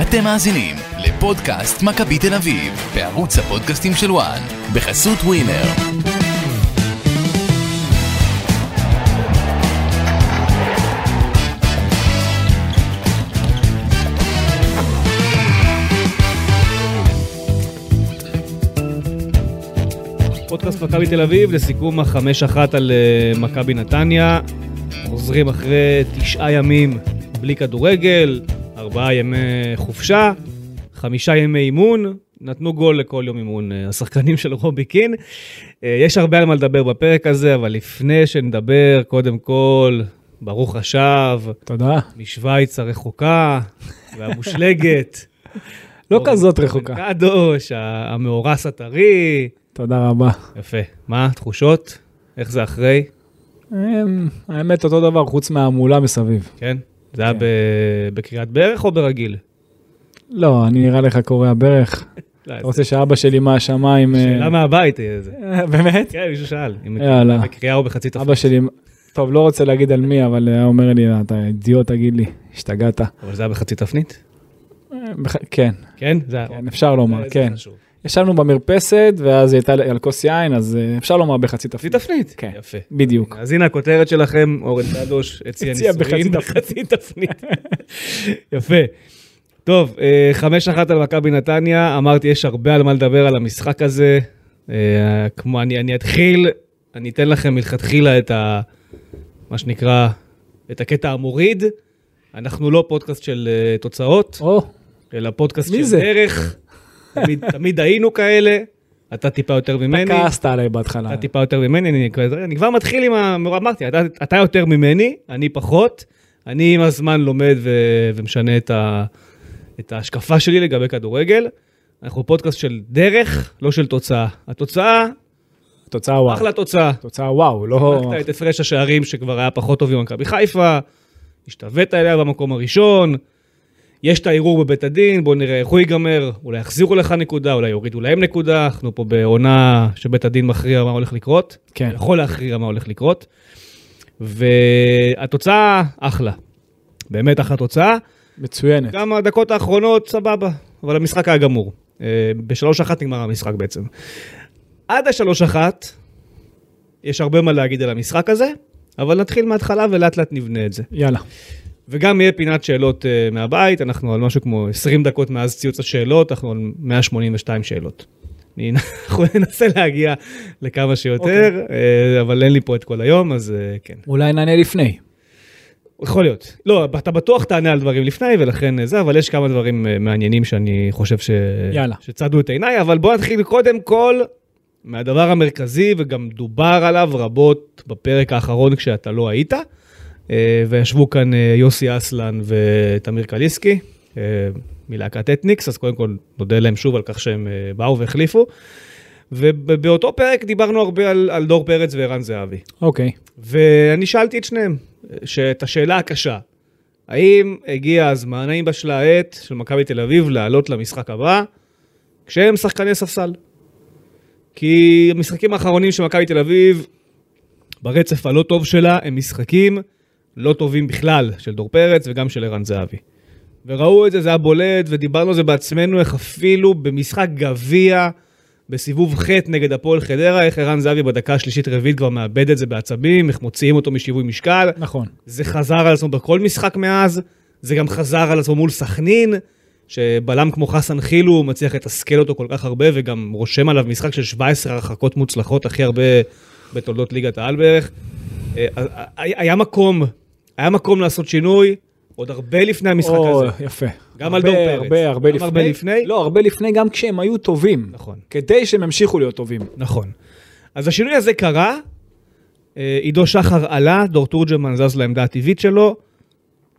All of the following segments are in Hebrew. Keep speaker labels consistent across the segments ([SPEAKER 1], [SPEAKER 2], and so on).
[SPEAKER 1] אתם מאזינים לפודקאסט מכבי תל אביב, בערוץ הפודקאסטים של וואן, בחסות ווינר.
[SPEAKER 2] פודקאסט מכבי תל אביב, לסיכום החמש אחת על אה, מכבי נתניה. חוזרים אחרי תשעה ימים בלי כדורגל, ארבעה ימי חופשה, חמישה ימי אימון, נתנו גול לכל יום אימון אה, השחקנים של רובי קין. אה, יש הרבה על מה לדבר בפרק הזה, אבל לפני שנדבר, קודם כל, ברוך השב,
[SPEAKER 3] תודה.
[SPEAKER 2] משוויץ הרחוקה והמושלגת.
[SPEAKER 3] לא כזאת רחוקה.
[SPEAKER 2] קדוש, ה- המאורס הטרי.
[SPEAKER 3] תודה רבה.
[SPEAKER 2] יפה. מה, תחושות? איך זה אחרי?
[SPEAKER 3] אמ, האמת, אותו דבר, חוץ מההמולה מסביב.
[SPEAKER 2] כן? זה היה
[SPEAKER 3] כן.
[SPEAKER 2] ב- בקריאת ברך או ברגיל?
[SPEAKER 3] לא, אני נראה לך קורע ברך.
[SPEAKER 2] לא,
[SPEAKER 3] אתה
[SPEAKER 2] זה
[SPEAKER 3] רוצה שאבא שלי מהשמיים... אה,
[SPEAKER 2] שאלה מהבית אה, זה.
[SPEAKER 3] אה, באמת?
[SPEAKER 2] כן, מישהו שאל. אם
[SPEAKER 3] יאללה.
[SPEAKER 2] בקריאה או בחצי תפקיד.
[SPEAKER 3] אבא שלי... טוב, לא רוצה להגיד על מי, אבל היה אומר לי, "אה, אתה אידיוט, תגיד לי, השתגעת.
[SPEAKER 2] אבל זה היה בחצי תפנית?
[SPEAKER 3] אה, בח- כן,
[SPEAKER 2] כן? זה היה...
[SPEAKER 3] כן, אפשר לומר,
[SPEAKER 2] זה- זה
[SPEAKER 3] כן.
[SPEAKER 2] חשוב.
[SPEAKER 3] ישבנו במרפסת, ואז היא הייתה על כוס יין, אז אה, אפשר לומר בחצי
[SPEAKER 2] חצי
[SPEAKER 3] תפנית.
[SPEAKER 2] תפנית?
[SPEAKER 3] כן.
[SPEAKER 2] יפה.
[SPEAKER 3] בדיוק.
[SPEAKER 2] אוקיי. אז הנה הכותרת שלכם, אורן קדוש הציע
[SPEAKER 3] הציע
[SPEAKER 2] נישואים
[SPEAKER 3] בחצי
[SPEAKER 2] בחצי תפנית. יפה. טוב, אה, חמש אחת על מכבי נתניה, אמרתי יש הרבה על מה לדבר על המשחק הזה. אה, כמו, אני, אני אתחיל, אני אתן לכם מלכתחילה את ה... מה שנקרא, את הקטע המוריד. אנחנו לא פודקאסט של אה, תוצאות,
[SPEAKER 3] או,
[SPEAKER 2] אלא פודקאסט
[SPEAKER 3] מי
[SPEAKER 2] של
[SPEAKER 3] זה?
[SPEAKER 2] דרך. תמיד, תמיד היינו כאלה, אתה טיפה יותר
[SPEAKER 3] אתה
[SPEAKER 2] ממני.
[SPEAKER 3] כעסת עליי בהתחלה.
[SPEAKER 2] אתה טיפה יותר ממני, אני, אני כבר מתחיל עם ה... אמרתי, אתה, אתה יותר ממני, אני פחות. אני עם הזמן לומד ו, ומשנה את, ה, את ההשקפה שלי לגבי כדורגל. אנחנו פודקאסט של דרך, לא של תוצאה. התוצאה,
[SPEAKER 3] תוצאה וואו.
[SPEAKER 2] אחלה תוצאה.
[SPEAKER 3] תוצאה וואו, לא...
[SPEAKER 2] הלכת את הפרש השערים שכבר היה פחות טוב עם מכבי חיפה, השתווית אליה במקום הראשון, יש את הערעור בבית הדין, בואו נראה איך הוא ייגמר, אולי יחזירו לך נקודה, אולי יורידו להם נקודה, אנחנו פה בעונה שבית הדין מכריע מה הולך לקרות,
[SPEAKER 3] כן.
[SPEAKER 2] יכול להכריע מה הולך לקרות, והתוצאה אחלה, באמת אחלה תוצאה,
[SPEAKER 3] מצוינת.
[SPEAKER 2] גם הדקות האחרונות סבבה, אבל המשחק היה גמור. אה, בשלוש אחת נגמר המשחק בעצם. עד השלוש אחת, יש הרבה מה להגיד על המשחק הזה, אבל נתחיל מההתחלה ולאט לאט נבנה את זה.
[SPEAKER 3] יאללה.
[SPEAKER 2] וגם יהיה פינת שאלות אה, מהבית, אנחנו על משהו כמו 20 דקות מאז ציוץ השאלות, אנחנו על 182 שאלות. אני- אנחנו ננסה להגיע לכמה שיותר, אה, אבל אין לי פה את כל היום, אז אה, כן.
[SPEAKER 3] אולי נענה לפני.
[SPEAKER 2] יכול להיות. לא, אתה בטוח תענה על דברים לפני, ולכן אה, זה, אבל יש כמה דברים אה, מעניינים שאני חושב ש...
[SPEAKER 3] יאללה.
[SPEAKER 2] שצדו את עיניי, אבל בוא נתחיל קודם כל מהדבר המרכזי, וגם דובר עליו רבות בפרק האחרון כשאתה לא היית, אה, וישבו כאן אה, יוסי אסלן ותמיר קליסקי. אה, מלהקת אתניקס, אז קודם כל נודה להם שוב על כך שהם אה, באו והחליפו. ובאותו פרק דיברנו הרבה על, על דור פרץ וערן זהבי.
[SPEAKER 3] אוקיי.
[SPEAKER 2] ואני שאלתי את שניהם ש- את השאלה הקשה. האם הגיע הזמן, האם בשלה העת של מכבי תל אביב לעלות למשחק הבא כשהם שחקני ספסל? כי המשחקים האחרונים של מכבי תל אביב, ברצף הלא טוב שלה, הם משחקים לא טובים בכלל של דור פרץ וגם של ערן זהבי. וראו את זה, זה היה בולט, ודיברנו על זה בעצמנו, איך אפילו במשחק גביע, בסיבוב ח' נגד הפועל חדרה, איך ערן זהבי בדקה השלישית-רביעית כבר מאבד את זה בעצבים, איך מוציאים אותו משיווי משקל.
[SPEAKER 3] נכון.
[SPEAKER 2] זה חזר על עצמו בכל משחק מאז, זה גם חזר על עצמו מול סכנין, שבלם כמו חסן חילו מצליח לתסכל אותו כל כך הרבה, וגם רושם עליו משחק של 17 הרחקות מוצלחות, הכי הרבה בתולדות ליגת העל בערך. אה, אה, היה מקום, היה מקום לעשות שינוי, עוד הרבה לפני המשחק
[SPEAKER 3] או,
[SPEAKER 2] הזה.
[SPEAKER 3] יפה.
[SPEAKER 2] גם על דור פרץ.
[SPEAKER 3] הרבה, הרבה
[SPEAKER 2] גם
[SPEAKER 3] לפני.
[SPEAKER 2] הרבה לפני.
[SPEAKER 3] לא, הרבה לפני גם כשהם היו טובים.
[SPEAKER 2] נכון.
[SPEAKER 3] כדי שהם ימשיכו להיות טובים.
[SPEAKER 2] נכון. אז השינוי הזה קרה, אה, עידו שחר עלה, דור תורג'מן זז לעמדה הטבעית שלו,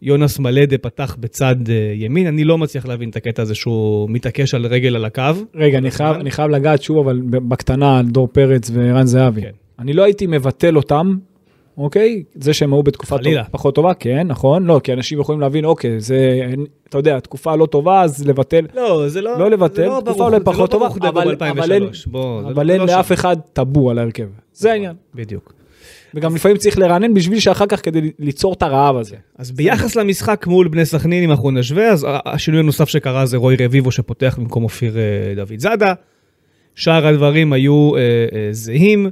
[SPEAKER 2] יונס מלדה פתח בצד אה, ימין, אני לא מצליח להבין את הקטע הזה שהוא מתעקש על רגל על הקו.
[SPEAKER 3] רגע, אני חייב, אני חייב לגעת שוב, אבל ב- בקטנה, על דור פרץ וערן זהבי.
[SPEAKER 2] כן.
[SPEAKER 3] אני לא הייתי מבטל אותם, אוקיי? זה שהם היו בתקופה טוב,
[SPEAKER 2] חלילה.
[SPEAKER 3] פחות טובה, כן, נכון? לא, כי אנשים יכולים להבין, אוקיי, זה, אתה יודע, תקופה לא טובה, אז לבטל.
[SPEAKER 2] לא, זה לא...
[SPEAKER 3] לא לבטל,
[SPEAKER 2] זה לא
[SPEAKER 3] תקופה
[SPEAKER 2] ברוך-
[SPEAKER 3] אולי
[SPEAKER 2] זה לא
[SPEAKER 3] פחות טובה,
[SPEAKER 2] ברוך דגו
[SPEAKER 3] אבל-
[SPEAKER 2] ב-
[SPEAKER 3] אבל אין-
[SPEAKER 2] 2003. בוא, זה לא-
[SPEAKER 3] אבל
[SPEAKER 2] נכון.
[SPEAKER 3] אין
[SPEAKER 2] לא
[SPEAKER 3] לאף
[SPEAKER 2] שם.
[SPEAKER 3] אחד טאבו על ההרכב. זה העניין.
[SPEAKER 2] בדיוק.
[SPEAKER 3] וגם לפעמים צריך לרענן בשביל שאחר כך כדי ליצור את הרעב הזה.
[SPEAKER 2] אז ביחס למשחק מול בני סכנין, אם אנחנו נשווה, אז ה- השינוי הנוסף שקרה זה רוי רביבו שפותח במקום אופיר אה, דוד זאדה. שאר הדברים היו אה, אה, זהים,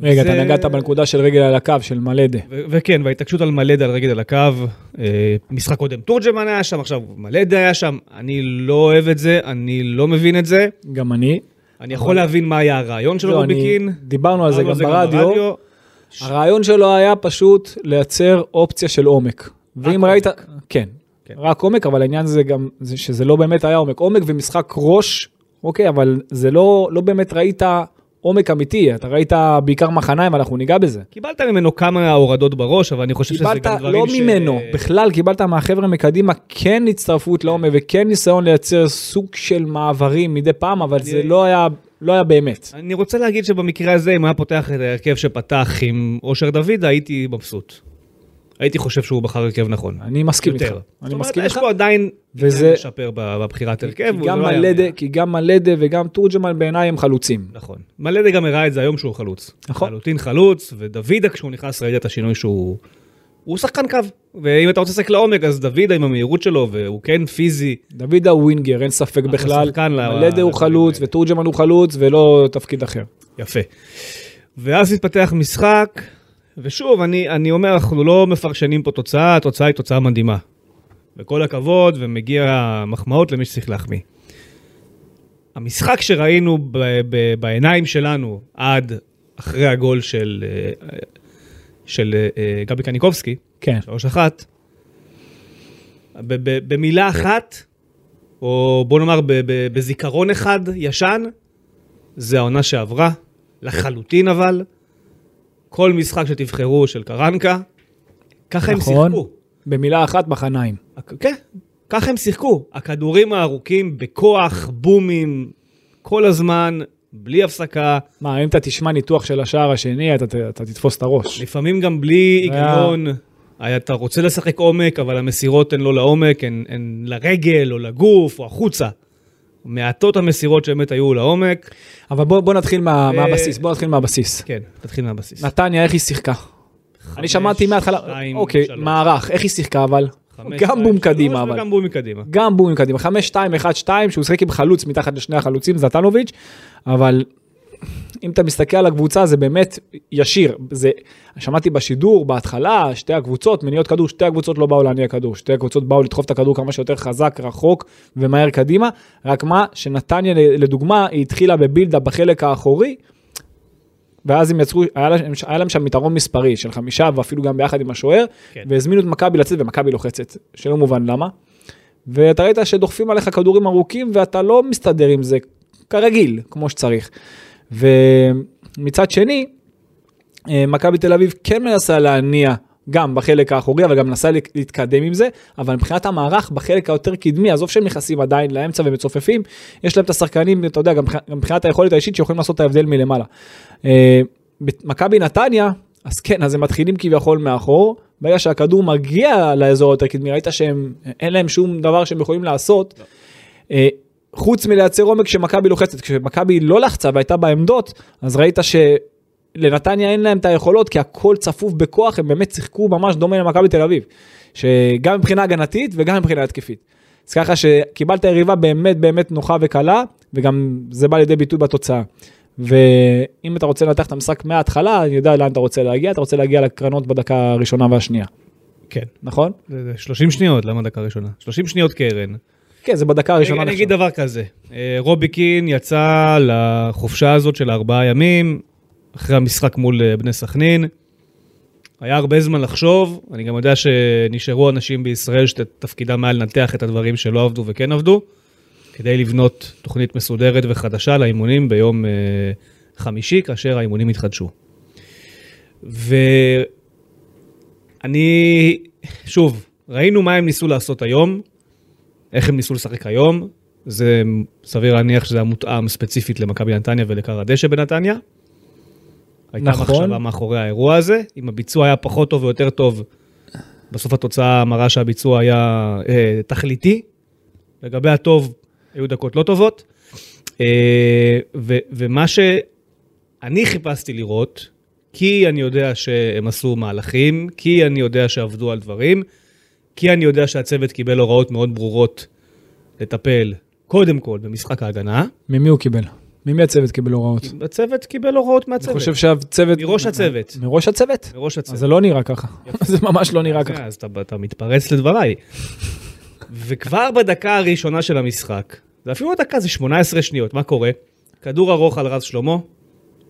[SPEAKER 3] רגע, אתה
[SPEAKER 2] זה-
[SPEAKER 3] נגעת בנקודה של רגל על הקו, של מלדה.
[SPEAKER 2] ו- וכן, וההתעקשות על מלדה על רגל על הקו, אה, משחק קודם תורג'מן היה שם, עכשיו מלדה היה שם, אני לא אוהב את זה, אני לא מבין את זה,
[SPEAKER 3] גם אני.
[SPEAKER 2] אני יכול להבין מה היה הרעיון של
[SPEAKER 3] לא, אני-
[SPEAKER 2] רוביקין.
[SPEAKER 3] דיברנו על זה גם ברדיו.
[SPEAKER 2] ש-
[SPEAKER 3] הרעיון שלו היה פשוט לייצר אופציה של עומק. ואם ראית... כן.
[SPEAKER 2] כן.
[SPEAKER 3] רק עומק, אבל העניין זה גם, זה שזה לא באמת היה עומק. עומק ומשחק ראש, אוקיי, אבל זה לא, לא באמת ראית עומק אמיתי, אתה ראית בעיקר מחניים, אנחנו ניגע בזה.
[SPEAKER 2] קיבלת ממנו כמה הורדות בראש, אבל אני חושב שזה
[SPEAKER 3] קיבלת,
[SPEAKER 2] גם דברים
[SPEAKER 3] לא
[SPEAKER 2] ש...
[SPEAKER 3] ממנו, בכלל קיבלת מהחבר'ה מקדימה כן הצטרפות לעומק וכן ניסיון לייצר סוג של מעברים מדי פעם, אבל זה לא היה, לא היה באמת.
[SPEAKER 2] אני רוצה להגיד שבמקרה הזה, אם היה פותח את ההרכב שפתח עם אושר דוד, הייתי מבסוט. הייתי חושב שהוא בחר הרכב נכון.
[SPEAKER 3] אני מסכים
[SPEAKER 2] יותר.
[SPEAKER 3] איתך.
[SPEAKER 2] זאת
[SPEAKER 3] אני
[SPEAKER 2] אומרת,
[SPEAKER 3] מסכים
[SPEAKER 2] יש
[SPEAKER 3] איתך.
[SPEAKER 2] פה עדיין
[SPEAKER 3] וזה-
[SPEAKER 2] עניין לשפר ב- בבחירת הרכב.
[SPEAKER 3] כי
[SPEAKER 2] וזה
[SPEAKER 3] גם
[SPEAKER 2] לא היה
[SPEAKER 3] מלדה,
[SPEAKER 2] מאה.
[SPEAKER 3] כי גם מלדה וגם תורג'מן בעיניי הם חלוצים.
[SPEAKER 2] נכון. מלדה גם הראה את זה היום שהוא חלוץ.
[SPEAKER 3] נכון.
[SPEAKER 2] חלוטין חלוץ, ודוידה כשהוא נכנס ראית את השינוי שהוא... הוא שחקן קו. ואם אתה רוצה לשחק לעומק, אז דוידה עם המהירות שלו, והוא כן פיזי,
[SPEAKER 3] דוידה הוא ווינגר, אין ספק
[SPEAKER 2] אחלה
[SPEAKER 3] בכלל.
[SPEAKER 2] שחקן ל-
[SPEAKER 3] מלדה הוא
[SPEAKER 2] לדברים
[SPEAKER 3] חלוץ
[SPEAKER 2] האלה.
[SPEAKER 3] ותורג'מן הוא חלוץ ולא תפקיד אחר.
[SPEAKER 2] יפה. ואז התפתח משחק, ושוב, אני, אני אומר, אנחנו לא מפרשנים פה תוצאה, התוצאה היא תוצאה מדהימה. וכל הכבוד, ומגיע מחמאות למי שצריך להחמיא. המשחק שראינו ב, ב, בעיניים שלנו עד אחרי הגול של, אה, אה, של אה, אה, גבי קניקובסקי,
[SPEAKER 3] כן.
[SPEAKER 2] 3-1, ב- ב- במילה אחת, או בוא נאמר ב- ב- בזיכרון אחד ישן, זה העונה שעברה, לחלוטין אבל. כל משחק שתבחרו של קרנקה, ככה
[SPEAKER 3] נכון.
[SPEAKER 2] הם שיחקו.
[SPEAKER 3] במילה אחת, מחניים.
[SPEAKER 2] הכ- כן, ככה הם שיחקו. הכדורים הארוכים, בכוח, בומים, כל הזמן, בלי הפסקה,
[SPEAKER 3] מה, אם אתה תשמע ניתוח של השער השני, אתה ת- אתה תתפוס את הראש.
[SPEAKER 2] לפעמים גם בלי
[SPEAKER 3] היה-
[SPEAKER 2] היגיון. היה- אתה רוצה לשחק עומק, אבל המסירות הן לא לעומק, הן, הן לרגל או לגוף או החוצה. מעטות המסירות שבאמת היו לעומק.
[SPEAKER 3] אבל בוא בוא נתחיל מה-
[SPEAKER 2] ו-
[SPEAKER 3] מהבסיס, בוא נתחיל מהבסיס.
[SPEAKER 2] כן, תתחיל מהבסיס.
[SPEAKER 3] נתניה, איך היא שיחקה? אני שמעתי מההתחלה,
[SPEAKER 2] שתיים,
[SPEAKER 3] אוקיי,
[SPEAKER 2] שלוש.
[SPEAKER 3] מערך, איך היא שיחקה אבל?
[SPEAKER 2] חמש,
[SPEAKER 3] גם
[SPEAKER 2] שתיים,
[SPEAKER 3] בום
[SPEAKER 2] שלוש,
[SPEAKER 3] קדימה אבל.
[SPEAKER 2] וגם בום מקדימה.
[SPEAKER 3] גם בום קדימה, 5, 2, 1, 2, שהוא משחק עם חלוץ מתחת לשני החלוצים, זלטנוביץ', אבל אם אתה מסתכל על הקבוצה זה באמת ישיר, זה, שמעתי בשידור בהתחלה, שתי הקבוצות, מניעות כדור, שתי הקבוצות לא באו להניע כדור, שתי הקבוצות באו לדחוף את הכדור כמה שיותר חזק, רחוק ומהר קדימה, רק מה, שנתניה לדוגמה, היא התחילה בבילדאפ בחלק האחורי, ואז הם יצרו, היה להם, היה להם שם יתרון מספרי של חמישה ואפילו גם ביחד עם השוער,
[SPEAKER 2] כן.
[SPEAKER 3] כן. והזמינו את מכבי לצאת ומכבי לוחצת, שלא מובן למה. ואתה ראית שדוחפים עליך כדורים ארוכים ואתה לא מסתדר עם זה כרגיל, כמו שצריך. ומצד שני, אה, מכבי תל אביב כן מנסה להניע גם בחלק האחורי, אבל גם מנסה לה- להתקדם עם זה, אבל מבחינת המערך בחלק היותר קדמי, עזוב שהם נכנסים עדיין לאמצע ומצופפים, יש להם את השחקנים, אתה יודע, גם מבח- גם מבחינת היכולת האישית שיכולים לעשות את ההבדל מלמעלה. אה, בת- מכבי נתניה, אז כן, אז הם מתחילים כביכול מאחור, ברגע שהכדור מגיע לאזור היותר קדמי, ראית שהם, אין להם שום דבר שהם יכולים לעשות. אה, חוץ מלייצר עומק כשמכבי לוחצת, כשמכבי לא לחצה והייתה בעמדות, אז ראית שלנתניה אין להם את היכולות, כי הכל צפוף בכוח, הם באמת שיחקו ממש דומה למכבי תל אביב. שגם מבחינה הגנתית וגם מבחינה התקפית. אז ככה שקיבלת יריבה באמת באמת נוחה וקלה, וגם זה בא לידי ביטוי בתוצאה. ואם אתה רוצה לנתח את המשחק מההתחלה, אני יודע לאן אתה רוצה להגיע, אתה רוצה להגיע לקרנות בדקה הראשונה והשנייה,
[SPEAKER 2] כן.
[SPEAKER 3] נכון?
[SPEAKER 2] זה- זה 30 שניות, למה דקה ראשונה? 30 שניות קרן.
[SPEAKER 3] כן, זה בדקה הראשונה.
[SPEAKER 2] אני
[SPEAKER 3] נחשב.
[SPEAKER 2] אגיד דבר כזה, אה, רובי קין יצא לחופשה הזאת של ארבעה ימים, אחרי המשחק מול אה, בני סכנין. היה הרבה זמן לחשוב, אני גם יודע שנשארו אנשים בישראל שתפקידם היה לנתח את הדברים שלא עבדו וכן עבדו, כדי לבנות תוכנית מסודרת וחדשה לאימונים ביום אה, חמישי, כאשר האימונים יתחדשו. ואני, שוב, ראינו מה הם ניסו לעשות היום, איך הם ניסו לשחק היום, זה סביר להניח שזה היה מותאם ספציפית למכבי נתניה ולקר הדשא בנתניה. הייתה
[SPEAKER 3] נכון.
[SPEAKER 2] מחשבה מאחורי האירוע הזה, אם הביצוע היה פחות טוב או יותר טוב, בסוף התוצאה מראה שהביצוע היה אה, תכליתי. לגבי הטוב, היו דקות לא טובות. אה, ו, ומה שאני חיפשתי לראות, כי אני יודע שהם עשו מהלכים, כי אני יודע שעבדו על דברים, כי אני יודע שהצוות קיבל הוראות מאוד ברורות לטפל קודם כל במשחק ההגנה.
[SPEAKER 3] ממי הוא קיבל? ממי הצוות קיבל הוראות?
[SPEAKER 2] הצוות קיבל הוראות
[SPEAKER 3] אני
[SPEAKER 2] מהצוות.
[SPEAKER 3] חושב שהצוות...
[SPEAKER 2] מראש הצוות.
[SPEAKER 3] מראש הצוות?
[SPEAKER 2] מראש
[SPEAKER 3] אז
[SPEAKER 2] הצוות. אה,
[SPEAKER 3] זה לא נראה ככה. זה ממש לא נראה ככה.
[SPEAKER 2] אז אתה, אתה מתפרץ לדבריי. וכבר בדקה הראשונה של המשחק, זה אפילו לא דקה, זה 18 שניות, מה קורה? כדור ארוך על רז שלמה,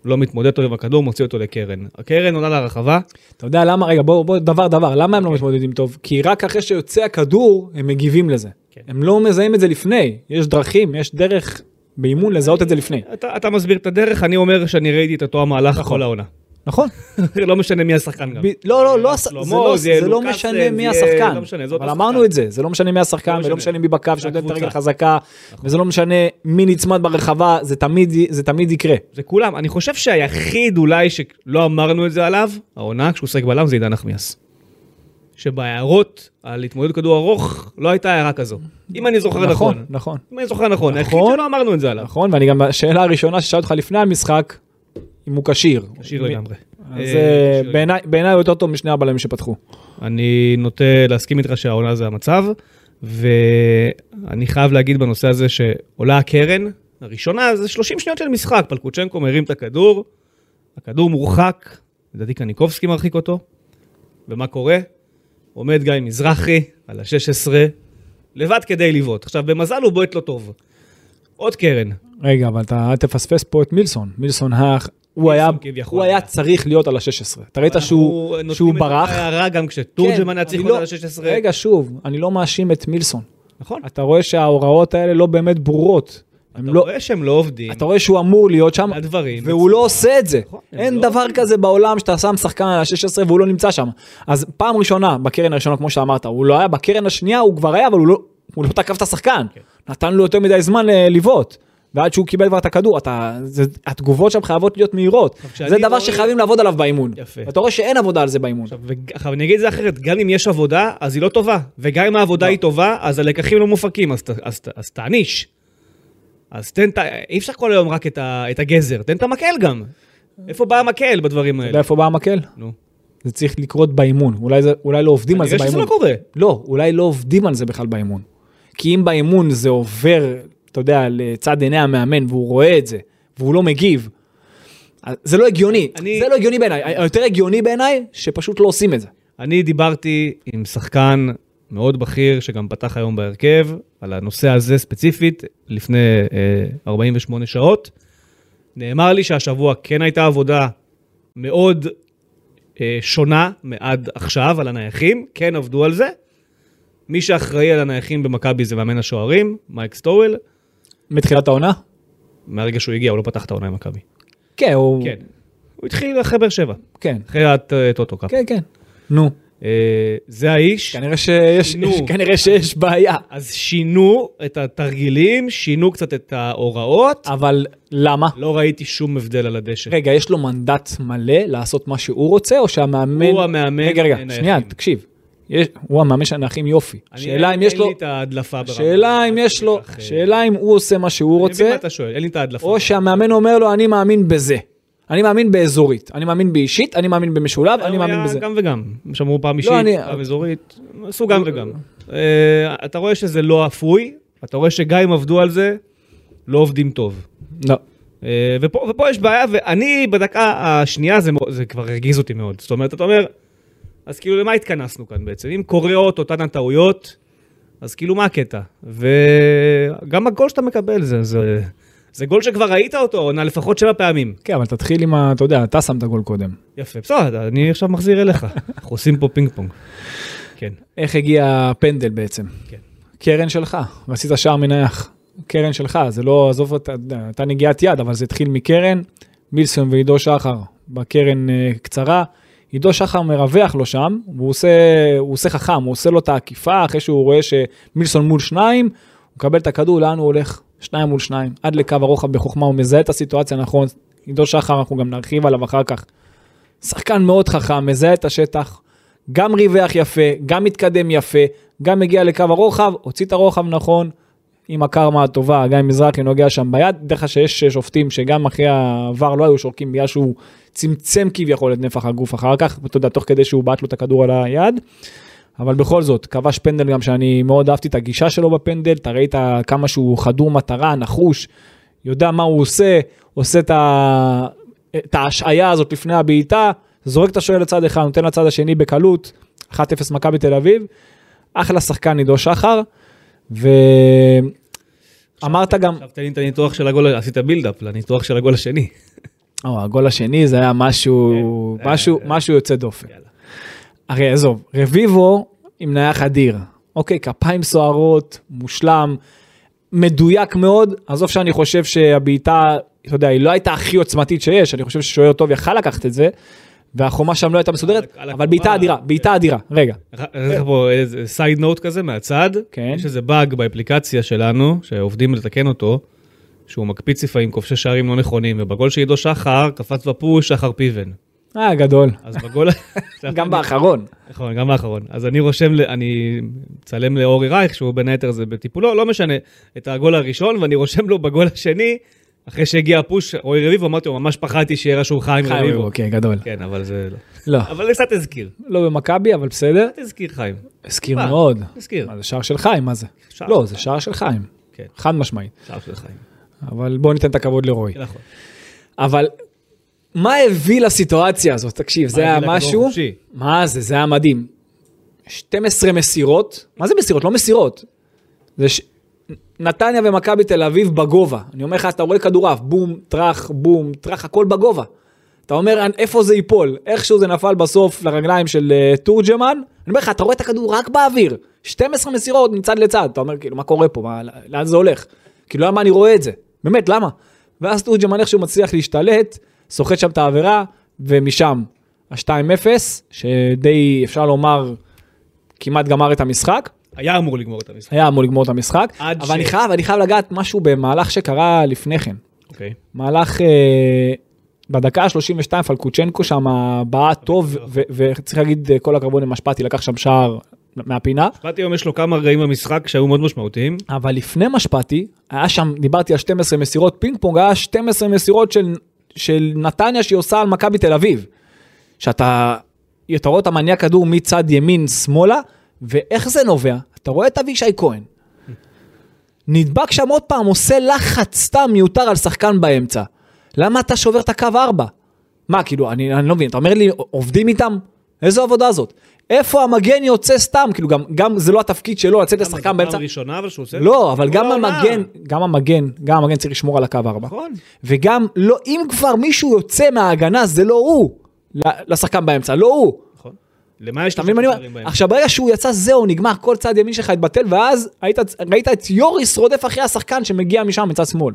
[SPEAKER 2] לא מתמודד טוב עם הכדור, מוציא אותו לקרן. הקרן עולה לרחבה,
[SPEAKER 3] אתה יודע למה, רגע, בוא, בוא, דבר דבר,
[SPEAKER 2] כן.
[SPEAKER 3] למה הם לא מתמודדים טוב? כי רק אחרי שיוצא הכדור, הם מגיבים לזה.
[SPEAKER 2] כן.
[SPEAKER 3] הם לא מזהים את זה לפני. יש דרכים, יש דרך באימון לזהות את זה לפני.
[SPEAKER 2] אתה, אתה מסביר את הדרך, אני אומר שאני ראיתי את אותו המהלך כל העונה.
[SPEAKER 3] נכון.
[SPEAKER 2] לא משנה מי השחקן גם.
[SPEAKER 3] ב- לא, לא, לא,
[SPEAKER 2] יהיה
[SPEAKER 3] הש- זה
[SPEAKER 2] שלמה,
[SPEAKER 3] לא-
[SPEAKER 2] זה יהיה
[SPEAKER 3] זה לא
[SPEAKER 2] לוקאסן,
[SPEAKER 3] משנה מי
[SPEAKER 2] זה
[SPEAKER 3] השחקן.
[SPEAKER 2] לא משנה, זה אותו
[SPEAKER 3] אבל
[SPEAKER 2] שחקן.
[SPEAKER 3] אמרנו את זה, זה לא משנה מי השחקן, ולא
[SPEAKER 2] משנה.
[SPEAKER 3] משנה מי בקו
[SPEAKER 2] זה
[SPEAKER 3] שנותן את הרגל
[SPEAKER 2] הקבוצה. נכון.
[SPEAKER 3] חזקה, וזה לא משנה מי נצמד ברחבה, זה תמיד י- זה תמיד יקרה.
[SPEAKER 2] זה כולם. אני חושב שהיחיד אולי שלא אמרנו את זה עליו, העונה, כשהוא שחק בלם, זה עידן נחמיאס. שבהערות על התמודדות כדור ארוך, לא הייתה הערה כזו. אם אני זוכר נכון.
[SPEAKER 3] נכון, נכון.
[SPEAKER 2] אם אני זוכר נכון, היחיד
[SPEAKER 3] נכון.
[SPEAKER 2] שלא אמרנו את זה עליו.
[SPEAKER 3] נכון, ואני גם, השאלה הראשונה ששאלתי אותך לפני המשחק, אם הוא כשיר.
[SPEAKER 2] כשיר
[SPEAKER 3] מי-
[SPEAKER 2] לגמרי.
[SPEAKER 3] אז
[SPEAKER 2] אה,
[SPEAKER 3] אה,
[SPEAKER 2] כשיר
[SPEAKER 3] בעיניי- בעיניי הוא יותר טוב משני הבלמים שפתחו.
[SPEAKER 2] אני נוטה להסכים איתך שהעונה זה המצב, ואני חייב להגיד בנושא הזה שעולה הקרן, הראשונה זה 30 שניות של משחק, פלקוצ'נקו מרים את הכדור, הכדור מורחק, לדעתי קניקובסקי מרחיק אותו, ומה קורה? עומד גיא מזרחי על ה-16, לבד כדי לבעוט. עכשיו, במזל הוא בועט לא טוב. עוד קרן.
[SPEAKER 3] רגע, אבל אתה אל תפספס פה את מילסון. מילסון ה... הוא היה,
[SPEAKER 2] כביכול
[SPEAKER 3] הוא היה
[SPEAKER 2] היה.
[SPEAKER 3] צריך להיות על ה-16. אתה ראית שהוא,
[SPEAKER 2] אנחנו
[SPEAKER 3] שהוא
[SPEAKER 2] נותנים את
[SPEAKER 3] ברח? כן.
[SPEAKER 2] ההערה גם כשתורג'מן היה
[SPEAKER 3] אני
[SPEAKER 2] צריך
[SPEAKER 3] לא-
[SPEAKER 2] להיות על ה-16.
[SPEAKER 3] רגע, שוב, אני לא מאשים את מילסון.
[SPEAKER 2] נכון.
[SPEAKER 3] אתה רואה שההוראות האלה לא באמת ברורות. הם
[SPEAKER 2] אתה
[SPEAKER 3] לא-
[SPEAKER 2] רואה שהם לא עובדים.
[SPEAKER 3] אתה רואה שהוא אמור להיות שם,
[SPEAKER 2] הדברים.
[SPEAKER 3] והוא לא עושה את זה.
[SPEAKER 2] נכון, הם
[SPEAKER 3] אין
[SPEAKER 2] לא-
[SPEAKER 3] דבר כזה בעולם שאתה שם שחקן על ה-16 והוא לא נמצא שם. אז פעם ראשונה, בקרן הראשונה, כמו שאמרת, הוא לא היה, בקרן השנייה הוא כבר היה, אבל הוא לא- הוא לא תקף את השחקן.
[SPEAKER 2] כן.
[SPEAKER 3] נתן לו יותר מדי זמן אה, לבעוט. ועד שהוא קיבל כבר את הכדור, אתה, זה, התגובות שם חייבות להיות מהירות.
[SPEAKER 2] כשאני
[SPEAKER 3] זה
[SPEAKER 2] לא
[SPEAKER 3] דבר
[SPEAKER 2] רואה-
[SPEAKER 3] שחייבים לעבוד עליו באימון.
[SPEAKER 2] יפה.
[SPEAKER 3] ואתה רואה שאין עבודה על זה באימון.
[SPEAKER 2] עכשיו, וג- עכשיו, אני אגיד את זה אחרת, גם אם יש עבודה, אז היא לא טובה. וגם אם העבודה
[SPEAKER 3] לא.
[SPEAKER 2] היא טובה, אז הלקחים לא מופקים, אז, ת- אז, ת- אז תעניש. אז תן את ה... אי אפשר כל היום רק את, ה, את הגזר, תן את המקל גם. איפה בא המקל בדברים
[SPEAKER 3] אתה יודע
[SPEAKER 2] האלה?
[SPEAKER 3] איפה בא המקל?
[SPEAKER 2] נו.
[SPEAKER 3] זה צריך לקרות באימון. אולי, זה, אולי לא עובדים על
[SPEAKER 2] אני
[SPEAKER 3] זה
[SPEAKER 2] רואה
[SPEAKER 3] באימון.
[SPEAKER 2] שזה לא קורה.
[SPEAKER 3] לא, אולי לא עובדים על זה בכלל באימון. כי אם באימון זה עובר, אתה יודע, לצד עיני המאמן והוא רואה את זה, והוא לא מגיב, אז זה לא הגיוני.
[SPEAKER 2] אני-
[SPEAKER 3] זה לא הגיוני בעיניי. ה- היותר הגיוני בעיניי, שפשוט לא עושים את זה.
[SPEAKER 2] אני דיברתי עם שחקן מאוד בכיר, שגם פתח היום בהרכב, על הנושא הזה ספציפית, לפני אה, 48 שעות. נאמר לי שהשבוע כן הייתה עבודה מאוד אה, שונה מעד עכשיו על הנייחים, כן עבדו על זה. מי שאחראי על הנייחים במכבי זה מאמן השוערים, מייק סטורל.
[SPEAKER 3] מתחילת העונה?
[SPEAKER 2] מהרגע שהוא הגיע, הוא לא פתח את העונה עם מכבי.
[SPEAKER 3] כן, הוא...
[SPEAKER 2] כן. הוא התחיל אחרי באר שבע,
[SPEAKER 3] כן,
[SPEAKER 2] אחרי הטוטו קאפ.
[SPEAKER 3] כן, כן. נו.
[SPEAKER 2] אה, זה האיש.
[SPEAKER 3] כנראה שיש,
[SPEAKER 2] נו.
[SPEAKER 3] כנראה שיש בעיה.
[SPEAKER 2] אז שינו את התרגילים, שינו קצת את ההוראות,
[SPEAKER 3] אבל למה?
[SPEAKER 2] לא ראיתי שום הבדל על הדשא.
[SPEAKER 3] רגע, יש לו מנדט מלא לעשות מה שהוא רוצה, או שהמאמן...
[SPEAKER 2] הוא המאמן
[SPEAKER 3] רגע, רגע,
[SPEAKER 2] של
[SPEAKER 3] שנייה,
[SPEAKER 2] הנייחים.
[SPEAKER 3] תקשיב. יש- הוא המאמן של הנייחים יופי.
[SPEAKER 2] אני-
[SPEAKER 3] שאלה אם יש לו...
[SPEAKER 2] אין לי את ההדלפה ברמה.
[SPEAKER 3] שאלה אם יש לו,
[SPEAKER 2] אה,
[SPEAKER 3] שאלה אם הוא עושה מה שהוא
[SPEAKER 2] אני מבין
[SPEAKER 3] רוצה,
[SPEAKER 2] מה אתה שואל, אין לי את ההדלפה.
[SPEAKER 3] או שהמאמן אומר לו, אני מאמין בזה. אני מאמין באזורית, אני מאמין באישית, אני מאמין במשולב, אני
[SPEAKER 2] היום
[SPEAKER 3] מאמין
[SPEAKER 2] היה
[SPEAKER 3] בזה. לא,
[SPEAKER 2] גם וגם, שמעו פעם אישית,
[SPEAKER 3] אני-
[SPEAKER 2] פעם אזורית, עשו גם וגם. אה, אתה רואה שזה לא אפוי, אתה רואה שגם אם עבדו על זה, לא עובדים טוב.
[SPEAKER 3] לא.
[SPEAKER 2] אה, ופה, ופה יש בעיה, ואני בדקה השנייה, זה, מאוד- זה כבר הרגיז אותי מאוד. זאת אומרת, אתה אומר, אז כאילו למה התכנסנו כאן בעצם? אם קורות אותן הטעויות, אז כאילו מה הקטע? וגם הגול שאתה מקבל, זה, זה, זה גול שכבר ראית אותו העונה לפחות שבע פעמים.
[SPEAKER 3] כן, אבל תתחיל עם ה... אתה יודע, אתה שם את הגול קודם.
[SPEAKER 2] יפה, בסדר, אני עכשיו מחזיר אליך. אנחנו עושים פה פינג פונג. כן.
[SPEAKER 3] איך הגיע הפנדל בעצם?
[SPEAKER 2] כן.
[SPEAKER 3] קרן שלך, ועשית שער מנייח. קרן שלך, זה לא, עזוב, אתה יודע, הייתה נגיעת יד, אבל זה התחיל מקרן, מילסון ועידו שחר בקרן אה, קצרה. עידו שחר מרווח לו שם, והוא עושה, הוא עושה חכם, הוא עושה לו את העקיפה, אחרי שהוא רואה שמילסון מול שניים, הוא מקבל את הכדור, לאן הוא הולך? שניים מול שניים, עד לקו הרוחב בחוכמה, הוא מזהה את הסיטואציה נכון. עידו שחר, אנחנו גם נרחיב עליו אחר כך. שחקן מאוד חכם, מזהה את השטח, גם ריווח יפה, גם התקדם יפה, גם הגיע לקו הרוחב, הוציא את הרוחב נכון, עם הקרמה הטובה, גיא מזרחי נוגע שם ביד, דרך אגב שיש שופטים שגם אחרי העבר לא היו שורקים בגלל שהוא צמצם כביכול את נפח הגוף אחר כך, אתה יודע, תוך כדי שהוא בעט לו את הכדור על היד. אבל בכל זאת, כבש פנדל גם שאני מאוד אהבתי את הגישה שלו בפנדל, אתה ראית כמה שהוא חדור מטרה, נחוש, יודע מה הוא עושה, עושה את, ה... את ההשעיה הזאת לפני הבעיטה, זורק את השוער לצד אחד, נותן לצד השני בקלות, 1-0 מכבי תל אביב, אחלה שחקן עידו שחר, ואמרת גם,
[SPEAKER 2] עכשיו תן לי את הניתוח של הגול, עשית בילדאפ לניתוח של הגול השני.
[SPEAKER 3] או, הגול השני זה היה משהו,
[SPEAKER 2] כן,
[SPEAKER 3] משהו,
[SPEAKER 2] אה,
[SPEAKER 3] משהו יוצא דופן.
[SPEAKER 2] יאללה.
[SPEAKER 3] הרי עזוב, רביבו עם נייח אדיר. אוקיי, כפיים סוערות, מושלם, מדויק מאוד. עזוב שאני חושב שהבעיטה, אתה יודע, היא לא הייתה הכי עוצמתית שיש, אני חושב ששוער טוב יכל לקחת את זה, והחומה שם לא הייתה מסודרת,
[SPEAKER 2] על כן.
[SPEAKER 3] אבל
[SPEAKER 2] הקורה,
[SPEAKER 3] בעיטה אדירה, בעיטה אדירה. רגע,
[SPEAKER 2] יש לך פה איזה סייד נוט כזה מהצד,
[SPEAKER 3] כן.
[SPEAKER 2] יש איזה באג באפליקציה שלנו, שעובדים לתקן אותו, שהוא מקפיץ לפעמים כובשי שערים לא נכונים, ובגול של עידו שחר קפץ בפוש שחר פיבן.
[SPEAKER 3] אה, גדול.
[SPEAKER 2] אז בגול...
[SPEAKER 3] גם באחרון.
[SPEAKER 2] נכון, גם האחרון. אז אני רושם, ל- אני מצלם לאורי רייך, שהוא בין היתר זה בטיפולו, לא משנה, את הגול הראשון, ואני רושם לו בגול השני, אחרי שהגיע הפוש, רועי רביבו, אמרתי לו, ממש פחדתי שיהיה רשום חיים
[SPEAKER 3] חיים
[SPEAKER 2] רביבו.
[SPEAKER 3] אוקיי, גדול.
[SPEAKER 2] כן, אבל זה לא.
[SPEAKER 3] לא,
[SPEAKER 2] אבל זה קצת הזכיר,
[SPEAKER 3] לא במכבי, אבל בסדר.
[SPEAKER 2] קצת הזכיר חיים.
[SPEAKER 3] הזכיר
[SPEAKER 2] מה?
[SPEAKER 3] מאוד.
[SPEAKER 2] הזכיר.
[SPEAKER 3] מה, זה שער של חיים, מה זה?
[SPEAKER 2] שער
[SPEAKER 3] לא,
[SPEAKER 2] של
[SPEAKER 3] זה שער של חיים.
[SPEAKER 2] כן.
[SPEAKER 3] חד משמעית.
[SPEAKER 2] שער של חיים.
[SPEAKER 3] אבל בואו ניתן את הכבוד לרועי.
[SPEAKER 2] נכון.
[SPEAKER 3] אבל מה הביא לסיטואציה הזאת? תקשיב, זה
[SPEAKER 2] הביא
[SPEAKER 3] היה
[SPEAKER 2] לכדור
[SPEAKER 3] משהו...
[SPEAKER 2] החופשי?
[SPEAKER 3] מה זה? זה היה מדהים. 12 מסירות, מה זה מסירות? לא מסירות. זה ש... נתניה ומכבי תל אביב בגובה. אני אומר לך, אתה רואה כדורעף, בום, טראח, בום, טראח, הכל בגובה. אתה אומר, "אנ- איפה זה ייפול? איכשהו זה נפל בסוף לרגליים של אה, תורג'מן. אני אומר לך, אתה רואה את הכדור רק באוויר. 12 מסירות מצד לצד. אתה אומר, כאילו, מה קורה פה? מה, לאן זה הולך? כאילו, למה אני רואה את זה? באמת, למה? ואז תורג'מן איכשהו מצליח להשתלט, סוחט שם את העבירה, ומשם, ה-2-0, שדי, אפשר לומר, כמעט גמר את המשחק.
[SPEAKER 2] היה אמור לגמור את המשחק.
[SPEAKER 3] היה אמור לגמור את המשחק.
[SPEAKER 2] עד
[SPEAKER 3] אבל
[SPEAKER 2] ש-
[SPEAKER 3] אני חייב, אני חייב לגעת משהו במהלך שקרה לפני כן.
[SPEAKER 2] אוקיי.
[SPEAKER 3] מהלך אה, בדקה ה-32 פלקוצ'נקו שם בעט טוב, ו- וצריך להגיד אה, כל הכבוד למשפטי, לקח שם שער מהפינה.
[SPEAKER 2] משפטי היום יש לו כמה רגעים במשחק שהיו מאוד משמעותיים.
[SPEAKER 3] אבל לפני משפטי, היה שם, דיברתי על 12 מסירות פינג פונג, היה 12 מסירות של, של נתניה שהיא עושה על מכבי תל אביב. שאתה, אתה רואה אותה מניע כדור מצד ימין שמאלה, ואיך זה נובע? אתה רואה את אבישי כהן. נדבק שם עוד פעם, עושה לחץ סתם מיותר על שחקן באמצע. למה אתה שובר את הקו 4? מה, כאילו, אני, אני לא מבין, אתה אומר לי, עובדים איתם? איזו עבודה זאת? איפה המגן יוצא סתם? כאילו, גם, גם זה לא התפקיד שלו לצאת לשחקן באמצע.
[SPEAKER 2] פעם ראשונה אבל שהוא עושה...
[SPEAKER 3] לא, אבל גם
[SPEAKER 2] העונה.
[SPEAKER 3] המגן, גם המגן, גם המגן צריך לשמור על הקו ארבע.
[SPEAKER 2] נכון.
[SPEAKER 3] וגם, לא, אם כבר מישהו יוצא מההגנה, זה לא הוא. ל- לשחקן באמצע, לא הוא.
[SPEAKER 2] נכון. למה יש
[SPEAKER 3] אתה מבין מה אני אומר? עכשיו, ברגע שהוא יצא, זהו, נגמר, כל צד ימין שלך התבטל, ואז היית, ראית את יוריס רודף אחרי השחקן שמגיע משם מצד שמאל.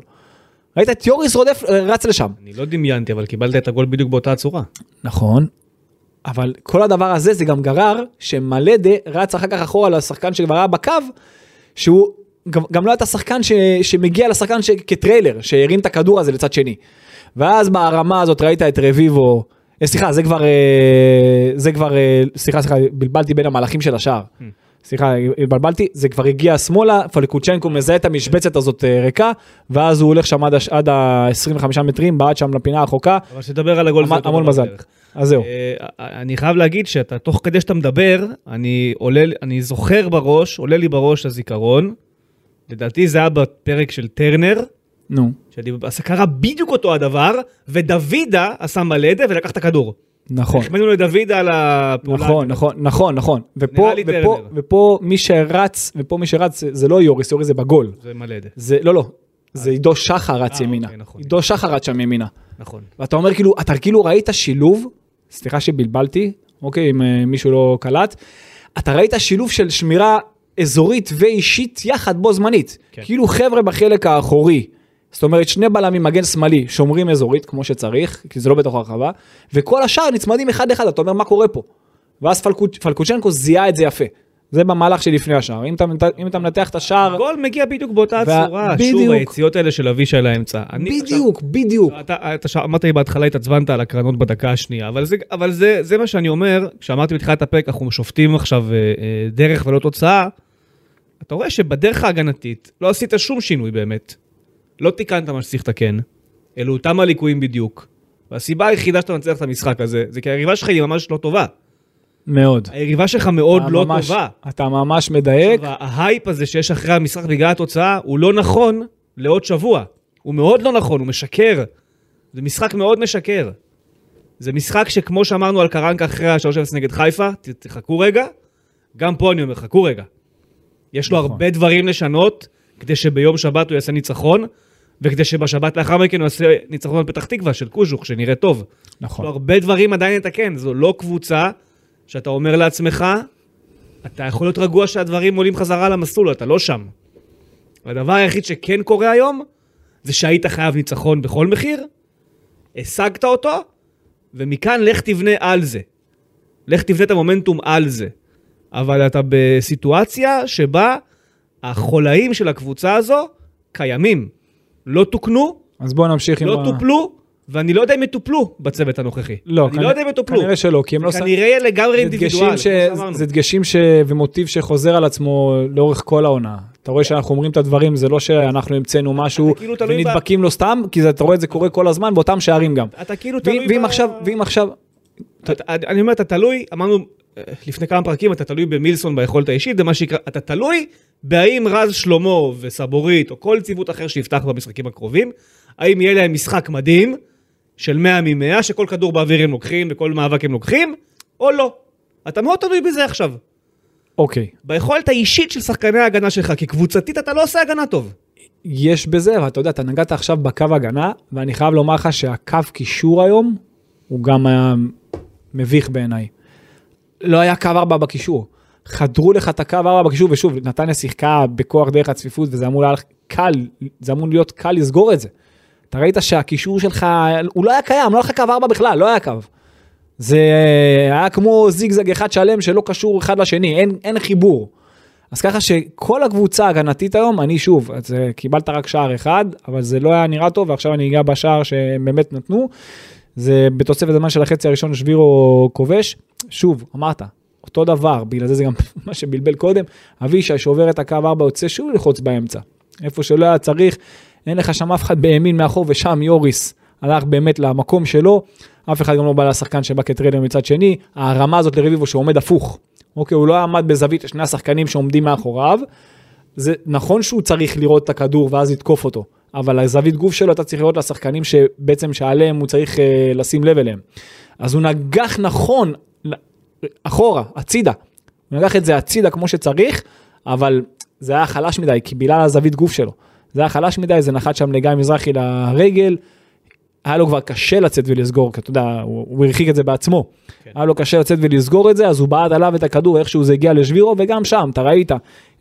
[SPEAKER 3] ראית את יוריס רודף, אה, רץ לשם.
[SPEAKER 2] אני לא דמיינתי, אבל קיבלת את הגול בדיוק באותה הצורה.
[SPEAKER 3] נכון. אבל כל הדבר הזה זה גם גרר שמלדה רץ אחר כך אחורה לשחקן שכבר היה בקו, שהוא גם, גם לא היה את השחקן ש, שמגיע לשחקן ש, כטריילר, שהרים את הכדור הזה לצד שני. ואז בהרמה הזאת ראית את רביבו, אה, סליחה זה כבר, אה, זה כבר, אה, סליחה סליחה בלבלתי בין המהלכים של השער. סליחה, התבלבלתי, זה כבר הגיע שמאלה, פלקוצ'נקו מזהה את המשבצת הזאת אה, ריקה, ואז הוא הולך שם עד הש- עד ה-25 מטרים, בעט שם לפינה הרחוקה,
[SPEAKER 2] אבל שתדבר על הגול זה
[SPEAKER 3] המון-
[SPEAKER 2] אותו
[SPEAKER 3] המון
[SPEAKER 2] דבר
[SPEAKER 3] מזל.
[SPEAKER 2] בערך.
[SPEAKER 3] אז זהו.
[SPEAKER 2] אה, אני חייב להגיד שאתה, תוך כדי שאתה מדבר, אני עולה, אני זוכר בראש, עולה לי בראש הזיכרון. לדעתי זה היה בפרק של טרנר,
[SPEAKER 3] נו. נכון.
[SPEAKER 2] שקרה בדיוק אותו הדבר, ודוידה עשה מלדה ולקח את הכדור.
[SPEAKER 3] נכון.
[SPEAKER 2] החמאנו לדוידה על הפעולה.
[SPEAKER 3] נכון, נכון, נכון, נכון. ופה,
[SPEAKER 2] נראה לי
[SPEAKER 3] ופה,
[SPEAKER 2] טרנר.
[SPEAKER 3] ופה מי שרץ, ופה מי שרץ זה- זה לא יוריס, יוריס זה בגול.
[SPEAKER 2] זה מלדה,
[SPEAKER 3] זה, לא, לא. זה עידו שחר רץ
[SPEAKER 2] אה,
[SPEAKER 3] ימינה.
[SPEAKER 2] אוקיי, נכון.
[SPEAKER 3] עידו שחר רץ שם ימינה.
[SPEAKER 2] נכון.
[SPEAKER 3] ואתה אומר כאילו, אתה כאילו ראית שילוב, סליחה שבלבלתי, אוקיי, אם אה, מישהו לא קלט, אתה ראית שילוב של שמירה אזורית ואישית יחד בו זמנית.
[SPEAKER 2] כן.
[SPEAKER 3] כאילו חבר'ה בחלק האחורי, זאת אומרת שני בלמים, מגן שמאלי, שומרים אזורית כמו שצריך, כי זה לא בתוך הרחבה, וכל השאר נצמדים אחד אחד, אתה אומר מה קורה פה. ואז פלקוצ- פלקוצ'נקו זיהה את זה יפה. זה במהלך שלפני השער. אם אתה, אם אתה מנתח את השער,
[SPEAKER 2] גול מגיע בדיוק באותה
[SPEAKER 3] וה-
[SPEAKER 2] הצורה, שוב
[SPEAKER 3] בדיוק.
[SPEAKER 2] היציאות האלה של אבישי לאמצע. אני-
[SPEAKER 3] בדיוק, בדיוק.
[SPEAKER 2] עכשיו, אתה אתה ש- אמרת לי בהתחלה התעצבנת על הקרנות בדקה השנייה, אבל זה- אבל זה זה מה שאני אומר, כשאמרתי בתחילת הפרק, אנחנו שופטים עכשיו אה, אה, דרך ולא תוצאה. אתה רואה שבדרך ההגנתית לא עשית שום שינוי באמת. לא תיקנת מה שצריך לתקן. אלו אותם הליקויים בדיוק. והסיבה היחידה שאתה מנצח את המשחק הזה, זה כי היריבה שלך היא ממש לא טובה.
[SPEAKER 3] מאוד.
[SPEAKER 2] היריבה שלך מאוד
[SPEAKER 3] אתה
[SPEAKER 2] לא
[SPEAKER 3] אה, ממש-
[SPEAKER 2] טובה. לא
[SPEAKER 3] אתה ממש מדייק.
[SPEAKER 2] עכשיו, ההייפ הזה שיש אחרי המשחק בגלל התוצאה, הוא לא נכון לעוד שבוע. הוא מאוד לא נכון, הוא משקר. זה משחק מאוד משקר. זה משחק שכמו שאמרנו על קרנקה אחרי ה-3-0 נגד חיפה, ת- תחכו רגע. גם פה אני אומר, חכו רגע. יש לו
[SPEAKER 3] נכון.
[SPEAKER 2] הרבה דברים לשנות, כדי שביום שבת הוא יעשה ניצחון, וכדי שבשבת לאחר מכן הוא יעשה ניצחון על פתח תקווה של קוז'וך, שנראה טוב. יש לו
[SPEAKER 3] נכון.
[SPEAKER 2] הרבה דברים עדיין לתקן, זו לא קבוצה שאתה אומר לעצמך, אתה יכול להיות רגוע שהדברים עולים חזרה למסלול, אתה לא שם. הדבר היחיד שכן קורה היום, זה שהיית חייב ניצחון בכל מחיר, השגת אותו, ומכאן לך תבנה על זה. לך תבנה את המומנטום על זה. אבל אתה בסיטואציה שבה החולאים של הקבוצה הזו קיימים. לא תוקנו,
[SPEAKER 3] אז בואו נמשיך עם
[SPEAKER 2] לא
[SPEAKER 3] ה-
[SPEAKER 2] טופלו, ואני לא יודע אם יטופלו בצוות הנוכחי.
[SPEAKER 3] לא,
[SPEAKER 2] אני לא יודע אם יטופלו.
[SPEAKER 3] כנראה שלא, כי הם לא...
[SPEAKER 2] זה
[SPEAKER 3] ש-
[SPEAKER 2] כנראה לגמרי
[SPEAKER 3] זה דגשים,
[SPEAKER 2] אינדיבידואל,
[SPEAKER 3] ש...
[SPEAKER 2] כמו שאמרנו.
[SPEAKER 3] זה דגשים ש... ומוטיב שחוזר על עצמו לאורך כל העונה. אתה רואה שאנחנו אומרים את הדברים, זה לא שאנחנו המצאנו משהו
[SPEAKER 2] כאילו תלוי ב-
[SPEAKER 3] ונדבקים לו סתם, כי זה- אתה רואה את זה קורה כל הזמן באותם שערים גם.
[SPEAKER 2] אתה כאילו
[SPEAKER 3] ואם
[SPEAKER 2] תלוי...
[SPEAKER 3] ואם
[SPEAKER 2] ב-
[SPEAKER 3] עכשיו, ואם עכשיו,
[SPEAKER 2] אתה- אני אומר, אתה תלוי, אמרנו אה, לפני כמה פרקים, אתה תלוי במילסון ביכולת האישית, זה מה שיקרה, אתה תלוי בהאם רז שלמה וסבורית, או כל ציוות אחר שיפתח במשחקים הקרובים, האם יהיה להם משחק מדהים, של 100 מ-100, שכל כדור באוויר הם לוקחים, וכל מאבק הם לוקחים, או לא. אתה מאוד תלוי בזה עכשיו.
[SPEAKER 3] אוקיי,
[SPEAKER 2] ביכולת האישית של שחקני ההגנה שלך, כי קבוצתית אתה לא עושה הגנה טוב.
[SPEAKER 3] יש בזה, אבל אתה יודע, אתה נגעת עכשיו בקו הגנה, ואני חייב לומר לך שהקו קישור היום, הוא גם היה מביך בעיניי. לא היה קו ארבע בקישור. חדרו לך את הקו ארבע בקישור, ושוב, נתניה שיחקה בכוח דרך הצפיפות, וזה אמור, להיות קל, זה אמור להיות קל לסגור את זה. אתה ראית שהקישור שלך, הוא לא היה קיים, לא היה לך קו ארבע בכלל, לא היה קו. זה אה, היה כמו זיגזג אחד שלם שלא קשור אחד לשני, אין, אין חיבור. אז ככה שכל הקבוצה ההגנתית היום, אני שוב, אז, אה, קיבלת רק שער אחד, אבל זה לא היה נראה טוב, ועכשיו אני אגע בשער שהם באמת נתנו. זה בתוספת הזמן של החצי הראשון שבירו כובש. שוב, אמרת, אותו דבר, בגלל זה זה גם מה שבלבל קודם, אבישי שעובר את הקו 4 יוצא שוב לחוץ באמצע. איפה שלא היה צריך, אין לך שם אף אחד בימין מאחור, ושם יוריס הלך באמת למקום שלו. אף אחד גם לא בא לשחקן שבא כטריילר מצד שני. ההרמה הזאת לרביבו שעומד הפוך. אוקיי, הוא לא עמד בזווית שני השחקנים שעומדים מאחוריו. זה נכון שהוא צריך לראות את הכדור ואז לתקוף אותו, אבל הזווית גוף שלו אתה צריך לראות לשחקנים שבעצם שעליהם הוא צריך אה, לשים לב אליהם. אז הוא נגח נכון ל- אחורה, הצידה. הוא נגח את זה הצידה כמו שצריך, אבל זה היה חלש מדי, כי בגלל הזווית גוף שלו. זה היה חלש מדי, זה נחת שם לגיא מזרחי לרגל. היה לו כבר קשה לצאת ולסגור, כי אתה יודע, הוא, הוא הרחיק את זה בעצמו. כן. היה לו קשה לצאת ולסגור את זה, אז הוא בעט עליו את הכדור, איכשהו זה הגיע לשבירו, וגם שם, אתה ראית,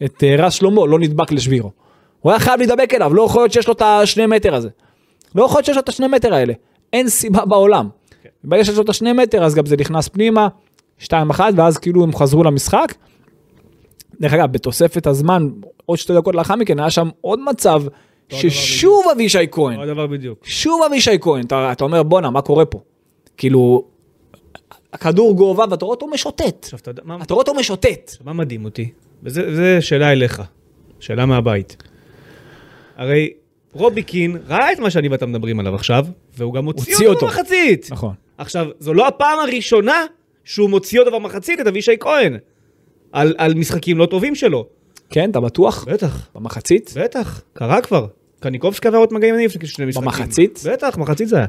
[SPEAKER 3] את אה, רז שלמה לא נדבק לשבירו. הוא היה חייב להידבק אליו, לא יכול להיות שיש לו את השני מטר הזה. לא יכול להיות שיש לו את השני מטר האלה. אין סיבה בעולם.
[SPEAKER 2] כן.
[SPEAKER 3] ברגע שיש לו את השני מטר, אז גם זה נכנס פנימה, 2-1, ואז כאילו הם חזרו למשחק. דרך אגב, בתוספת הזמן, עוד שתי דקות לאחר מכן, היה שם עוד מצב, ששוב אבישי כהן.
[SPEAKER 2] אותו דבר בדיוק.
[SPEAKER 3] שוב אבישי כהן, אתה, אתה אומר בואנה, מה קורה פה? כאילו, הכדור גובה ואתה רואה אותו משוטט.
[SPEAKER 2] עכשיו, אתה יודע, מה,
[SPEAKER 3] אתה רואה אותו משוטט.
[SPEAKER 2] מה מדהים אותי? וזו שאלה אליך, שאלה מהבית. הרי רובי קין ראה את מה שאני ואתה מדברים עליו עכשיו, והוא גם
[SPEAKER 3] הוציא
[SPEAKER 2] הוציא אותו
[SPEAKER 3] אותו.
[SPEAKER 2] במחצית.
[SPEAKER 3] נכון.
[SPEAKER 2] עכשיו, זו לא הפעם הראשונה שהוא מוציא אותו במחצית, את אבישי כהן, על, על משחקים לא טובים שלו.
[SPEAKER 3] כן, אתה בטוח?
[SPEAKER 2] בטח,
[SPEAKER 3] במחצית?
[SPEAKER 2] בטח, קרה כבר. קניקובסקי עבר עוד מגעים עניינים לפני שני משחקים.
[SPEAKER 3] במחצית?
[SPEAKER 2] בטח, מחצית זה היה.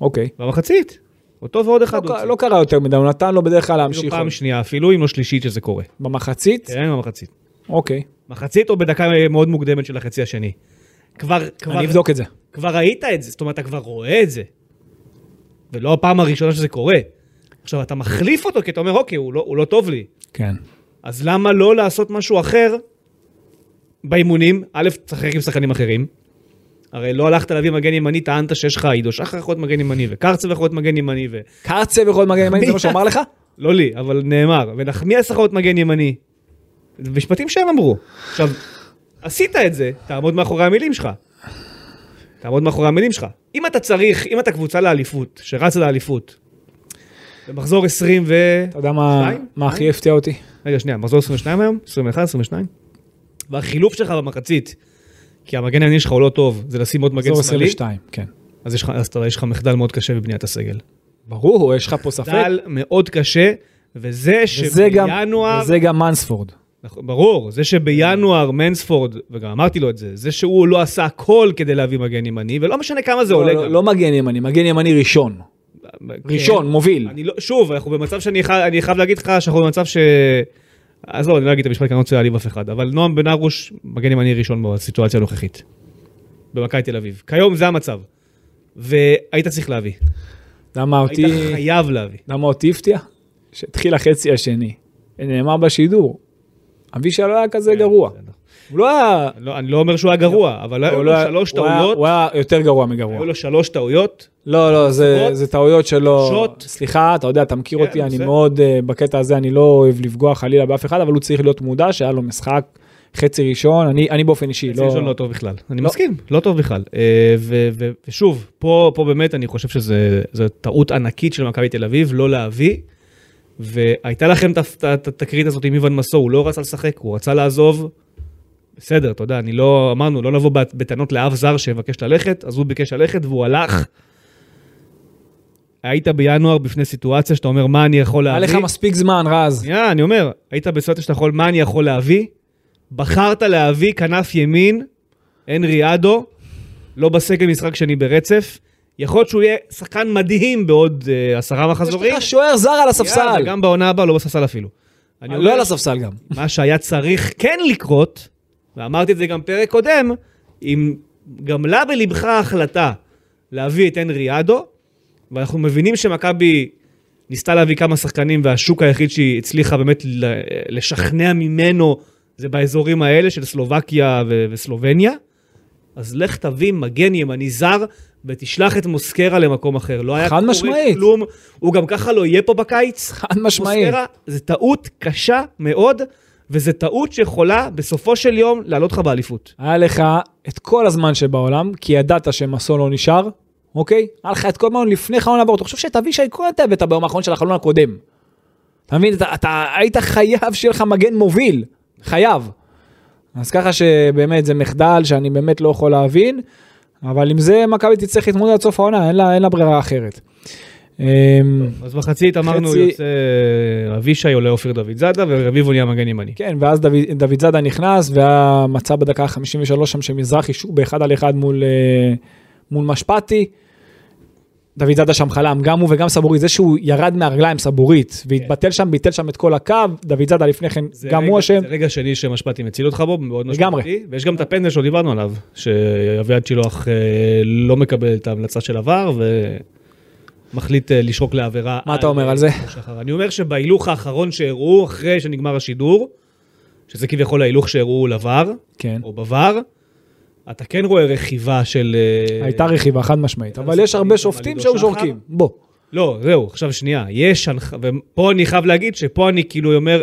[SPEAKER 3] אוקיי.
[SPEAKER 2] במחצית. אותו ועוד אחד
[SPEAKER 3] לא
[SPEAKER 2] הוא
[SPEAKER 3] ק-
[SPEAKER 2] הוציא.
[SPEAKER 3] לא קרה יותר מדי, הוא נתן לו בדרך כלל
[SPEAKER 2] אפילו
[SPEAKER 3] להמשיך.
[SPEAKER 2] כאילו פעם כן.
[SPEAKER 3] עוד.
[SPEAKER 2] שנייה, אפילו אם לא שלישית שזה קורה.
[SPEAKER 3] כן. במחצית?
[SPEAKER 2] תראה עם המחצית.
[SPEAKER 3] אוקיי.
[SPEAKER 2] מחצית או בדקה מאוד מוקדמת של החצי השני. כבר, כבר,
[SPEAKER 3] אני אבדוק את זה.
[SPEAKER 2] כבר ראית את זה, זאת אומרת, אתה כבר רואה את זה. ולא הפעם הראשונה שזה קורה. עכשיו, אתה מחליף אותו, כי אתה אומר, אוקיי, הוא לא, הוא לא טוב לי.
[SPEAKER 3] כן.
[SPEAKER 2] אז למה לא לעשות משהו אחר באימונים? א', תשחק עם שחקנים אחרים. הרי לא הלכת להביא מגן ימני, טענת שיש לך עידו שחר יכול להיות מגן ימני, וקרצב יכול להיות מגן ימני, ו...
[SPEAKER 3] קרצב יכול להיות מגן ימני, זה מה שאמר לך?
[SPEAKER 2] לא לי, אבל נאמר, ונחמיאס יכול להיות מגן ימני. זה משפטים שהם אמרו. עכשיו, עשית את זה, תעמוד מאחורי המילים שלך. תעמוד מאחורי המילים שלך. אם אתה צריך, אם אתה קבוצה לאליפות, שרצה לאליפות, במחזור 20 ו...
[SPEAKER 3] אתה יודע מה-
[SPEAKER 2] שתיים?
[SPEAKER 3] מה הכי הפתיע אותי?
[SPEAKER 2] רגע, שנייה, מחזור 22 היום? 21, 22? והחילוף שלך במחצית, כי המגן הימני שלך הוא לא טוב, זה לשים עוד מגן
[SPEAKER 3] אזור
[SPEAKER 2] שמאלי,
[SPEAKER 3] 22, כן.
[SPEAKER 2] אז יש לך- אז אתה- יש לך מחדל מאוד קשה בבניית הסגל.
[SPEAKER 3] ברור, יש לך פה ספק.
[SPEAKER 2] מחדל מאוד קשה, וזה
[SPEAKER 3] וזה גם,
[SPEAKER 2] שבינואר...
[SPEAKER 3] וזה גם מנספורד.
[SPEAKER 2] נכון, ברור, זה שבינואר מנספורד, וגם אמרתי לו את זה, זה שהוא לא עשה הכל כדי להביא מגן ימני, ולא משנה כמה זה עולה
[SPEAKER 3] לא,
[SPEAKER 2] גם.
[SPEAKER 3] לא מגן ימני, מגן ימני ראשון.
[SPEAKER 2] כן.
[SPEAKER 3] ראשון, מוביל.
[SPEAKER 2] אני לא, שוב, אנחנו במצב שאני חי- אני חייב להגיד לך שאנחנו במצב ש... אז לא, אני לא אגיד את המשפט כי אני לא רוצה להעליב אף אחד, אבל נועם בן ארוש, מגן ימני ראשון בסיטואציה הנוכחית. במכבי תל אביב. כיום זה המצב. והיית צריך להביא.
[SPEAKER 3] למה אותי,
[SPEAKER 2] היית חייב להביא.
[SPEAKER 3] למה אותי הפתיע? שהתחיל החצי השני. נאמר בשידור. אבישי לא היה כזה גרוע. הוא לא היה...
[SPEAKER 2] כן, נכון. לא, אני לא אומר שהוא היה גרוע, אבל היו
[SPEAKER 3] הוא
[SPEAKER 2] לו
[SPEAKER 3] לא היה-
[SPEAKER 2] שלוש
[SPEAKER 3] הוא היה-
[SPEAKER 2] טעויות,
[SPEAKER 3] הוא היה יותר גרוע מגרוע.
[SPEAKER 2] היו לו שלוש טעויות,
[SPEAKER 3] לא, לא, זה,
[SPEAKER 2] שוט.
[SPEAKER 3] זה טעויות שלא...
[SPEAKER 2] שוט.
[SPEAKER 3] סליחה, אתה יודע, אתה מכיר
[SPEAKER 2] כן,
[SPEAKER 3] אותי, אני
[SPEAKER 2] בסדר.
[SPEAKER 3] מאוד, אה, בקטע הזה אני לא אוהב לפגוע חלילה באף אחד, אבל הוא צריך להיות מודע שהיה לו משחק חצי ראשון, אני, אני באופן אישי,
[SPEAKER 2] חצי ראשון לא טוב בכלל. אני מסכים, לא טוב בכלל. אה, ו- ו- ושוב, פה פה באמת אני חושב שזו טעות ענקית של מכבי תל אביב, לא להביא. והייתה לכם את ה- את ה- את התקרית הזאת עם איוון מסו, הוא לא רצה לשחק, הוא רצה לעזוב. בסדר, אתה יודע, אני לא, אמרנו, לא נבוא בת- בטענות לאף זר שיבקש ללכת, אז הוא ביקש ללכת והוא הלך. היית בינואר בפני סיטואציה שאתה אומר, מה אני יכול
[SPEAKER 3] היה
[SPEAKER 2] להביא?
[SPEAKER 3] לך מספיק זמן, רז.
[SPEAKER 2] שנייה, אני אומר, היית בסיטואציה שאתה יכול, מה אני יכול להביא? בחרת להביא כנף ימין, הנרי אדו, לא בסגל משחק שני ברצף. יכול להיות שהוא יהיה שחקן מדהים בעוד אה, עשרה
[SPEAKER 3] יש
[SPEAKER 2] מחזורים.
[SPEAKER 3] לך שוער זר על הספסל.
[SPEAKER 2] יאללה, גם בעונה הבאה, לא בספסל אפילו. אני
[SPEAKER 3] לא
[SPEAKER 2] אומר,
[SPEAKER 3] על הספסל גם.
[SPEAKER 2] מה שהיה צריך כן לקרות, ואמרתי את זה גם פרק קודם, אם גמלה בלבך ההחלטה להביא את הנרי אדו, ואנחנו מבינים שמכבי ניסתה להביא כמה שחקנים, והשוק היחיד שהיא הצליחה באמת ל- לשכנע ממנו זה באזורים האלה של סלובקיה ו- וסלובניה, אז לך תביא מגן ימני זר ותשלח את מוסקרה למקום אחר. לא היה
[SPEAKER 3] חד
[SPEAKER 2] קורה
[SPEAKER 3] משמעית.
[SPEAKER 2] כלום, הוא גם ככה לא יהיה פה בקיץ.
[SPEAKER 3] חד משמעית.
[SPEAKER 2] מוסקרה זה טעות קשה מאוד, וזו טעות שיכולה בסופו של יום לעלות לך באליפות.
[SPEAKER 3] היה לך את כל הזמן שבעולם, כי ידעת שמסון לא נשאר, אוקיי? היה לך את כל הזמן לפני חלון הבאות. אתה חושב שאת אבישי כהן אתה הבאת ביום האחרון של החלון הקודם. אתה מבין? אתה, אתה היית חייב שיהיה לך מגן מוביל. חייב. אז ככה שבאמת זה מחדל שאני באמת לא יכול להבין, אבל עם זה מכבי תצטרך להתמודד עד סוף העונה, אין לה, אין לה ברירה אחרת. אמ,
[SPEAKER 2] אז מחצית אמרנו,
[SPEAKER 3] חצי-
[SPEAKER 2] יוצא אבישי עולה אופיר דוד זאדה, ורביבו נהיה מגן ימני.
[SPEAKER 3] כן, ואז דוד, דוד זאדה נכנס, והיה מצב בדקה ה-53 שם שמזרחי שוב באחד על אחד מול, אה, מול משפטי. דוד זאדה שם חלם, גם הוא וגם סבורית, זה שהוא ירד מהרגליים סבורית, והתבטל שם, ביטל שם את כל הקו, דוד זאדה לפני כן,
[SPEAKER 2] כן. זה
[SPEAKER 3] גם
[SPEAKER 2] רגע-
[SPEAKER 3] הוא אשם.
[SPEAKER 2] זה רגע שני שמשפטי מציל אותך בו, מאוד
[SPEAKER 3] לגמרי.
[SPEAKER 2] משמעותי. ויש גם את הפנדל שעוד דיברנו עליו, שאביעד שילוח אה, לא מקבל את ההמלצה של עבר, ומחליט אה, לשרוק לעבירה.
[SPEAKER 3] מה אתה אומר על זה?
[SPEAKER 2] שחר. אני אומר שבהילוך האחרון שהראו, אחרי שנגמר השידור, שזה כביכול ההילוך שהראו לבר,
[SPEAKER 3] כן.
[SPEAKER 2] או בVAR, אתה כן רואה רכיבה של... אה,
[SPEAKER 3] הייתה רכיבה חד משמעית, אבל יש הרבה שופטים
[SPEAKER 2] עידו
[SPEAKER 3] שהיו
[SPEAKER 2] שחר.
[SPEAKER 3] שורקים, בוא.
[SPEAKER 2] לא, זהו, עכשיו שנייה. יש, הנח- ופה אני חייב להגיד שפה אני כאילו אומר,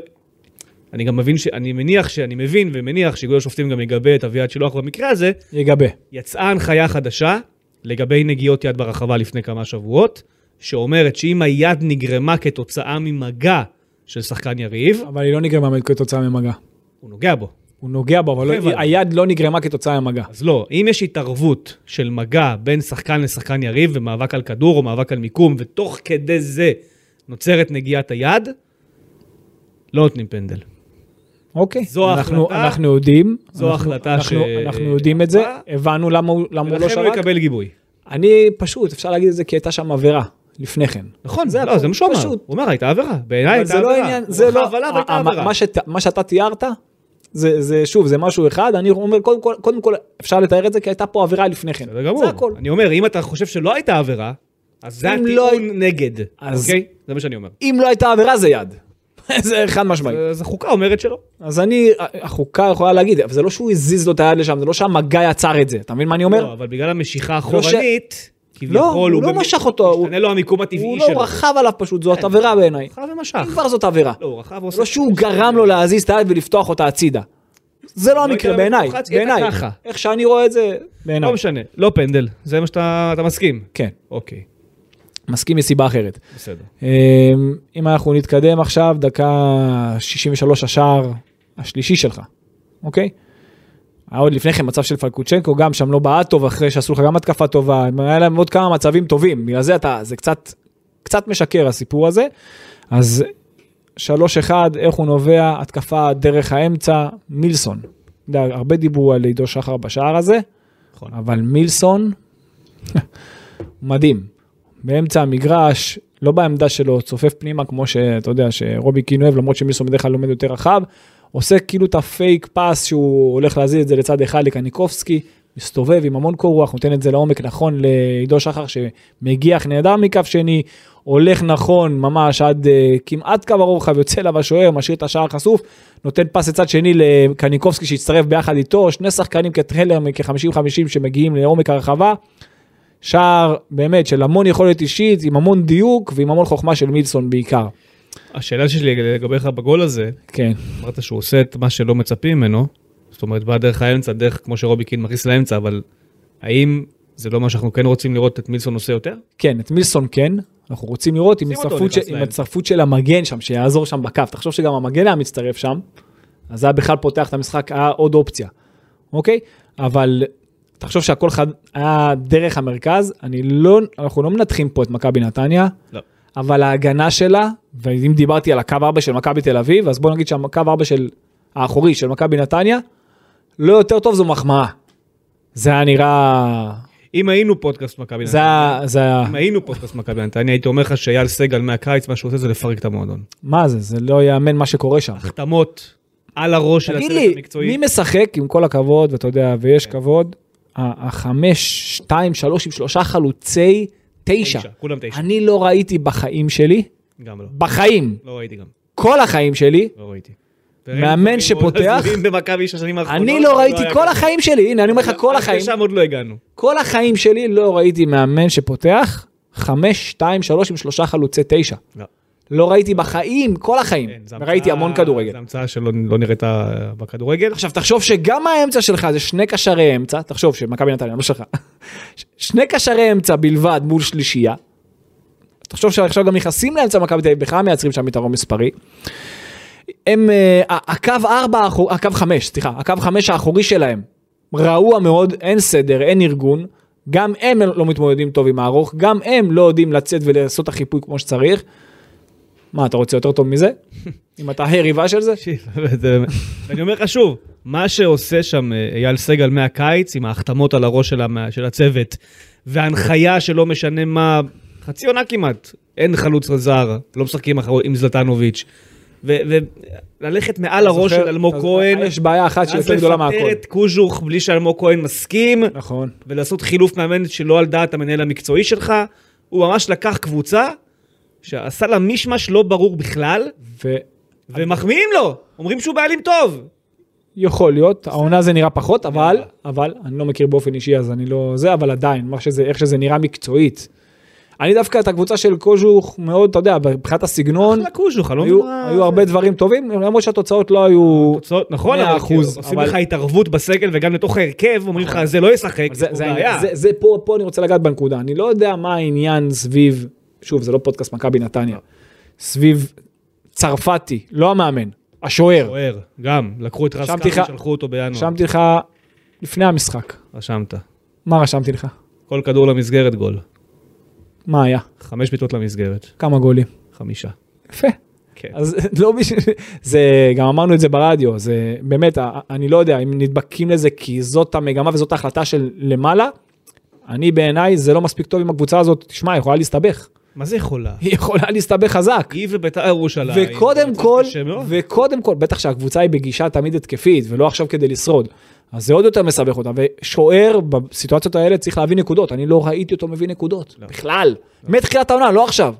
[SPEAKER 2] אני גם מבין, ש... אני מניח שאני מבין ומניח שאיגוד השופטים גם יגבה את אביעד שילוח במקרה הזה,
[SPEAKER 3] יגבה.
[SPEAKER 2] יצאה הנחיה חדשה לגבי נגיעות יד ברחבה לפני כמה שבועות, שאומרת שאם היד נגרמה כתוצאה ממגע של שחקן יריב,
[SPEAKER 3] אבל היא לא נגרמה כתוצאה ממגע.
[SPEAKER 2] הוא נוגע בו.
[SPEAKER 3] הוא נוגע בו, אבל לא-
[SPEAKER 2] כן, אבל-
[SPEAKER 3] היד לא נגרמה כתוצאה ממגע.
[SPEAKER 2] אז לא, אם יש התערבות של מגע בין שחקן לשחקן יריב ומאבק על כדור או מאבק על מיקום, ותוך כדי זה נוצרת נגיעת היד, לא נותנים פנדל.
[SPEAKER 3] אוקיי.
[SPEAKER 2] זו
[SPEAKER 3] אנחנו-
[SPEAKER 2] ההחלטה-
[SPEAKER 3] אנחנו יודעים.
[SPEAKER 2] זו
[SPEAKER 3] אנחנו-
[SPEAKER 2] ההחלטה
[SPEAKER 3] אנחנו-
[SPEAKER 2] ש-
[SPEAKER 3] אנחנו יודעים את זה,
[SPEAKER 2] עברה.
[SPEAKER 3] הבנו למה הוא למה הוא לא
[SPEAKER 2] ולכן הוא
[SPEAKER 3] שרק.
[SPEAKER 2] יקבל גיבוי.
[SPEAKER 3] אני פשוט, אפשר להגיד את זה כי הייתה שם עבירה לפני כן.
[SPEAKER 2] נכון, זה, לא, זה מה שהוא אמר.
[SPEAKER 3] פשוט.
[SPEAKER 2] הוא אמר, הייתה עבירה. בעיניי
[SPEAKER 3] אבל
[SPEAKER 2] הייתה
[SPEAKER 3] זה
[SPEAKER 2] אה, עבירה.
[SPEAKER 3] לא עניין, זה
[SPEAKER 2] הוא
[SPEAKER 3] לא,
[SPEAKER 2] רכב עליו, הייתה
[SPEAKER 3] ה-
[SPEAKER 2] עבירה.
[SPEAKER 3] מה שת- מה שאתה תיארת, זה, זה שוב, זה משהו אחד, אני אומר, קודם כל, קודם כל אפשר לתאר את זה כי הייתה פה עבירה לפני כן.
[SPEAKER 2] בסדר גמור.
[SPEAKER 3] זה הכל.
[SPEAKER 2] אני אומר, אם אתה חושב שלא הייתה עבירה, אז זה
[SPEAKER 3] אם לא
[SPEAKER 2] הטיעון נגד.
[SPEAKER 3] אז-
[SPEAKER 2] אוקיי? זה מה שאני אומר.
[SPEAKER 3] אם לא הייתה עבירה זה יד. זה חד משמעי.
[SPEAKER 2] אז החוקה אומרת שלא.
[SPEAKER 3] אז אני, החוקה יכולה להגיד, אבל זה לא שהוא הזיז לו את היד לשם, זה לא שהמגע יצר את זה, אתה מבין מה אני
[SPEAKER 2] לא,
[SPEAKER 3] אומר?
[SPEAKER 2] אבל בגלל המשיכה
[SPEAKER 3] לא ש-
[SPEAKER 2] האחורנית, כביכול,
[SPEAKER 3] לא, הוא לא
[SPEAKER 2] במ-
[SPEAKER 3] משך אותו, הוא-
[SPEAKER 2] משתנה לו המיקום הטבעי
[SPEAKER 3] הוא
[SPEAKER 2] שלו.
[SPEAKER 3] לא רכב עליו פשוט,
[SPEAKER 2] כן.
[SPEAKER 3] זאת עבירה בעיניי.
[SPEAKER 2] רכב ומשך.
[SPEAKER 3] אם כבר זאת עבירה.
[SPEAKER 2] לא, הוא רכב ועושה...
[SPEAKER 3] לא שהוא גרם לו להזיז את היד ולפתוח אותה הצידה. זה לא המקרה
[SPEAKER 2] הייתה
[SPEAKER 3] בעיניי,
[SPEAKER 2] מתרוחץ, היא הייתה
[SPEAKER 3] בעיניי.
[SPEAKER 2] ככה.
[SPEAKER 3] איך שאני רואה את זה, בעיניי.
[SPEAKER 2] לא משנה, לא פנדל, זה מה שאתה אתה מסכים.
[SPEAKER 3] כן,
[SPEAKER 2] אוקיי,
[SPEAKER 3] מסכים מסיבה אחרת.
[SPEAKER 2] בסדר.
[SPEAKER 3] אמ, אם אנחנו נתקדם עכשיו, דקה 63 השער השלישי שלך, אוקיי? היה עוד לפני כן מצב של פלקוצ'נקו, גם שם לא בעט טוב אחרי שעשו לך גם התקפה טובה, היה להם עוד כמה מצבים טובים, בגלל זה אתה, זה קצת, קצת משקר הסיפור הזה. אז 3-1, איך הוא נובע, התקפה דרך האמצע, מילסון. אתה יודע, הרבה דיברו על עידו שחר בשער הזה,
[SPEAKER 2] נכון.
[SPEAKER 3] אבל מילסון, מדהים. באמצע המגרש, לא בעמדה שלו, צופף פנימה כמו שאתה יודע, שרובי קין אוהב, למרות שמילסון בדרך כלל לומד יותר רחב, עושה כאילו את הפייק פס שהוא הולך להזיז את זה לצד אחד לקניקובסקי, מסתובב עם המון קור רוח, נותן את זה לעומק נכון לעידו שחר שמגיח נהדר מכף שני, הולך נכון ממש עד uh, כמעט קו הרוחב, יוצא אליו השוער, משאיר את השער חשוף, נותן פס לצד שני לקניקובסקי שהצטרף ביחד איתו, שני שחקנים כטרלר מכ-50-50 שמגיעים לעומק הרחבה. שער באמת של המון יכולת אישית, עם המון דיוק ועם המון חוכמה של מילסון בעיקר.
[SPEAKER 2] השאלה שלי לגביך בגול הזה,
[SPEAKER 3] כן.
[SPEAKER 2] אמרת שהוא עושה את מה שלא מצפים ממנו, זאת אומרת, בא דרך האמצע, דרך כמו שרובי קין מכניס לאמצע, אבל האם זה לא מה שאנחנו כן רוצים לראות את מילסון עושה יותר?
[SPEAKER 3] כן, את מילסון כן, אנחנו רוצים לראות עם
[SPEAKER 2] שים אותו
[SPEAKER 3] הצטרפות, ש...
[SPEAKER 2] נכנס
[SPEAKER 3] עם
[SPEAKER 2] להם.
[SPEAKER 3] הצטרפות של המגן שם, שיעזור שם בקו. תחשוב שגם המגן היה מצטרף שם, אז זה היה בכלל פותח את המשחק, היה עוד אופציה, אוקיי? אבל תחשוב שהכל חד... היה דרך המרכז, אני לא, אנחנו לא מנתחים פה את מכבי נתניה,
[SPEAKER 2] לא.
[SPEAKER 3] אבל ההגנה שלה, ואם דיברתי על הקו 4 של מכבי תל אביב, אז בוא נגיד שהקו 4 של האחורי של מכבי נתניה, לא יותר טוב זו מחמאה. זה היה נראה...
[SPEAKER 2] אם היינו פודקאסט מכבי
[SPEAKER 3] זה
[SPEAKER 2] נתניה,
[SPEAKER 3] היה... זה היה...
[SPEAKER 2] אם היינו פודקאסט מכבי נתניה, הייתי אומר לך שאייל סגל מהקיץ, מה שהוא עושה זה לפרק את המועדון.
[SPEAKER 3] מה זה? זה לא ייאמן מה שקורה שם.
[SPEAKER 2] החתמות על הראש של
[SPEAKER 3] תגיד
[SPEAKER 2] הצוות
[SPEAKER 3] לי,
[SPEAKER 2] המקצועי.
[SPEAKER 3] מי משחק עם כל הכבוד, ואתה יודע, ויש כבוד, ה- החמש, שתיים, שלוש, עם שלושה חלוצי תשע.
[SPEAKER 2] תשע, כולם תשע.
[SPEAKER 3] אני לא ראיתי בחיים שלי,
[SPEAKER 2] גם לא.
[SPEAKER 3] בחיים,
[SPEAKER 2] לא ראיתי גם,
[SPEAKER 3] כל החיים שלי,
[SPEAKER 2] לא ראיתי.
[SPEAKER 3] מאמן
[SPEAKER 2] וראינו
[SPEAKER 3] שפותח?
[SPEAKER 2] עזובים במכבי של השנים האחרונות.
[SPEAKER 3] אני לא ראיתי
[SPEAKER 2] היה
[SPEAKER 3] כל
[SPEAKER 2] ככה.
[SPEAKER 3] החיים שלי, הנה, אני אומר לך, כל החיים,
[SPEAKER 2] לשם עוד לא הגענו.
[SPEAKER 3] כל החיים שלי לא ראיתי מאמן שפותח חמש, שתיים, שלוש, עם שלושה חלוצי תשע.
[SPEAKER 2] לא.
[SPEAKER 3] לא ראיתי בחיים, כל החיים.
[SPEAKER 2] כן, זה
[SPEAKER 3] ראיתי
[SPEAKER 2] המצאה-
[SPEAKER 3] המון כדורגל.
[SPEAKER 2] זו המצאה שלא לא נראתה בכדורגל.
[SPEAKER 3] עכשיו תחשוב שגם האמצע שלך זה שני קשרי אמצע, תחשוב שמכבי נתניה לא שלך, ש- שני קשרי אמצע בלבד מול שלישייה. תחשוב שעכשיו גם נכנסים לאמצע מכבי תל אביב, בכלל מייצרים שם יתרון מספרי. הם, אה, ה- הקו 4, הקו 5, סליחה, הקו 5 האחורי שלהם, רעוע מאוד, אין סדר, אין ארגון, גם הם לא מתמודדים טוב עם הארוך, גם הם לא יודעים לצאת ולעשות את החיפוי כמו שצריך. מה, אתה רוצה יותר טוב מזה? אם אתה היריבה של זה?
[SPEAKER 2] תקשיב, זה- ואני אומר לך שוב, מה שעושה שם אה, אייל סגל מהקיץ, עם ההחתמות על הראש של המ- של הצוות, וההנחיה שלא משנה מה, חצי עונה כמעט, אין חלוץ זר, לא משחקים אחר- עם זלטנוביץ', וללכת מעל הראש של
[SPEAKER 3] זוכר-
[SPEAKER 2] אלמוג
[SPEAKER 3] אז
[SPEAKER 2] כהן,
[SPEAKER 3] יש בעיה אחת שהיא
[SPEAKER 2] אז
[SPEAKER 3] יותר גדולה
[SPEAKER 2] לפטר
[SPEAKER 3] מהכל.
[SPEAKER 2] את קוז'וך בלי שאלמוג כהן מסכים,
[SPEAKER 3] נכון.
[SPEAKER 2] ולעשות חילוף מאמן שלא על דעת המנהל המקצועי שלך, הוא ממש לקח קבוצה שעשה לה מישמש לא ברור בכלל, ומחמיאים לו, אומרים שהוא בעלים טוב.
[SPEAKER 3] נכון. ויכול להיות, העונה זה נראה פחות, אבל, אבל, אני לא מכיר באופן אישי אז אני לא זה, אבל עדיין, מה שזה, איך שזה נראה מקצועית. אני דווקא את הקבוצה של קוז'וך מאוד, אתה יודע, מבחינת הסגנון,
[SPEAKER 2] אחלה קוז'וך, אני לא
[SPEAKER 3] היו-
[SPEAKER 2] מבין מה-
[SPEAKER 3] היו הרבה דברים טובים, למרות שהתוצאות לא היו...
[SPEAKER 2] תוצאות, נכון,
[SPEAKER 3] מאה
[SPEAKER 2] אבל כאילו,
[SPEAKER 3] אחוז,
[SPEAKER 2] עושים
[SPEAKER 3] אבל-
[SPEAKER 2] לך התערבות בסגל וגם לתוך ההרכב, אומרים לך, זה לא ישחק,
[SPEAKER 3] זה,
[SPEAKER 2] זה
[SPEAKER 3] זה,
[SPEAKER 2] בעיה.
[SPEAKER 3] זה, זה פה, פה אני רוצה לגעת בנקודה. אני לא יודע מה העניין סביב, שוב, זה לא פודקאסט מכבי נתניה, סביב צרפתי, לא המאמן, השוער.
[SPEAKER 2] בוער, גם, לקחו את רז
[SPEAKER 3] רשמתי
[SPEAKER 2] ככה,
[SPEAKER 3] לך-
[SPEAKER 2] שלחו אותו בינואר.
[SPEAKER 3] רשמתי לך לפני המשחק.
[SPEAKER 2] רשמת.
[SPEAKER 3] מה רשמתי לך?
[SPEAKER 2] כל כדור למסגרת גול.
[SPEAKER 3] מה היה?
[SPEAKER 2] חמש בעיטות למסגרת.
[SPEAKER 3] כמה גולים?
[SPEAKER 2] חמישה.
[SPEAKER 3] יפה.
[SPEAKER 2] כן.
[SPEAKER 3] אז לא בשביל... זה, גם אמרנו את זה ברדיו, זה באמת, ה- אני לא יודע אם נדבקים לזה כי זאת המגמה וזאת ההחלטה של למעלה. אני בעיניי זה לא מספיק טוב עם הקבוצה הזאת, תשמע, היא יכולה להסתבך.
[SPEAKER 2] מה זה יכולה?
[SPEAKER 3] היא יכולה להסתבך חזק.
[SPEAKER 2] היא ובית"ר ירושלים.
[SPEAKER 3] וקודם
[SPEAKER 2] זה
[SPEAKER 3] כל,
[SPEAKER 2] קשה מאוד.
[SPEAKER 3] וקודם כל, בטח שהקבוצה היא בגישה תמיד התקפית, ולא עכשיו כדי לשרוד. אז זה עוד יותר מסבך אותה, ושוער בסיטואציות האלה צריך להביא נקודות, אני לא ראיתי אותו מביא נקודות,
[SPEAKER 2] לא.
[SPEAKER 3] בכלל, מתחילת העונה, לא עכשיו.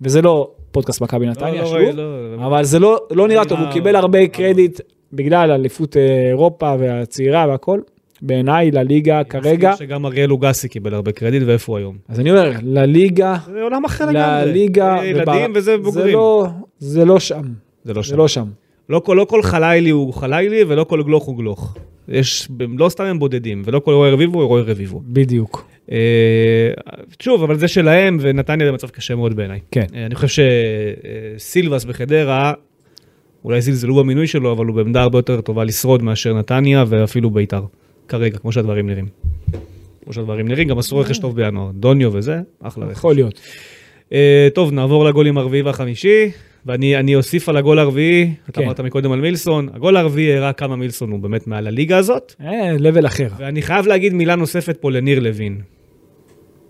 [SPEAKER 3] וזה לא פודקאסט מכבי נתניה,
[SPEAKER 2] לא
[SPEAKER 3] שוב,
[SPEAKER 2] ראי- לא,
[SPEAKER 3] אבל זה לא לא נראה טוב, הוא
[SPEAKER 2] אה,
[SPEAKER 3] קיבל הרבה
[SPEAKER 2] אה,
[SPEAKER 3] קרדיט בגלל אליפות אה, אירופה והצעירה והכל, בעיניי לליגה כרגע,
[SPEAKER 2] אני מזכיר שגם אריאל לוגסי קיבל הרבה קרדיט, ואיפה הוא היום?
[SPEAKER 3] אז אני אומר, לליגה,
[SPEAKER 2] זה עולם אחר לגמרי.
[SPEAKER 3] לליגה,
[SPEAKER 2] זה
[SPEAKER 3] ובר-
[SPEAKER 2] ילדים וזה
[SPEAKER 3] זה
[SPEAKER 2] בוגרים.
[SPEAKER 3] לא- זה לא שם,
[SPEAKER 2] זה לא
[SPEAKER 3] זה
[SPEAKER 2] שם.
[SPEAKER 3] לא שם.
[SPEAKER 2] לא כל, לא כל חליילי הוא חליילי ולא כל גלוך הוא גלוך. יש, לא סתם הם בודדים, ולא כל רועי רביבו הוא רועי רביבו.
[SPEAKER 3] בדיוק.
[SPEAKER 2] אה, שוב, אבל זה שלהם, אה, ונתניה במצב קשה מאוד בעיניי.
[SPEAKER 3] כן.
[SPEAKER 2] אה, אני חושב שסילבס בחדרה אולי זלזלו במינוי שלו, אבל הוא בעמדה הרבה יותר טובה לשרוד מאשר נתניה ואפילו ביתר. כרגע, כמו שהדברים נראים. כמו שהדברים נראים, גם עשו רכש טוב בינואר. דוניו וזה, אחלה רכש.
[SPEAKER 3] יכול להיות.
[SPEAKER 2] אה, טוב, נעבור לגולים הרביעי והחמישי, ואני אני אוסיף על הגול הרביעי, אתה
[SPEAKER 3] כן.
[SPEAKER 2] אמרת מקודם על מילסון, הגול הרביעי הראה כמה מילסון הוא באמת מעל הליגה הזאת,
[SPEAKER 3] אה, לבל אחר.
[SPEAKER 2] ואני חייב להגיד מילה נוספת פה לניר לוין,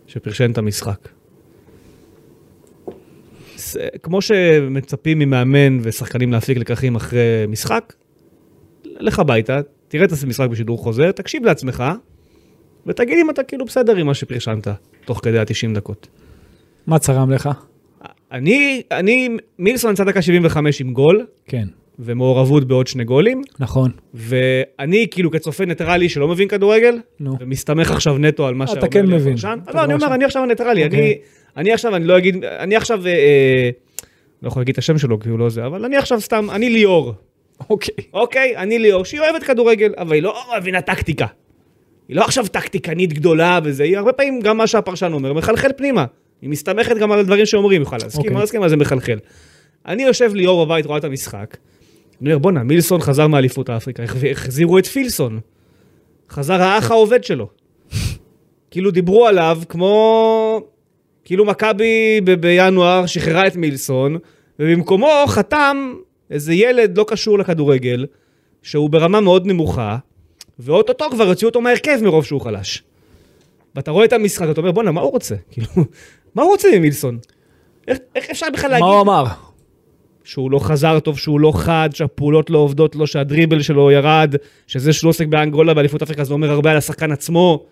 [SPEAKER 2] שפרשן את המשחק. ס- כמו שמצפים ממאמן ושחקנים להפיק לקחים אחרי משחק, לך הביתה, תראה את המשחק בשידור חוזר, תקשיב לעצמך, ותגיד אם אתה כאילו בסדר עם מה שפרשנת, תוך כדי ה-90 דקות.
[SPEAKER 3] מה צרם לך?
[SPEAKER 2] אני, אני, מילסון יצא דקה 75 עם גול,
[SPEAKER 3] כן,
[SPEAKER 2] ומעורבות בעוד שני גולים,
[SPEAKER 3] נכון.
[SPEAKER 2] ואני כאילו כצופה ניטרלי שלא מבין כדורגל,
[SPEAKER 3] נו.
[SPEAKER 2] ומסתמך עכשיו נטו על מה
[SPEAKER 3] אתה
[SPEAKER 2] שאומר
[SPEAKER 3] כן
[SPEAKER 2] לי
[SPEAKER 3] מבין.
[SPEAKER 2] הפרשן.
[SPEAKER 3] אתה
[SPEAKER 2] לא, אני
[SPEAKER 3] כבר
[SPEAKER 2] אומר,
[SPEAKER 3] שם.
[SPEAKER 2] אני עכשיו הניטרלי,
[SPEAKER 3] אוקיי.
[SPEAKER 2] אני- אני עכשיו, אני לא אגיד, אני עכשיו, אה, אה, לא יכול להגיד את השם שלו כי הוא לא זה, אבל אני עכשיו סתם, אני ליאור,
[SPEAKER 3] אוקיי.
[SPEAKER 2] אוקיי? אני ליאור, שהיא אוהבת כדורגל, אבל היא לא מבינה טקטיקה. היא לא עכשיו טקטיקנית גדולה וזה, היא הרבה פעמים גם מה שהפרשן אומר, מחלחל פנימה. היא מסתמכת גם על הדברים שאומרים, היא יכולה להסכים,
[SPEAKER 3] אוקיי.
[SPEAKER 2] לא להסכים, אז זה מחלחל. אני יושב ליאור בבית, רואה את המשחק, אני אומר, בואנה, מילסון חזר מאליפות אפריקה, החז- החזירו את פילסון. חזר האח העובד שלו. כאילו דיברו עליו כמו... כאילו מכבי ב- בינואר שחררה את מילסון, ובמקומו חתם איזה ילד לא קשור לכדורגל, שהוא ברמה מאוד נמוכה, ואו-טו-טו כבר יוציאו אותו מהרכב מרוב שהוא חלש. ואתה רואה את המשחק, אתה אומר, בואנה, מה הוא רוצה? כאילו, מה הוא רוצה ממילסון? איך, איך אפשר בכלל להגיד?
[SPEAKER 3] מה הוא אמר?
[SPEAKER 2] שהוא לא חזר טוב, שהוא לא חד, שהפעולות לא עובדות לו, שהדריבל שלו ירד, שזה שהוא לא עוסק באנגולה באליפות אפריקה, זה אומר הרבה על השחקן עצמו,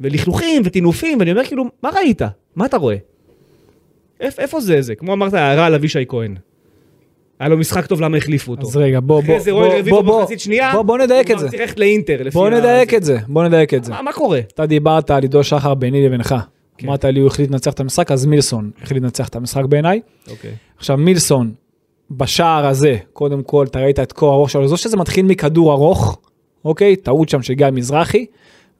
[SPEAKER 2] ולכלוכים וטינופים, ואני אומר כאילו, מה ראית? מה אתה רואה? איפ, איפה זה זה? כמו אמרת, ההערה על אבישי כהן. היה לו משחק טוב, למה החליפו אותו?
[SPEAKER 3] אז רגע, בוא, בוא,
[SPEAKER 2] אחרי זה
[SPEAKER 3] בוא,
[SPEAKER 2] רוי רביבו
[SPEAKER 3] בוא, בוא,
[SPEAKER 2] במחצית שנייה,
[SPEAKER 3] בוא, בוא נדייק את זה.
[SPEAKER 2] הוא כבר צריך ללכת לאינטר. לפי
[SPEAKER 3] בוא
[SPEAKER 2] ה-
[SPEAKER 3] נדייק את זה, בוא נדייק את זה.
[SPEAKER 2] מה, מה קורה?
[SPEAKER 3] אתה דיברת על עידו שחר ביני לבינך.
[SPEAKER 2] כן.
[SPEAKER 3] אמרת לי הוא החליט לנצח את המשחק, אז מילסון החליט לנצח את המשחק בעיניי.
[SPEAKER 2] אוקיי.
[SPEAKER 3] עכשיו מילסון, בשער הזה, קודם כל, אתה ראית את קור הארוך שלו, זו שזה מתחיל מכדור ארוך, אוקיי? טעות שם של גיא מזרחי,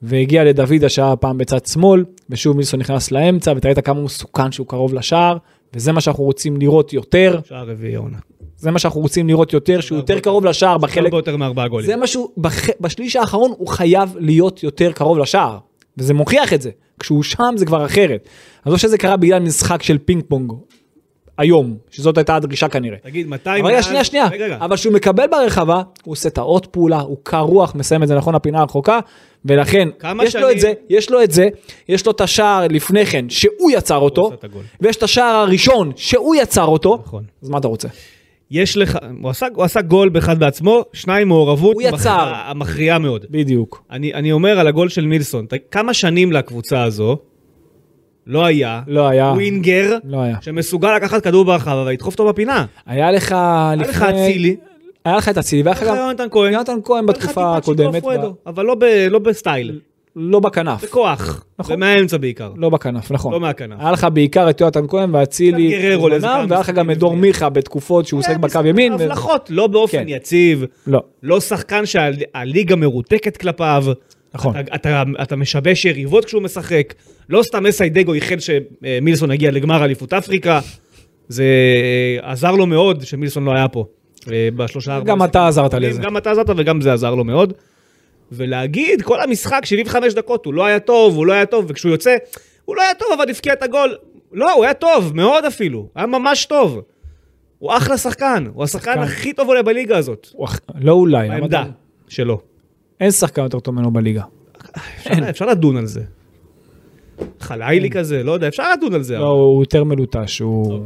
[SPEAKER 3] והגיע לדוד השער פעם בצד שמאל, ושוב מילסון נכנס לאמצע, ואתה ראית כמה הוא מסוכן שהוא קרוב לשער, וזה מה שאנחנו רוצים לראות יותר,
[SPEAKER 2] שער רביעי העונה.
[SPEAKER 3] זה מה שאנחנו רוצים לראות יותר, שהוא יותר קרוב לשער בחלק...
[SPEAKER 2] הרבה יותר מארבעה גולים.
[SPEAKER 3] זה משהו, בח... בשליש האחרון הוא חייב להיות יותר קרוב לשער, וזה מוכיח את זה. כשהוא שם זה כבר אחרת. אז לא שזה קרה בגלל משחק של פינג פונג, היום, שזאת הייתה הדרישה כנראה.
[SPEAKER 2] תגיד, מתי...
[SPEAKER 3] אבל רגע,
[SPEAKER 2] מאז-
[SPEAKER 3] שנייה, שנייה.
[SPEAKER 2] רגע, רגע.
[SPEAKER 3] אבל כשהוא מקבל ברחבה, הוא עושה את העוד פעולה, הוא קר רוח, מסיים את זה נכון, הפינה הרחוקה, ולכן,
[SPEAKER 2] כמה
[SPEAKER 3] יש לו
[SPEAKER 2] שאני-
[SPEAKER 3] את זה, יש לו את זה, יש לו את השער לפני כן, שהוא יצר אותו,
[SPEAKER 2] עשה את הגול.
[SPEAKER 3] ויש את השער הראשון, שהוא יצר אותו,
[SPEAKER 2] נכון.
[SPEAKER 3] אז מה אתה רוצה?
[SPEAKER 2] יש לך, הוא עשה, הוא עשה גול באחד בעצמו, שניים מעורבות,
[SPEAKER 3] הוא יצר.
[SPEAKER 2] המכריעה- המכריעה מאוד.
[SPEAKER 3] בדיוק.
[SPEAKER 2] אני, אני אומר על הגול של מילסון, ת- כמה שנים לקבוצה הזו לא היה
[SPEAKER 3] לא היה.
[SPEAKER 2] ווינגר
[SPEAKER 3] לא היה.
[SPEAKER 2] שמסוגל לקחת כדור ברחבה ולדחוף אותו בפינה.
[SPEAKER 3] היה לך
[SPEAKER 2] היה לך
[SPEAKER 3] לפני-
[SPEAKER 2] אצילי,
[SPEAKER 3] היה לך את אצילי, והיה לך
[SPEAKER 2] היה לך
[SPEAKER 3] גם
[SPEAKER 2] יונתן כהן,
[SPEAKER 3] יונתן כהן
[SPEAKER 2] היה לך
[SPEAKER 3] בתקופה
[SPEAKER 2] טיפה צ'יקו
[SPEAKER 3] הקודמת,
[SPEAKER 2] פרדו,
[SPEAKER 3] ב-
[SPEAKER 2] אבל לא, ב, לא בסטייל,
[SPEAKER 3] לא בכנף,
[SPEAKER 2] בכוח,
[SPEAKER 3] נכון.
[SPEAKER 2] ומהאמצע בעיקר.
[SPEAKER 3] לא בכנף,
[SPEAKER 2] לא
[SPEAKER 3] נכון.
[SPEAKER 2] מהכנף.
[SPEAKER 3] היה לך בעיקר את יונתן כהן ואצילי,
[SPEAKER 2] גם גררו
[SPEAKER 3] בזמנם,
[SPEAKER 2] לאיזה כמה
[SPEAKER 3] והיה לך גם
[SPEAKER 2] משחקים
[SPEAKER 3] את דור
[SPEAKER 2] לפני. כן,
[SPEAKER 3] מיכה בתקופות שהוא עוסק בקו ימין. ו-
[SPEAKER 2] הבלחות, לא באופן
[SPEAKER 3] כן.
[SPEAKER 2] יציב,
[SPEAKER 3] לא,
[SPEAKER 2] לא שחקן שהליגה מרותקת כלפיו.
[SPEAKER 3] נכון.
[SPEAKER 2] אתה, אתה, אתה משבש יריבות כשהוא משחק, לא סתם אסיידגו ייחל שמילסון יגיע לגמר אליפות אפריקה, זה אה, עזר לו מאוד שמילסון לא היה פה. אה, בשלושה ארבעה...
[SPEAKER 3] גם
[SPEAKER 2] משחקים
[SPEAKER 3] אתה עזרת
[SPEAKER 2] האחרונים.
[SPEAKER 3] לזה.
[SPEAKER 2] גם אתה עזרת וגם זה עזר לו מאוד. ולהגיד, כל המשחק, 75 דקות, הוא לא היה טוב, הוא לא היה טוב, וכשהוא יוצא, הוא לא היה טוב, אבל הבקיע את הגול. לא, הוא היה טוב, מאוד אפילו. היה ממש טוב. הוא אחלה שחקן, הוא השחקן
[SPEAKER 3] שחקן.
[SPEAKER 2] הכי טוב אולי בליגה הזאת.
[SPEAKER 3] הוא אח- לא אולי, למה
[SPEAKER 2] העמדה
[SPEAKER 3] אתה-
[SPEAKER 2] שלו.
[SPEAKER 3] אין שחקן יותר טוב ממנו בליגה.
[SPEAKER 2] אפשר, אפשר לדון על זה. חליילי כזה, לא יודע, אפשר לדון על זה.
[SPEAKER 3] לא, הוא יותר מלוטש, הוא...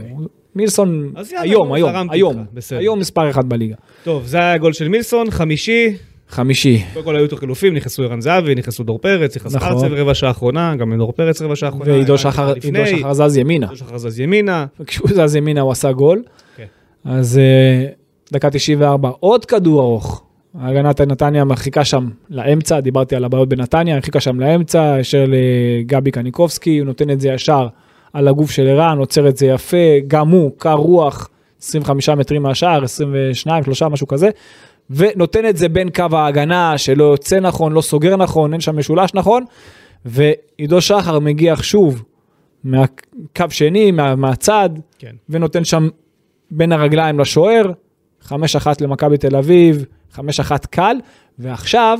[SPEAKER 3] מילסון,
[SPEAKER 2] אז יאללה,
[SPEAKER 3] היום,
[SPEAKER 2] נו,
[SPEAKER 3] היום,
[SPEAKER 2] זרמתי
[SPEAKER 3] היום,
[SPEAKER 2] איתך, בסדר.
[SPEAKER 3] היום מספר אחד בליגה.
[SPEAKER 2] טוב, זה היה הגול של מילסון, חמישי.
[SPEAKER 3] חמישי,
[SPEAKER 2] קודם כל היו יותר חילופים, נכנסו ערן זהבי, נכנסו דור פרץ, נכנס
[SPEAKER 3] נכון.
[SPEAKER 2] ארצה ברבע שעה האחרונה, גם דור פרץ רבע שעה האחרונה.
[SPEAKER 3] ועידו
[SPEAKER 2] היה
[SPEAKER 3] שחר
[SPEAKER 2] לפני,
[SPEAKER 3] עידו שחר זז ימינה.
[SPEAKER 2] עידו שחר זז ימינה.
[SPEAKER 3] כשהוא זז ימינה הוא עשה גול.
[SPEAKER 2] כן.
[SPEAKER 3] אז אה, דקה 94, עוד כדור ארוך. הגנת נתניה מרחיקה שם לאמצע, דיברתי על הבעיות בנתניה, הרחיקה שם לאמצע, ישר לגבי קניקובסקי, הוא נותן את זה ישר על הגוף של ערן, עוצר את זה יפה, גם הוא, קר רוח, 25 מטרים מהשער, 22, 3, משהו כזה, ונותן את זה בין קו ההגנה, שלא יוצא נכון, לא סוגר נכון, אין שם משולש נכון, ועידו שחר מגיע שוב מהקו שני, מה, מהצד,
[SPEAKER 2] כן.
[SPEAKER 3] ונותן שם בין הרגליים לשוער, 5-1 למכבי תל אביב, 5-1 קל, ועכשיו,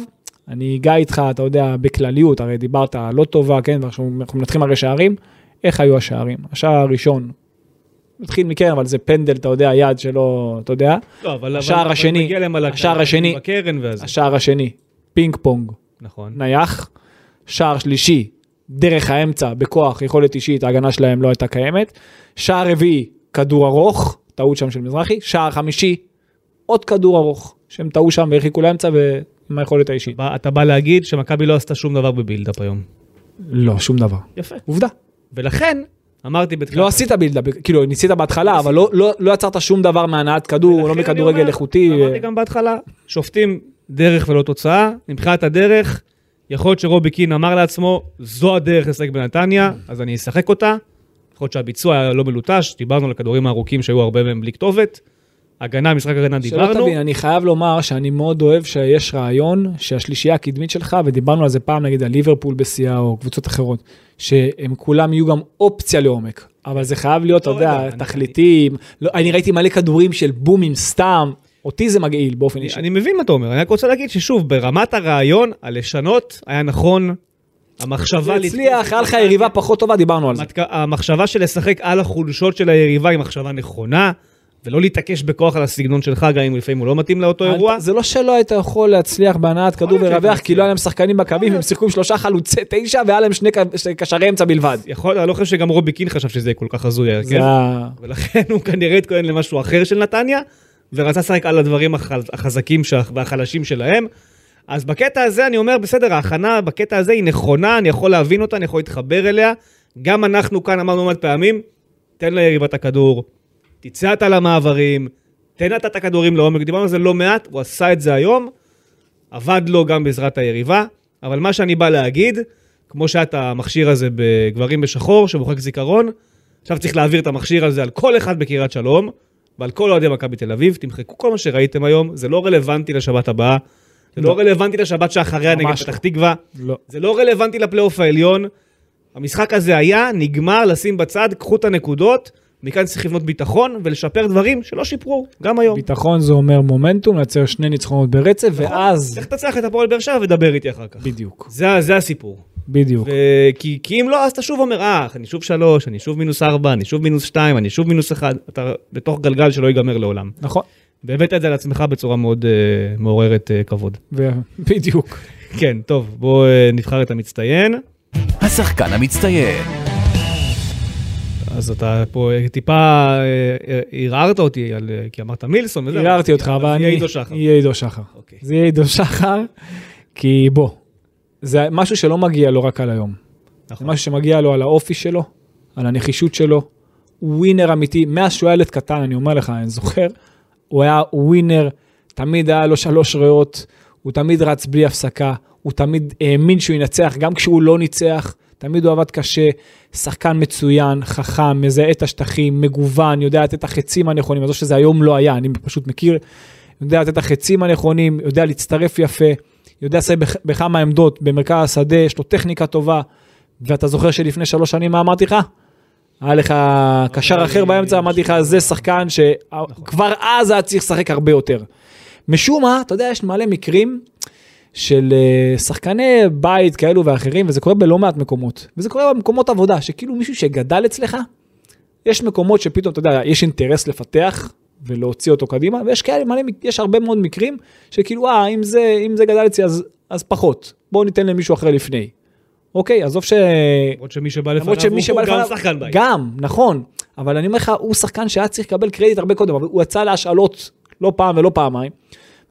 [SPEAKER 3] אני גיא איתך, אתה יודע, בכלליות, הרי דיברת לא טובה, כן, ועכשיו אנחנו מנתחים הרי שערים, איך היו השערים? השער הראשון, התחיל מכן, אבל זה פנדל, אתה יודע, יד שלא, אתה יודע.
[SPEAKER 2] לא, אבל...
[SPEAKER 3] השער
[SPEAKER 2] אבל
[SPEAKER 3] השני,
[SPEAKER 2] מגיע להם על הקו,
[SPEAKER 3] השער השני.
[SPEAKER 2] בקרן ואז...
[SPEAKER 3] השער השני, פינג פונג,
[SPEAKER 2] נכון.
[SPEAKER 3] נייח, שער שלישי, דרך האמצע, בכוח, יכולת אישית, ההגנה שלהם לא הייתה קיימת, שער רביעי, כדור ארוך, טעות שם של מזרחי, שער חמישי, עוד כדור ארוך, שהם טעו שם והרחיקו לאמצע ועם היכולת האישית.
[SPEAKER 2] בא- אתה בא להגיד שמכבי לא עשתה שום דבר בבילדאפ היום.
[SPEAKER 3] לא, שום דבר.
[SPEAKER 2] יפה.
[SPEAKER 3] עובדה.
[SPEAKER 2] ולכן, אמרתי בתחילת...
[SPEAKER 3] לא עשית בילדאפ, כאילו ניסית בהתחלה, אבל לא- לא- לא יצרת שום דבר מהנעת כדור, לא
[SPEAKER 2] לכן אני
[SPEAKER 3] מכדורגל
[SPEAKER 2] אומר,
[SPEAKER 3] איכותי.
[SPEAKER 2] אמרתי גם בהתחלה, שופטים דרך ולא תוצאה. מבחינת הדרך, יכול להיות שרובי קין אמר לעצמו, זו הדרך לשחק בנתניה, אז אני אשחק אותה. יכול להיות שהביצוע היה לא מלוטש, דיברנו על הכדורים הארוכים שהיו הרבה מהם בלי כתובת. הגנה, משחק הגנה
[SPEAKER 3] שלא
[SPEAKER 2] דיברנו.
[SPEAKER 3] תבין, אני חייב לומר שאני מאוד אוהב שיש רעיון שהשלישייה הקדמית שלך, ודיברנו על זה פעם נגיד על ליברפול בשיאה או קבוצות אחרות, שהם כולם יהיו גם אופציה לעומק. אבל זה חייב להיות, אתה
[SPEAKER 2] לא, רגע,
[SPEAKER 3] יודע,
[SPEAKER 2] אני-
[SPEAKER 3] תכליתים. לא, אני ראיתי מלא כדורים של בומים סתם, אותי זה מגעיל באופן
[SPEAKER 2] אני-
[SPEAKER 3] אישי.
[SPEAKER 2] אני מבין מה אתה אומר, אני רק רוצה להגיד ששוב, ברמת הרעיון, הלשנות היה נכון,
[SPEAKER 3] זה
[SPEAKER 2] המחשבה... לתקוף
[SPEAKER 3] הצליח,
[SPEAKER 2] את
[SPEAKER 3] היה לך
[SPEAKER 2] נתניה-
[SPEAKER 3] יריבה פחות טובה, דיברנו על זה.
[SPEAKER 2] המתק- המחשבה של לשחק על החולשות של היריבה היא מחשבה נכונה, ולא להתעקש בכוח על הסגנון שלך, גם אם לפעמים הוא לא מתאים לאותו
[SPEAKER 3] אל-
[SPEAKER 2] אירוע.
[SPEAKER 3] זה לא שלא היית יכול להצליח בהנעת כדור
[SPEAKER 2] להיות שהיית
[SPEAKER 3] ולרווח, כי
[SPEAKER 2] מצליח. אה.
[SPEAKER 3] לא היה להם שחקנים בקווים, הם שיחקו עם שלושה חלוצי תשע, והיה להם שני ק- שני קשרי אמצע בלבד.
[SPEAKER 2] יכול, אני לא חושב שגם רובי קין חשב שזה יהיה כל כך הזוי ההרכב,
[SPEAKER 3] זה ה-
[SPEAKER 2] ולכן הוא כנראה התכונן למשהו אחר של נתניה, ורצה לשחק על הדברים החז- החזקים שה- והחלשים שלהם. אז בקטע הזה אני אומר, בסדר, ההכנה בקטע הזה היא נכונה, אני יכול להבין אותה, אני יכול להתחבר אליה. גם אנחנו כאן אמרנו מעט פעמים, תן ליריבה את הכדור, תצא אתה למעברים, תן אתה את הכדורים לעומק, דיברנו על זה לא מעט, הוא עשה את זה היום, עבד לו גם בעזרת היריבה, אבל מה שאני בא להגיד, כמו שהיה את המכשיר הזה בגברים בשחור, שמוחק זיכרון, עכשיו צריך להעביר את המכשיר הזה על כל אחד בקריית שלום, ועל כל אוהדי מכבי תל אביב, תמחקו כל מה שראיתם היום, זה לא רלוונטי לשבת הבאה, זה לא
[SPEAKER 3] לא.
[SPEAKER 2] רלוונטי לשבת שאחריה נגד
[SPEAKER 3] ממש לא.
[SPEAKER 2] פתח תקווה.
[SPEAKER 3] לא.
[SPEAKER 2] זה לא רלוונטי לפלייאוף העליון. המשחק הזה היה, נגמר, לשים בצד, קחו את הנקודות, מכאן צריך לבנות ביטחון ולשפר דברים שלא שיפרו, גם היום.
[SPEAKER 3] ביטחון זה אומר מומנטום, לייצר שני ניצחונות ברצף,
[SPEAKER 2] נכון.
[SPEAKER 3] ואז...
[SPEAKER 2] צריך לנצח את הפועל באר שבע ודבר איתי אחר כך.
[SPEAKER 3] בדיוק,
[SPEAKER 2] זה, זה הסיפור.
[SPEAKER 3] בדיוק.
[SPEAKER 2] ו- כי, כי אם לא, אז אתה שוב אומר, אה, אני שוב שלוש, אני שוב מינוס ארבע, אני שוב מינוס שתיים, אני שוב מינוס אחד, אתה בתוך גלגל שלא ייגמר לעולם.
[SPEAKER 3] נכון,
[SPEAKER 2] והבאת את זה על עצמך בצורה מאוד uh, מעוררת uh, כבוד.
[SPEAKER 3] ו- בדיוק.
[SPEAKER 2] כן, טוב, בוא uh, נבחר את המצטיין.
[SPEAKER 1] השחקן המצטיין.
[SPEAKER 2] אז אתה פה אה, טיפה אה, אה, ערערת אותי, על, אה, כי אמרת מילסון וזה.
[SPEAKER 3] ערערתי אותך, אבל אני...
[SPEAKER 2] יהיה עידו שחר.
[SPEAKER 3] יהיה עידו שחר.
[SPEAKER 2] אוקיי.
[SPEAKER 3] זה יהיה עידו שחר, כי בוא, זה משהו שלא מגיע לו רק על היום. זה
[SPEAKER 2] נכון.
[SPEAKER 3] משהו שמגיע לו על האופי שלו, על הנחישות שלו. הוא ווינר אמיתי, מאז שהוא היה ילד קטן, אני אומר לך, אני זוכר, הוא היה ווינר, תמיד היה לו שלוש ריאות, הוא תמיד רץ בלי הפסקה, הוא תמיד האמין שהוא ינצח, גם כשהוא לא ניצח, תמיד הוא עבד קשה, שחקן מצוין, חכם, מזהה את השטחים, מגוון, יודע לתת את החצים הנכונים, אני חושב שזה היום לא היה, אני פשוט מכיר, יודע לתת את החצים הנכונים, יודע להצטרף יפה, יודע לשחק בכ- בכמה עמדות, במרכז השדה, יש לו טכניקה טובה, ואתה זוכר שלפני שלוש שנים מה אמרתי לך? היה לך קשר אחר באמצע, אמרתי לך, זה שחקן שכבר אז היה צריך לשחק הרבה יותר. משום מה, אתה יודע, יש מלא מקרים של אה, שחקני בית כאלו ואחרים, וזה קורה בלא מעט מקומות. וזה קורה במקומות עבודה, שכאילו מישהו שגדל אצלך, יש מקומות שפתאום, אתה יודע, יש אינטרס לפתח ולהוציא אותו קדימה, ויש כאלה מלא, מק- יש הרבה מאוד מקרים שכאילו, אה, אם זה, אם זה גדל אצלי אז, אז פחות, בואו ניתן למישהו אחר לפני. אוקיי, עזוב ש...
[SPEAKER 2] למרות שמי שבא
[SPEAKER 3] למרות
[SPEAKER 2] לפניו
[SPEAKER 3] שמי שבא
[SPEAKER 2] הוא
[SPEAKER 3] לפניו,
[SPEAKER 2] גם שחקן בית.
[SPEAKER 3] גם, נכון, אבל אני אומר לך, הוא שחקן שהיה צריך לקבל קרדיט הרבה קודם, אבל הוא יצא להשאלות לא פעם ולא פעמיים.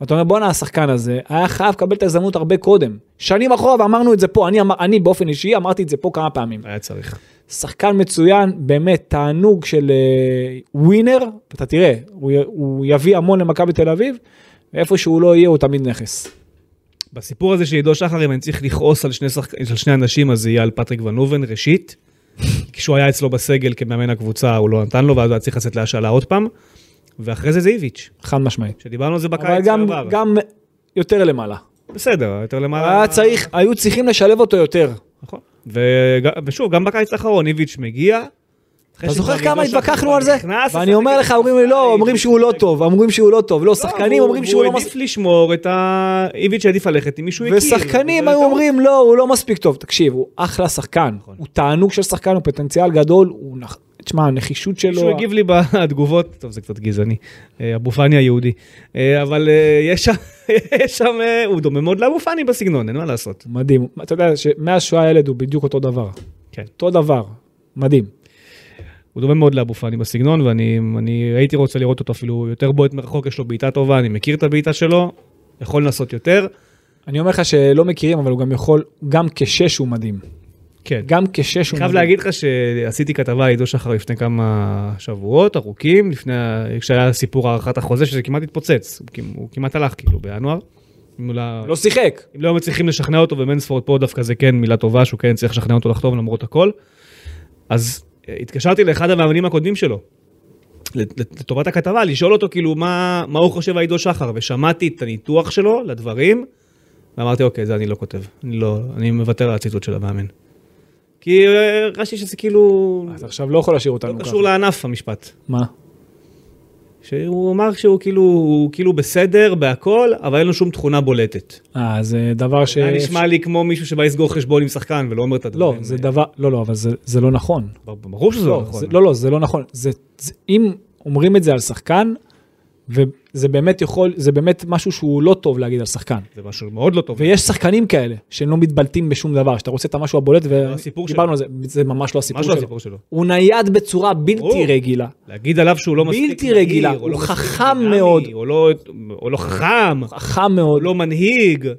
[SPEAKER 3] ואתה אומר, בואנה, השחקן הזה היה חייב לקבל את ההזדמנות הרבה קודם. שנים אחורה, ואמרנו את זה פה, אני, אמר, אני באופן אישי אמרתי את זה פה כמה פעמים.
[SPEAKER 2] היה צריך.
[SPEAKER 3] שחקן מצוין, באמת תענוג של אה, ווינר, אתה תראה, הוא, י- הוא יביא המון למכבי תל אביב, ואיפה שהוא לא יהיה הוא תמיד נכס.
[SPEAKER 2] בסיפור הזה של עידו שחר, אם אני צריך לכעוס על שני, שחק... על שני אנשים, אז זה יהיה על פטריק ונובן, ראשית. כשהוא היה אצלו בסגל כמאמן הקבוצה, הוא לא נתן לו, ואז הוא היה צריך לצאת להשאלה עוד פעם. ואחרי זה זה איביץ',
[SPEAKER 3] חד משמעית.
[SPEAKER 2] שדיברנו על זה
[SPEAKER 3] אבל
[SPEAKER 2] בקיץ
[SPEAKER 3] גם,
[SPEAKER 2] שעבר.
[SPEAKER 3] גם יותר למעלה.
[SPEAKER 2] בסדר, יותר למעלה.
[SPEAKER 3] היה צריך, היו צריכים לשלב אותו יותר.
[SPEAKER 2] נכון. וג- ושוב, גם בקיץ האחרון איביץ' מגיע,
[SPEAKER 3] אתה זוכר כמה התווכחנו על זה?
[SPEAKER 2] לא נכנס,
[SPEAKER 3] ואני
[SPEAKER 2] לשחק
[SPEAKER 3] אומר
[SPEAKER 2] את
[SPEAKER 3] לך, אומרים לי לא,
[SPEAKER 2] המשחק.
[SPEAKER 3] אומרים שהוא לא טוב, אומרים שהוא לא טוב, לא, שחקנים אומרים שהוא לא
[SPEAKER 2] הוא
[SPEAKER 3] מספיק,
[SPEAKER 2] העדיף לשמור את ה... איביץ' העדיף ללכת עם מישהו הכיר.
[SPEAKER 3] ושחקנים
[SPEAKER 2] אבל
[SPEAKER 3] היו
[SPEAKER 2] טעות.
[SPEAKER 3] אומרים לא, הוא לא מספיק טוב. תקשיב, הוא אחלה שחקן,
[SPEAKER 2] נכון.
[SPEAKER 3] הוא תענוג של שחקן, הוא פוטנציאל גדול, הוא נח- תשמע, הנחישות שלו...
[SPEAKER 2] מישהו הגיב לי בתגובות, טוב זה קצת גזעני, אה, אבו פאני היהודי, אה, אבל אה, יש שם, יש שם, אה, הוא דומה מאוד לאבו פאני בסגנון, אין מה לעשות.
[SPEAKER 3] מדהים. אתה יודע שמאז שהוא היה ילד הוא בדיוק אותו דבר.
[SPEAKER 2] כן.
[SPEAKER 3] אותו דבר. מדהים.
[SPEAKER 2] הוא דומה מאוד לאבו פאני בסגנון, ואני אני הייתי רוצה לראות אותו אפילו יותר בועט מרחוק, יש לו בעיטה טובה, אני מכיר את הבעיטה שלו, יכול לנסות יותר.
[SPEAKER 3] אני אומר לך שלא מכירים, אבל הוא גם יכול, גם כשש הוא מדהים.
[SPEAKER 2] כן.
[SPEAKER 3] גם כשש
[SPEAKER 2] אני
[SPEAKER 3] הוא
[SPEAKER 2] חייב
[SPEAKER 3] מדהים.
[SPEAKER 2] להגיד לך שעשיתי כתבה על עידו שחר לפני כמה שבועות ארוכים, לפני, ה- כשהיה סיפור הארכת החוזה, שזה כמעט התפוצץ, הוא כמ- הוא כמעט הלך כאילו בינואר. מול ה-
[SPEAKER 3] לא שיחק.
[SPEAKER 2] אם לא היו מצליחים לשכנע אותו, ומנספורד פה דווקא זה כן מילה טובה, שהוא כן צריך לשכנע אותו לחתום למרות הכל. אז אה, התקשרתי לאחד המאמנים הקודמים שלו, לת- לת- לטובת הכתבה, לשאול אותו כאילו מה, מה הוא חושב על עידו שחר, ושמעתי את הניתוח שלו לדברים, ואמרתי, אוקיי, זה אני לא כותב, אני לא, אני מוותר על הציטוט של המאמן. כי אה, הרגשתי שזה כאילו,
[SPEAKER 3] אז עכשיו לא יכול להשאיר
[SPEAKER 2] לא
[SPEAKER 3] אותנו
[SPEAKER 2] קשור לענף המשפט.
[SPEAKER 3] מה?
[SPEAKER 2] שהוא אמר שהוא כאילו, הוא כאילו בסדר בהכל, אבל אין לו שום תכונה בולטת.
[SPEAKER 3] אה, זה דבר ש...
[SPEAKER 2] היה נשמע לי כמו מישהו שבא לסגור חשבון עם שחקן ולא אומר את הדברים.
[SPEAKER 3] לא, זה דבר... לא, לא, אבל זה- זה לא נכון.
[SPEAKER 2] בר- ברור שזה לא נכון.
[SPEAKER 3] זה- לא, לא, זה לא נכון. זה- זה- אם אומרים את זה על שחקן, וזה באמת יכול, זה באמת משהו שהוא לא טוב להגיד על שחקן.
[SPEAKER 2] זה משהו מאוד לא טוב.
[SPEAKER 3] ויש שחקנים כאלה, שהם לא מתבלטים בשום דבר, שאתה רוצה את המשהו הבולט,
[SPEAKER 2] לא, הסיפור
[SPEAKER 3] ודיברנו על זה, זה ממש לא הסיפור
[SPEAKER 2] ממש לא
[SPEAKER 3] שלו.
[SPEAKER 2] הסיפור שלו.
[SPEAKER 3] הוא נייד בצורה בלתי
[SPEAKER 2] ברור.
[SPEAKER 3] רגילה.
[SPEAKER 2] להגיד עליו שהוא לא מספיק
[SPEAKER 3] בלתי
[SPEAKER 2] מהיר,
[SPEAKER 3] רגילה,
[SPEAKER 2] או לא
[SPEAKER 3] הוא
[SPEAKER 2] מספיק
[SPEAKER 3] חכם
[SPEAKER 2] דינמי,
[SPEAKER 3] מאוד.
[SPEAKER 2] או לא- או לא חכם,
[SPEAKER 3] חכם
[SPEAKER 2] או
[SPEAKER 3] מאוד,
[SPEAKER 2] לא מנהיג,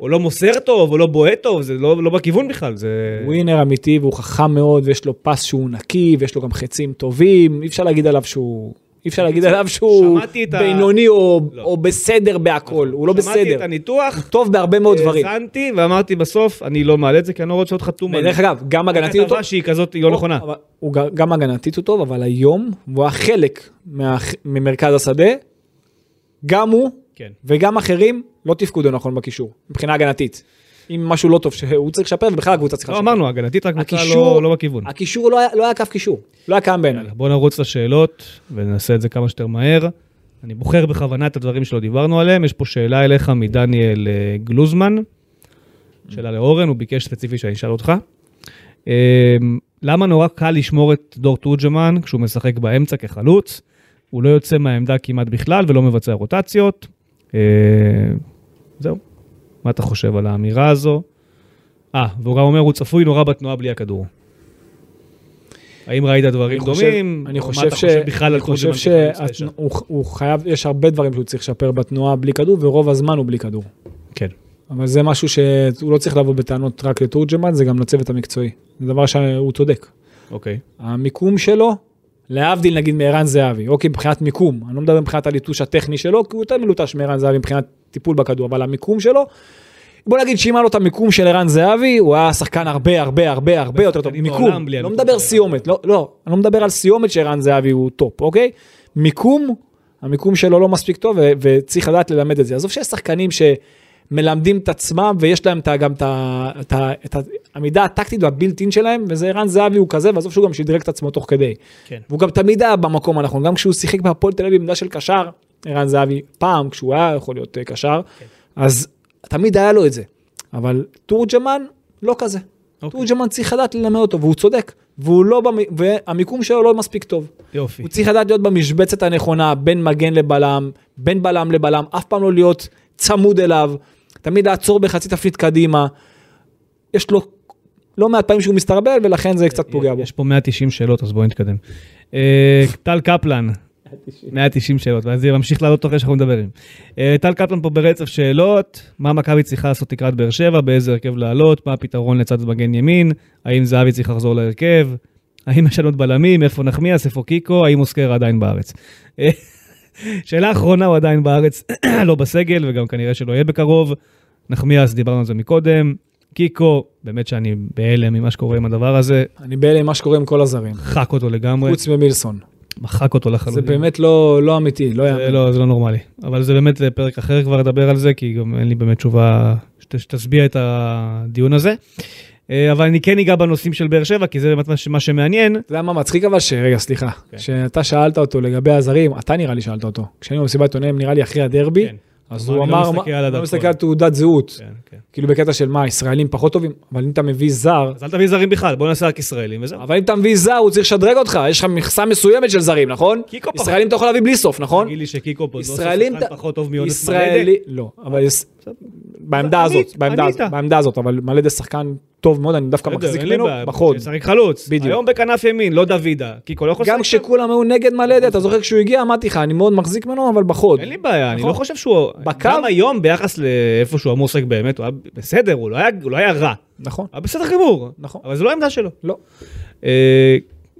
[SPEAKER 2] או לא מוסר טוב, או לא בועט טוב, זה לא לא בכיוון בכלל, זה...
[SPEAKER 3] ווינר אמיתי והוא חכם מאוד, ויש לו פס שהוא נקי, ויש לו גם חצים טובים, אי אפשר להגיד עליו שהוא... אי אפשר להגיד עליו שהוא
[SPEAKER 2] שמעתי את ה-
[SPEAKER 3] בינוני או-
[SPEAKER 2] לא.
[SPEAKER 3] או בסדר בהכל, הוא לא
[SPEAKER 2] שמעתי את
[SPEAKER 3] בסדר. הוא
[SPEAKER 2] הניתוח, אה,
[SPEAKER 3] טוב בהרבה מאוד דברים.
[SPEAKER 2] האזנתי ואמרתי בסוף, אני לא מעלה את זה כי אני לא רוצה להיות חתום על
[SPEAKER 3] דרך אגב, גם הגנתית הוא טוב.
[SPEAKER 2] כתבה שהיא כזאת, היא לא נכונה.
[SPEAKER 3] אבל הוא גם- גם הגנתית הוא טוב, אבל היום הוא החלק מה- ממרכז השדה, גם הוא
[SPEAKER 2] כן.
[SPEAKER 3] וגם אחרים לא תפקודו נכון בקישור, מבחינה הגנתית. אם משהו לא טוב שהוא צריך לשפר, ובכלל הקבוצה צריכה
[SPEAKER 2] לא
[SPEAKER 3] לשפר.
[SPEAKER 2] אמרנו, הגנתית רק בוצעה
[SPEAKER 3] הקישור-
[SPEAKER 2] לא בכיוון.
[SPEAKER 3] הקישור לא היה- לא היה קו קישור, לא היה קיים בעיניי.
[SPEAKER 2] יאללה, כן, בוא נרוץ לשאלות ונעשה את זה כמה שיותר מהר. אני בוחר בכוונה את הדברים שלא דיברנו עליהם. יש פה שאלה אליך מדניאל אה, גלוזמן, שאלה לאורן, הוא ביקש ספציפי שאני אשאל אותך. אה, למה נורא קל לשמור את דור תורג'מן כשהוא משחק באמצע כחלוץ? הוא לא יוצא מהעמדה כמעט בכלל ולא מבצע רוטציות. אה, זהו. מה אתה חושב על האמירה הזו? אה, והוא גם אומר, הוא צפוי נורא בתנועה בלי הכדור. האם ראית דברים
[SPEAKER 3] אני חושב-
[SPEAKER 2] דומים?
[SPEAKER 3] אני
[SPEAKER 2] או
[SPEAKER 3] חושב
[SPEAKER 2] מה אתה
[SPEAKER 3] ש...
[SPEAKER 2] חושב בכלל
[SPEAKER 3] אני
[SPEAKER 2] על תורג'מן
[SPEAKER 3] חושב
[SPEAKER 2] כחלוץ תשע?
[SPEAKER 3] שהוא חייב, יש הרבה דברים שהוא צריך לשפר בתנועה בלי כדור, ורוב הזמן הוא בלי כדור.
[SPEAKER 2] כן.
[SPEAKER 3] אבל זה משהו שהוא לא צריך לבוא בטענות רק לתורג'מן, זה גם לצוות המקצועי. זה דבר שהוא צודק.
[SPEAKER 2] אוקיי.
[SPEAKER 3] המיקום שלו, להבדיל נגיד מערן זהבי, אוקיי, מבחינת מיקום, אני לא מדבר מבחינת הליטוש הטכני שלו, כי הוא יותר מלוטש מערן זהבי מבחינת טיפול בכדור, אבל המיקום שלו, בוא נגיד שאם היה לו את המיקום של ערן זהבי, הוא היה שחקן הרבה הרבה הרבה הרבה יותר טוב,
[SPEAKER 2] שחקנים
[SPEAKER 3] מיקום,
[SPEAKER 2] בעולם בלי
[SPEAKER 3] לא
[SPEAKER 2] המיקום
[SPEAKER 3] מדבר
[SPEAKER 2] של
[SPEAKER 3] סיומת, לא, לא, אני לא מדבר על סיומת שערן זהבי הוא טופ, אוקיי? מיקום, המיקום שלו לא מספיק טוב ו- וצריך לדעת ללמד את זה. עזוב שיש שחקנים שמלמדים את עצמם ויש להם את ה- גם את ה- את ה- את העמידה הטקטית והבילטין שלהם, וזה ערן זהבי הוא כזה, ועזוב שהוא גם שדרג את עצמו תוך כדי.
[SPEAKER 2] כן.
[SPEAKER 3] והוא גם תמיד היה במקום הנכון, גם כשהוא שיחק בהפועל תל אביב בעמדה של קשר, ערן זהבי, פעם כשהוא היה יכול להיות אה, קשר,
[SPEAKER 2] כן.
[SPEAKER 3] אז תמיד היה לו את זה. אבל תורג'מן לא כזה.
[SPEAKER 2] אוקיי.
[SPEAKER 3] תורג'מן צריך לדעת ללמד אותו, והוא צודק, והוא לא, במ... והמיקום שלו לא מספיק טוב.
[SPEAKER 2] יופי.
[SPEAKER 3] הוא צריך לדעת להיות במשבצת הנכונה, בין מגן לבלם, בין בלם לבלם, אף פעם לא להיות צמוד אליו, תמיד לעצור בחצי תפנית קדימה. יש לו לא מעט פעמים שהוא מסתרבל, ולכן זה קצת פוגע בו.
[SPEAKER 2] אה, יש פה 190 שאלות, אז בואו נתקדם. אה, טל קפלן. 190 שאלות, ואז זה ממשיך לעלות תוך שאנחנו מדברים. אה, טל קפלן פה ברצף שאלות, מה מכבי צריכה לעשות לקראת באר שבע, באיזה הרכב לעלות, מה הפתרון לצד מגן ימין, האם זהבי צריך לחזור להרכב, האם משנות בלמים, איפה נחמיאס, איפה קיקו, האם אוסקר עדיין בארץ. אה, שאלה אחרונה, הוא עדיין בארץ, לא בסגל, וגם כנראה שלא יהיה בקרוב. נחמיאס, דיברנו על זה מקודם. קיקו, באמת שאני בהלם ממה שקורה עם הדבר הזה,
[SPEAKER 3] אני בהלם עם מה שקורה עם כל הזרים,
[SPEAKER 2] מחק אותו לגמרי,
[SPEAKER 3] חוץ ממילסון.
[SPEAKER 2] מחק אותו
[SPEAKER 3] זה
[SPEAKER 2] לחלוטין.
[SPEAKER 3] באמת לא לא אמיתי, לא
[SPEAKER 2] זה
[SPEAKER 3] יאמן.
[SPEAKER 2] לא, זה לא נורמלי. אבל זה באמת אה, פרק אחר כבר לדבר על זה, כי גם אין לי באמת תשובה שת, שתשביע את הדיון הזה. אמ, אה, אבל אני כן אגע בנושאים של באר שבע, כי זה באמת מה ש- מה שמעניין.
[SPEAKER 3] אתה יודע מה מצחיק אבל ש... רגע, סליחה.
[SPEAKER 2] כן.
[SPEAKER 3] שאתה שאלת אותו לגבי הזרים, אתה נראה לי שאלת אותו. כשהיינו במסיבת עיתונאים, נראה לי אחרי הדרבי,
[SPEAKER 2] כן.
[SPEAKER 3] אז
[SPEAKER 2] הוא
[SPEAKER 3] הוא
[SPEAKER 2] אמר, "אני לא
[SPEAKER 3] אמר,
[SPEAKER 2] מסתכל על
[SPEAKER 3] "מה-
[SPEAKER 2] הדרכון."
[SPEAKER 3] לא מסתכל על תעודת זהות.
[SPEAKER 2] כן, כן.
[SPEAKER 3] כאילו בקטע של מה, ישראלים פחות טובים? אבל אם אתה מביא זר,
[SPEAKER 2] אז אל תביא זרים בכלל, בוא נעשה רק ישראלים וזהו.
[SPEAKER 3] אבל אם אתה מביא זר, הוא צריך לשדרג אותך, יש לך מכסה מסוימת של זרים, נכון?
[SPEAKER 2] קיקו פחות.
[SPEAKER 3] ישראלים אתה יכול להביא בלי סוף, נכון?
[SPEAKER 2] תגיד לי שקיקו פה זה עושה
[SPEAKER 3] ישראלים...
[SPEAKER 2] שחקן
[SPEAKER 3] אתה-
[SPEAKER 2] פחות טוב מיונס
[SPEAKER 3] ישראלי... לא, אבל... יש- בעמדה
[SPEAKER 2] ענית,
[SPEAKER 3] הזאת, בעמדה
[SPEAKER 2] ענית.
[SPEAKER 3] הזאת, בעמדה הזאת, אבל מלדה שחקן טוב מאוד, אני דווקא
[SPEAKER 2] בסדר,
[SPEAKER 3] מחזיק
[SPEAKER 2] אין לי
[SPEAKER 3] ממנו,
[SPEAKER 2] בעיה,
[SPEAKER 3] בחוד.
[SPEAKER 2] שצריך חלוץ.
[SPEAKER 3] בדיוק.
[SPEAKER 2] היום בכנף ימין, לא דוידה. קיקו לא יכול
[SPEAKER 3] גם
[SPEAKER 2] לשחק שם?
[SPEAKER 3] כשכולם היו נגד מלדה, אתה זוכר כשהוא הגיע, אמרתי לך, אני מאוד מחזיק ממנו, אבל בחוד.
[SPEAKER 2] אין לי בעיה, אני
[SPEAKER 3] נכון.
[SPEAKER 2] לא חושב שהוא...
[SPEAKER 3] בקו-
[SPEAKER 2] גם היום, ביחס לאיפה שהוא אמור לשחק באמת, הוא היה בסדר, הוא לא היה- הוא לא היה רע.
[SPEAKER 3] נכון,
[SPEAKER 2] היה בסדר גמור.
[SPEAKER 3] נכון.
[SPEAKER 2] אבל זו לא העמדה שלו.
[SPEAKER 3] לא.
[SPEAKER 2] אה,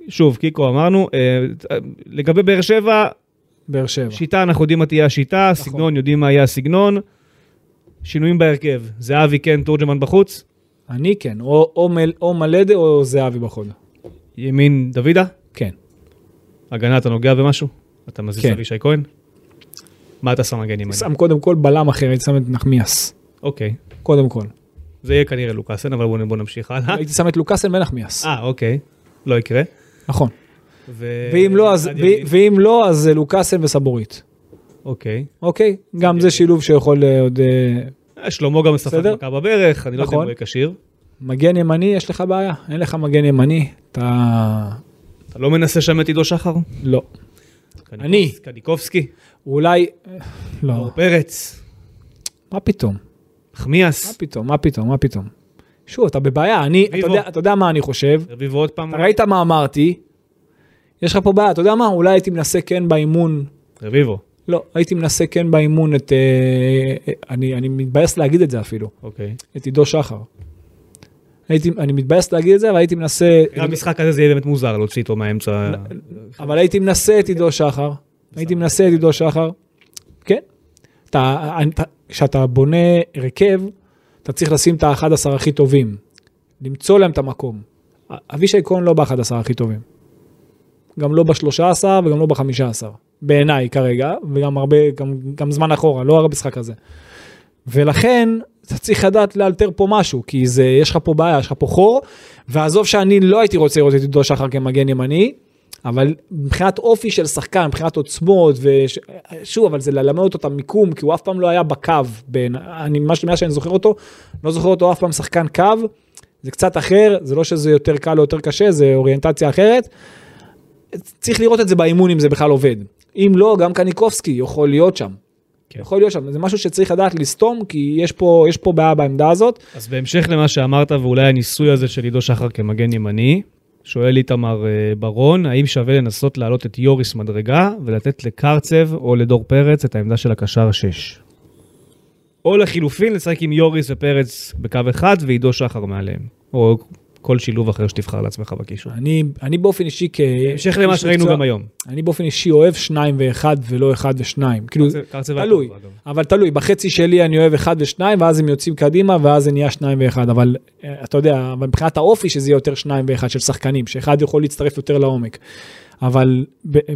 [SPEAKER 2] שוב, קיקו אמרנו, אה, לגבי באר שבע,
[SPEAKER 3] באר שבע.
[SPEAKER 2] שיטה, אנחנו יודעים מה תהיה השיטה,
[SPEAKER 3] נכון.
[SPEAKER 2] סגנון, יודעים מה יהיה הסגנון. שינויים בהרכב, זהבי כן, תורג'מן בחוץ,
[SPEAKER 3] אני כן, או- או מל- או מלדה או זהבי בחוד.
[SPEAKER 2] ימין דוידה,
[SPEAKER 3] כן.
[SPEAKER 2] הגנה אתה נוגע במשהו? אתה מזיז
[SPEAKER 3] כן.
[SPEAKER 2] אבישי כהן? מה אתה שם מגן ימני?
[SPEAKER 3] שם קודם כל בלם אחר, הייתי שם את נחמיאס.
[SPEAKER 2] אוקיי,
[SPEAKER 3] קודם כל.
[SPEAKER 2] זה יהיה כנראה לוקאסן, אבל בואו בוא נמשיך הלאה.
[SPEAKER 3] הייתי שם את לוקאסן ונחמיאס.
[SPEAKER 2] אה, אוקיי, לא יקרה.
[SPEAKER 3] נכון.
[SPEAKER 2] ו-
[SPEAKER 3] ואם לא, אז-
[SPEAKER 2] צד
[SPEAKER 3] ו-
[SPEAKER 2] ימין,
[SPEAKER 3] ואם לא, אז זה לוקאסן וסבורית.
[SPEAKER 2] אוקיי.
[SPEAKER 3] אוקיי? גם זה שילוב שיכול אה, עוד... אה,
[SPEAKER 2] אה, שלמה גם משחק
[SPEAKER 3] בסדר?
[SPEAKER 2] מכה בברך, אני לא יודע אם
[SPEAKER 3] נכון.
[SPEAKER 2] הוא יהיה כשיר.
[SPEAKER 3] מגן ימני, יש לך בעיה. אין לך מגן ימני, אתה...
[SPEAKER 2] אתה לא מנסה שם את עידו שחר?
[SPEAKER 3] לא. אני.
[SPEAKER 2] קניקובסקי,
[SPEAKER 3] אולי... אה, לא.
[SPEAKER 2] אור פרץ,
[SPEAKER 3] מה פתאום? מה
[SPEAKER 2] נחמיאס,
[SPEAKER 3] פתאום? מה פתאום? מה פתאום? שוב, אתה בבעיה. אני... אתה
[SPEAKER 2] רביבו.
[SPEAKER 3] יודע- אתה יודע מה אני חושב?
[SPEAKER 2] רביבו עוד פעם,
[SPEAKER 3] אתה ראית מה אמרתי, יש לך פה בעיה, אתה יודע מה? אולי הייתי מנסה כן באימון,
[SPEAKER 2] רביבו,
[SPEAKER 3] לא, הייתי מנסה כן באימון את, אה, אה, אני, אני מתבאס להגיד את זה אפילו,
[SPEAKER 2] אוקיי.
[SPEAKER 3] את עידו שחר. הייתי, אני מתבאס להגיד את זה, אבל הייתי מנסה,
[SPEAKER 2] המשחק הזה זה יהיה באמת מוזר להוציא אותו מהאמצע.
[SPEAKER 3] אבל הייתי מנסה את עידו שחר, הייתי מנסה את עידו שחר, כן. אתה, אני- אתה- כשאתה בונה הרכב, אתה צריך לשים את ה-11 הכי טובים, למצוא להם את המקום. אבישי כהן לא ב-11 הכי טובים. גם לא ב-13 וגם לא ב-15, בעיניי כרגע, וגם הרבה, גם, גם זמן אחורה, לא הרבה משחק הזה. ולכן, אתה צריך לדעת לאלתר פה משהו, כי זה, יש לך פה בעיה, יש לך פה חור, ועזוב שאני לא הייתי רוצה לראות את עידו שחר כמגן ימני, אבל מבחינת אופי של שחקן, מבחינת עוצמות, ושוב, אבל זה ללמד אותו את המיקום, כי הוא אף פעם לא היה בקו, בין, אני, ממש מאז שאני זוכר אותו, לא זוכר אותו אף פעם שחקן קו, זה קצת אחר, זה לא שזה יותר קל או יותר קשה, זה אוריינטציה אחרת. צריך לראות את זה באימון אם זה בכלל עובד. אם לא, גם קניקובסקי יכול להיות שם.
[SPEAKER 2] כן.
[SPEAKER 3] כן. יכול להיות שם, זה משהו שצריך לדעת לסתום, כי יש פה, יש פה בעיה בעמדה הזאת.
[SPEAKER 2] אז בהמשך למה שאמרת, ואולי הניסוי הזה של עידו שחר כמגן ימני, שואל איתמר אה, ברון, האם שווה לנסות להעלות את יוריס מדרגה ולתת לקרצב או לדור פרץ את העמדה של הקשר 6? או לחילופין, לשחק עם יוריס ופרץ בקו אחד ועידו שחר מעליהם, או כל שילוב אחר שתבחר לעצמך בקישור.
[SPEAKER 3] אני, אני באופן אישי כ...
[SPEAKER 2] בהמשך למה
[SPEAKER 3] איש
[SPEAKER 2] שראינו
[SPEAKER 3] מקצוע-
[SPEAKER 2] גם היום.
[SPEAKER 3] אני באופן אישי אוהב שניים ואחד ולא אחד ושניים. כאילו,
[SPEAKER 2] קרצב היה
[SPEAKER 3] תלוי,
[SPEAKER 2] טוב, אגב.
[SPEAKER 3] אבל תלוי. בחצי שלי אני אוהב אחד ושניים, ואז הם יוצאים קדימה, ואז זה נהיה שניים ואחד. אבל אה, אתה יודע, אבל מבחינת האופי שזה יהיה יותר שניים ואחד של שחקנים, שאחד יכול להצטרף יותר לעומק. אבל ב- אה,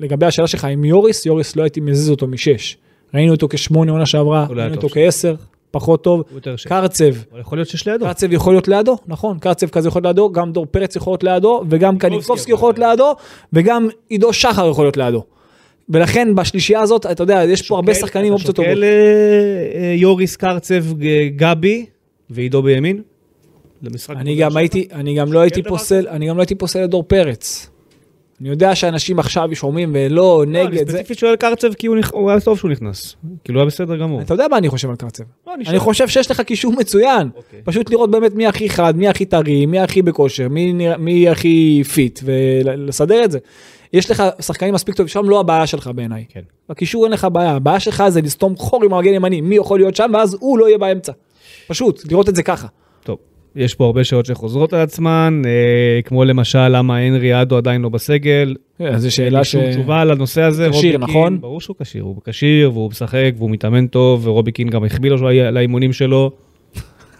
[SPEAKER 3] לגבי השאלה שלך עם יוריס, יוריס לא הייתי מזיז אותו משש. ראינו אותו כשמונה עונה שעברה,
[SPEAKER 2] הוא לא היה
[SPEAKER 3] ראינו
[SPEAKER 2] טוב
[SPEAKER 3] אותו
[SPEAKER 2] שם.
[SPEAKER 3] כעשר, פחות טוב.
[SPEAKER 2] הוא יותר שש.
[SPEAKER 3] קרצב,
[SPEAKER 2] אבל יכול להיות שיש לידו.
[SPEAKER 3] קרצב יכול להיות לידו, נכון, קרצב כזה יכול להיות לידו, גם דור פרץ יכול להיות לידו, וגם קניקובסקי יכול להיות לידו, וגם עידו שחר יכול להיות לידו. ולכן בשלישייה הזאת, אתה יודע, יש פה הרבה
[SPEAKER 2] שוקל-
[SPEAKER 3] שחקנים עם
[SPEAKER 2] אתה
[SPEAKER 3] אופציות טובות.
[SPEAKER 2] שוקל אה, אה, יוריס קרצב ג- גבי ועידו בימין? למשחק
[SPEAKER 3] אני
[SPEAKER 2] גדול
[SPEAKER 3] גם
[SPEAKER 2] שלך?
[SPEAKER 3] הייתי, אני גם לא הייתי
[SPEAKER 2] דבר כזה?
[SPEAKER 3] פוסל, אני גם לא הייתי פוסל את דור פרץ. אני יודע שאנשים עכשיו שומעים ולא
[SPEAKER 2] לא, אני
[SPEAKER 3] נגד זה.
[SPEAKER 2] ספציפית שואל קרצב כי הוא נכ- הוא היה טוב שהוא נכנס. כאילו הוא היה בסדר גמור.
[SPEAKER 3] אתה יודע מה אני חושב על קרצב.
[SPEAKER 2] לא,
[SPEAKER 3] אני חושב שיש לך קישור מצוין.
[SPEAKER 2] אוקיי.
[SPEAKER 3] פשוט לראות באמת מי הכי חד, מי הכי טרי, מי הכי בכושר, מי, נרא- מי הכי פיט, ולסדר את זה. יש לך שחקנים מספיק טובים, שם לא הבעיה שלך בעיניי.
[SPEAKER 2] כן.
[SPEAKER 3] בקישור אין לך בעיה, הבעיה שלך זה לסתום חור עם הרגל ימני, מי יכול להיות שם, ואז הוא לא יהיה באמצע. פשוט, לראות את זה ככה.
[SPEAKER 2] טוב. יש פה הרבה שאלות שחוזרות על עצמן, אה, כמו למשל למה הנרי אדו עדיין לא בסגל.
[SPEAKER 3] זו
[SPEAKER 2] אין לי
[SPEAKER 3] אה, שאלה ש...
[SPEAKER 2] שום תשובה על הנושא הזה.
[SPEAKER 3] כשיר,
[SPEAKER 2] רובי קין-
[SPEAKER 3] נכון?
[SPEAKER 2] ברור שהוא כשיר, הוא כשיר והוא משחק והוא מתאמן טוב, ורובי קין גם החביא לו שהוא היה- לאימונים שלו.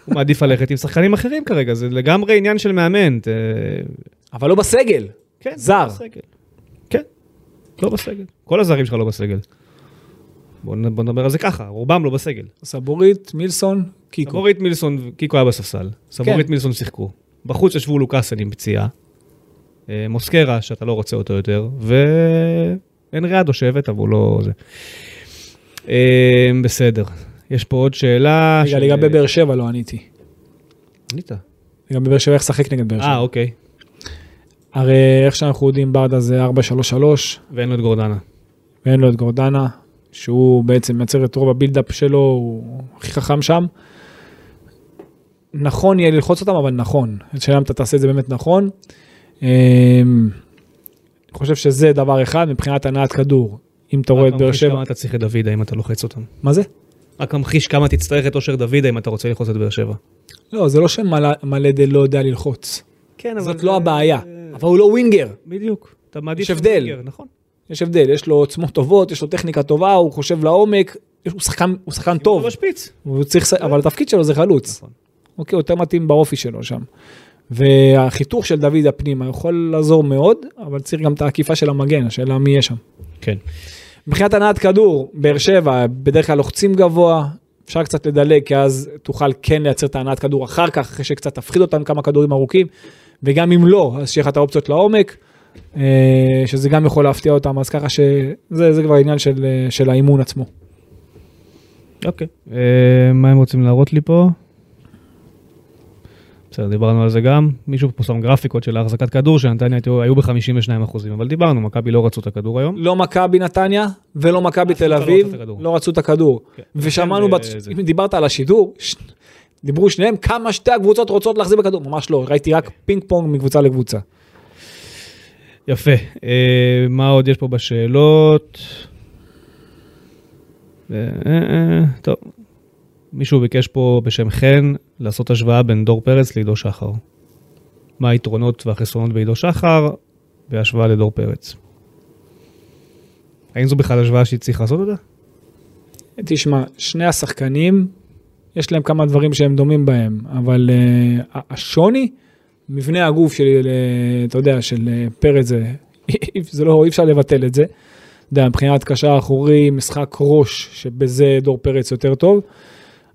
[SPEAKER 2] הוא מעדיף ללכת עם שחקנים אחרים כרגע, זה לגמרי עניין של מאמן. אה,
[SPEAKER 3] אבל לא בסגל.
[SPEAKER 2] כן,
[SPEAKER 3] זר.
[SPEAKER 2] לא בסגל. כן, לא בסגל. כל הזרים שלך לא בסגל. בואו נ- בואו נדבר על זה ככה, רובם לא בסגל.
[SPEAKER 3] סבורית, מילסון, קיקו.
[SPEAKER 2] סבורית מילסון, קיקו היה בספסל. סבורית
[SPEAKER 3] כן.
[SPEAKER 2] מילסון שיחקו. בחוץ ישבו לוקאסן עם פציעה. אה, מוסקרה, שאתה לא רוצה אותו יותר, ואנריאדו שהבאת, אבל הוא לא... זה. אה, בסדר. יש פה עוד שאלה.
[SPEAKER 3] רגע, לגבי באר שבע לא עניתי.
[SPEAKER 2] ענית.
[SPEAKER 3] לגבי באר שבע, איך לשחק נגד באר
[SPEAKER 2] אה,
[SPEAKER 3] שבע.
[SPEAKER 2] אוקיי.
[SPEAKER 3] הרי איך שאנחנו יודעים, ברדה זה 4-3-3,
[SPEAKER 2] ואין לו את גורדנה.
[SPEAKER 3] ואין לו את גורדנה, שהוא בעצם מייצר את רוב הבילדאפ שלו, הוא הכי חכם שם. נכון יהיה ללחוץ אותם, אבל נכון. השאלה אם אתה תעשה את זה באמת נכון. אמ, אני חושב שזה דבר אחד מבחינת הנעת כדור. אם אתה לא רואה את
[SPEAKER 2] רק
[SPEAKER 3] באר
[SPEAKER 2] ממחיש
[SPEAKER 3] שבע...
[SPEAKER 2] כמה אתה צריך את דוידה אם אתה לוחץ אותם.
[SPEAKER 3] מה זה?
[SPEAKER 2] רק ממחיש כמה תצטרך את אושר דוידה אם אתה רוצה ללחוץ את באר שבע.
[SPEAKER 3] לא, זה לא שמלדה לא יודע ללחוץ.
[SPEAKER 2] כן,
[SPEAKER 3] זאת לא הבעיה. אבל הוא לא ווינגר.
[SPEAKER 2] בדיוק. אתה מעדיף...
[SPEAKER 3] יש הבדל.
[SPEAKER 2] סטרינגר, נכון.
[SPEAKER 3] יש הבדל, יש לו עוצמות טובות, יש לו טכניקה טובה, הוא חושב לעומק, יש- הוא שחקן, הוא שחקן
[SPEAKER 2] טוב.
[SPEAKER 3] טוב,
[SPEAKER 2] הוא משפיץ.
[SPEAKER 3] הוא צריך, ש- אבל התפקיד שלו זה חלוץ.
[SPEAKER 2] נכון.
[SPEAKER 3] אוקיי, הוא יותר מתאים באופי שלו שם. והחיתוך של דוד הפנימה יכול לעזור מאוד, אבל צריך גם את העקיפה של המגן, השאלה מי יהיה שם.
[SPEAKER 2] כן.
[SPEAKER 3] מבחינת הנעת כדור, באר שבע, בדרך כלל לוחצים גבוה, אפשר קצת לדלג, כי אז תוכל כן לייצר את הנעת כדור אחר כך, אחרי שקצת תפחיד אותם כמה כדורים ארוכים, וגם אם לא, אז שיהיה לך את האופציות לעומק, אה, שזה גם יכול להפתיע אותם, אז ככה שזה זה כבר עניין של, אה, של האימון עצמו.
[SPEAKER 2] אוקיי. אה, מה הם רוצים להראות לי פה? בסדר, דיברנו על זה גם. מישהו פה שם גרפיקות של החזקת כדור, שנתניה היו- היו ב-52%, אבל דיברנו, מכבי לא רצו את הכדור היום.
[SPEAKER 3] לא מכבי נתניה ולא מכבי
[SPEAKER 2] אף קבוצה
[SPEAKER 3] תל
[SPEAKER 2] לא
[SPEAKER 3] אביב,
[SPEAKER 2] רצתה את הכדור.
[SPEAKER 3] לא רצו את הכדור.
[SPEAKER 2] כן.
[SPEAKER 3] ושמענו,
[SPEAKER 2] כן,
[SPEAKER 3] בת-
[SPEAKER 2] זה-
[SPEAKER 3] אם דיברת על השידור, ש- דיברו שניהם כמה שתי הקבוצות רוצות להחזיר בכדור, ממש לא, ראיתי
[SPEAKER 2] כן.
[SPEAKER 3] רק פינג פונג מקבוצה לקבוצה.
[SPEAKER 2] יפה. אה, מה עוד יש פה בשאלות? אה, אה, אה, טוב. מישהו ביקש פה בשם חן לעשות השוואה בין דור פרץ לעידו שחר. מה היתרונות והחסרונות בעידו שחר בהשוואה לדור פרץ? האם זו בכלל השוואה שהיא צריכה לעשות אותה?
[SPEAKER 3] תשמע, שני השחקנים, יש להם כמה דברים שהם דומים בהם, אבל uh, השוני, מבנה הגוף שלי, uh, אתה יודע, של uh, פרץ, זה, זה לא, אי אפשר לבטל את זה. אתה יודע, מבחינת קשר אחורי, משחק ראש, שבזה דור פרץ יותר טוב,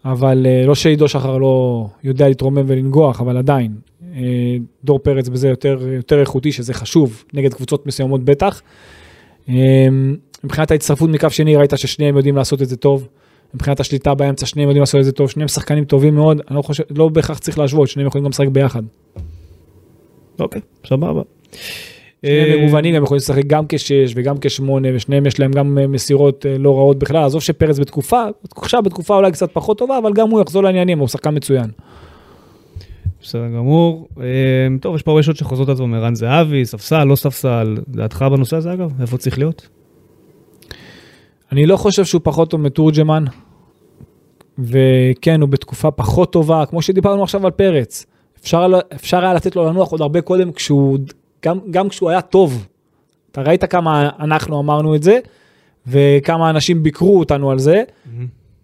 [SPEAKER 3] אבל uh, לא שעידו שחר לא יודע להתרומם ולנגוח, אבל עדיין, uh, דור פרץ בזה יותר, יותר איכותי, שזה חשוב, נגד קבוצות מסוימות בטח. אמ, מבחינת ההצטרפות מקו שני ראית ששניהם יודעים לעשות את זה טוב. מבחינת השליטה באמצע שניהם יודעים לעשות את זה טוב, שניהם שחקנים טובים מאוד, אני לא חושב, לא בהכרח צריך להשוות, שניהם יכולים גם לשחק ביחד.
[SPEAKER 2] אוקיי, סבבה.
[SPEAKER 3] שניהם
[SPEAKER 2] אה,
[SPEAKER 3] מגוונים, הם יכולים לשחק גם כשש וגם כשמונה, ושניהם יש להם גם אה, מסירות אה, לא רעות בכלל, עזוב שפרץ בתקופה, עכשיו בתקופה אולי קצת פחות טובה, אבל גם הוא יחזור לעניינים, הוא שחקן מצוין.
[SPEAKER 2] בסדר גמור. אה, טוב, יש פה הרבה שאלות שחוזרות על עצמם, ערן זהבי, ספסל, לא ספסל. דעתך בנושא הזה אגב? איפה צריך להיות?
[SPEAKER 3] אני לא חושב שהוא פחות טוב מתורג'מן, וכן, הוא בתקופה פחות טובה, כמו שדיברנו עכשיו על פרץ. אפשר, אפשר היה לתת לו לנוח עוד הרבה קודם, כשהוא, גם, גם כשהוא היה טוב. אתה ראית כמה אנחנו אמרנו את זה, וכמה אנשים ביקרו אותנו על זה.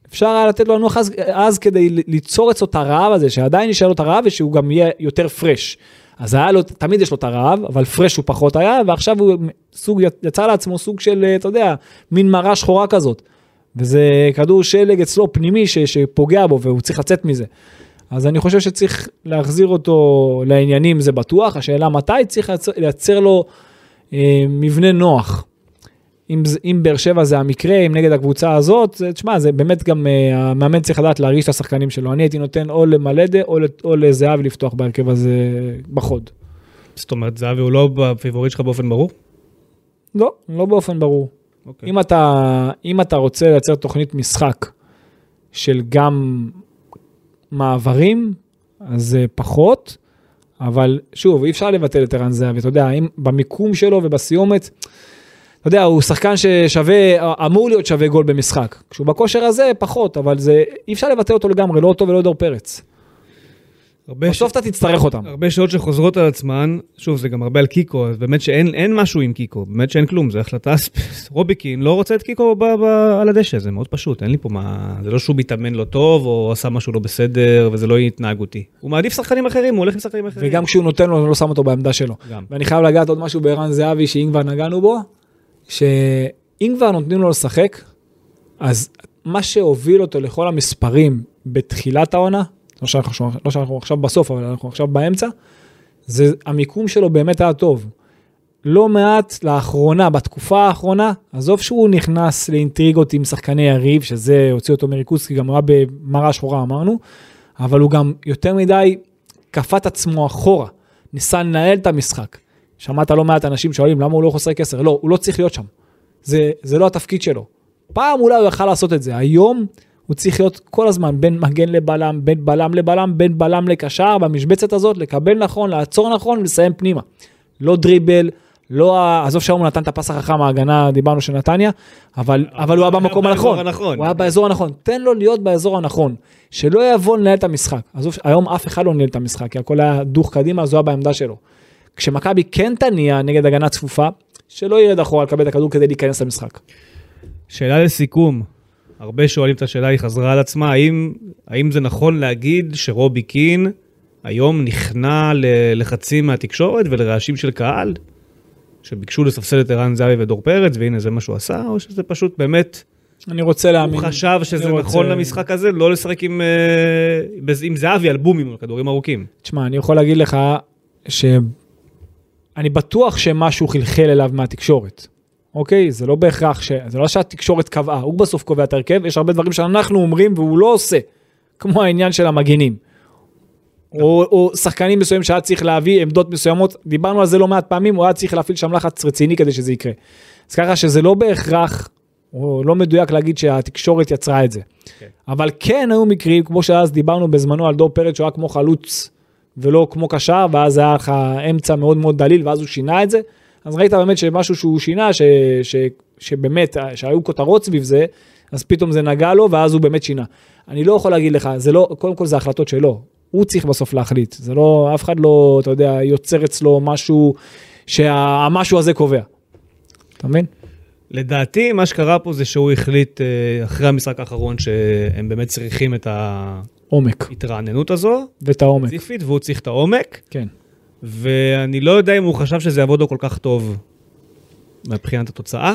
[SPEAKER 3] אפשר היה לתת לו לנוח אז, אז כדי ל- ליצור אצלו את הרעב הזה, שעדיין יישאר לו את הרעב ושהוא גם יהיה יותר פרש. אז היה לו, תמיד יש לו את הרעב, אבל פרש הוא פחות היה, ועכשיו הוא סוג, יצר לעצמו סוג של, אה, אתה יודע, מין מרה שחורה כזאת. וזה כדור שלג אצלו פנימי ש, שפוגע בו והוא צריך לצאת מזה. אז אני חושב שצריך להחזיר אותו לעניינים זה בטוח, השאלה מתי צריך לייצר, לייצר לו אה, מבנה נוח. אם, זה- אם באר שבע זה המקרה, אם נגד הקבוצה הזאת, זה, תשמע, זה באמת גם, אה, המאמן צריך לדעת להרגיש את השחקנים שלו. אני הייתי נותן או למלדה או, לת- או לזהבי לפתוח בהרכב הזה בחוד.
[SPEAKER 2] זאת אומרת, זהבי הוא לא הפיבוריט שלך באופן ברור?
[SPEAKER 3] לא, לא באופן ברור.
[SPEAKER 2] אוקיי.
[SPEAKER 3] אם אתה, אם אתה רוצה לייצר תוכנית משחק של גם מעברים, אז זה פחות, אבל שוב, אי אפשר לבטל את ערן זהבי, אתה יודע, אם במיקום שלו ובסיומת, אתה יודע, הוא שחקן ששווה, אמור להיות שווה גול במשחק. כשהוא בכושר הזה, פחות, אבל זה, אי אפשר לבטל אותו לגמרי, לא אותו ולא דור פרץ.
[SPEAKER 2] הרבה ש-
[SPEAKER 3] בסוף אתה תצטרך אותם.
[SPEAKER 2] הרבה שעות שחוזרות על עצמן, שוב, זה גם הרבה על קיקו, אז באמת שאין אין משהו עם קיקו, באמת שאין כלום, זו החלטה, ספ- רוביקין לא רוצה את קיקו ב, ב, על הדשא, זה מאוד פשוט, אין לי פה מה, זה לא שהוא מתאמן לא טוב, או עשה משהו לא בסדר, וזה לא התנהגותי. הוא מעדיף שחקנים אחרים, הוא הולך עם שחקנים אחרים.
[SPEAKER 3] וגם כשהוא נותן לו, אני לא שם אותו בעמדה שלו.
[SPEAKER 2] גם.
[SPEAKER 3] ואני חייב לגעת עוד משהו בערן זהבי, שאם כבר נגענו בו, שאם כבר נותנים לו לשחק, אז מה שהוביל אותו לכל המספרים בתחילת העונה, לא שאנחנו, לא שאנחנו עכשיו בסוף, אבל אנחנו עכשיו באמצע, זה המיקום שלו באמת היה טוב. לא מעט לאחרונה, בתקופה האחרונה, עזוב שהוא נכנס לאינטריגות עם שחקני יריב, שזה הוציא אותו מריכוז, כי גם הוא היה במראה שחורה אמרנו, אבל הוא גם יותר מדי כפת עצמו אחורה, ניסה לנהל את המשחק. שמעת לא מעט אנשים שואלים למה הוא לא חוסר כסר, לא, הוא לא צריך להיות שם. זה, זה לא התפקיד שלו. פעם אולי הוא יכל לעשות את זה, היום הוא צריך להיות כל הזמן בין מגן לבלם, בין בלם לבלם, בין בלם לקשר, במשבצת הזאת, לקבל נכון, לעצור נכון ולסיים פנימה. לא דריבל, לא, ה- עזוב שהיום הוא נתן את הפס החכם, ההגנה, דיברנו של נתניה, אבל, אבל הוא היה במקום
[SPEAKER 2] באזור
[SPEAKER 3] הנכון.
[SPEAKER 2] הנכון.
[SPEAKER 3] הוא היה באזור הנכון. תן לו להיות באזור הנכון. שלא יבוא לנהל את המשחק. עזוב, ש- היום אף אחד לא ניהל את המשחק, כי הכל היה דוך קדימה, אז הוא היה בעמדה שלו. כשמכבי כן תניע נגד הגנה צפופה, שלא ירד אחורה לקבל את הכדור כדי להיכנס למשחק.
[SPEAKER 2] שאלה לסיכום, הרבה שואלים את השאלה, היא חזרה על עצמה, האם, האם זה נכון להגיד שרובי קין היום נכנע ללחצים מהתקשורת ולרעשים של קהל, שביקשו לספסל את ערן זהבי ודור פרץ, והנה זה מה שהוא עשה, או שזה פשוט באמת,
[SPEAKER 3] אני רוצה להאמין.
[SPEAKER 2] הוא חשב שזה
[SPEAKER 3] אני רוצה-
[SPEAKER 2] נכון למשחק הזה, לא לשחק עם, אה, בז- עם זהבי על בומים, על כדורים ארוכים.
[SPEAKER 3] תשמע, אני יכול להגיד לך ש... אני בטוח שמשהו חלחל אליו מהתקשורת. אוקיי? זה לא בהכרח ש... זה לא שהתקשורת קבעה, הוא בסוף קובע את ההרכב, יש הרבה דברים שאנחנו אומרים והוא לא עושה. כמו העניין של המגינים. או, או שחקנים מסוימים שהיה צריך להביא עמדות מסוימות, דיברנו על זה לא מעט פעמים, הוא היה צריך להפעיל שם לחץ רציני כדי שזה יקרה. אז ככה שזה לא בהכרח, או לא מדויק להגיד שהתקשורת יצרה את זה.
[SPEAKER 2] כן.
[SPEAKER 3] אבל כן היו מקרים, כמו שאז דיברנו בזמנו על דור פרץ, שהוא היה כמו חלוץ ולא כמו קשר, ואז היה לך אמצע מאוד מאוד דליל, ואז הוא שינה את זה. אז ראית באמת שמשהו שהוא שינה, ש, ש, שבאמת, שהיו כותרות סביב זה, אז פתאום זה נגע לו, ואז הוא באמת שינה. אני לא יכול להגיד לך, זה לא, קודם כל זה החלטות שלו, הוא צריך בסוף להחליט, זה לא, אף אחד לא, אתה יודע, יוצר אצלו משהו, שהמשהו הזה קובע. אתה מבין?
[SPEAKER 2] לדעתי, מה שקרה פה זה שהוא החליט אה, אחרי המשחק האחרון שהם באמת צריכים את ההתרעננות
[SPEAKER 3] עומק,
[SPEAKER 2] הזו,
[SPEAKER 3] ואת העומק,
[SPEAKER 2] ספציפית, והוא צריך את העומק.
[SPEAKER 3] כן.
[SPEAKER 2] ואני לא יודע אם הוא חשב שזה יעבוד לו כל כך טוב מבחינת התוצאה.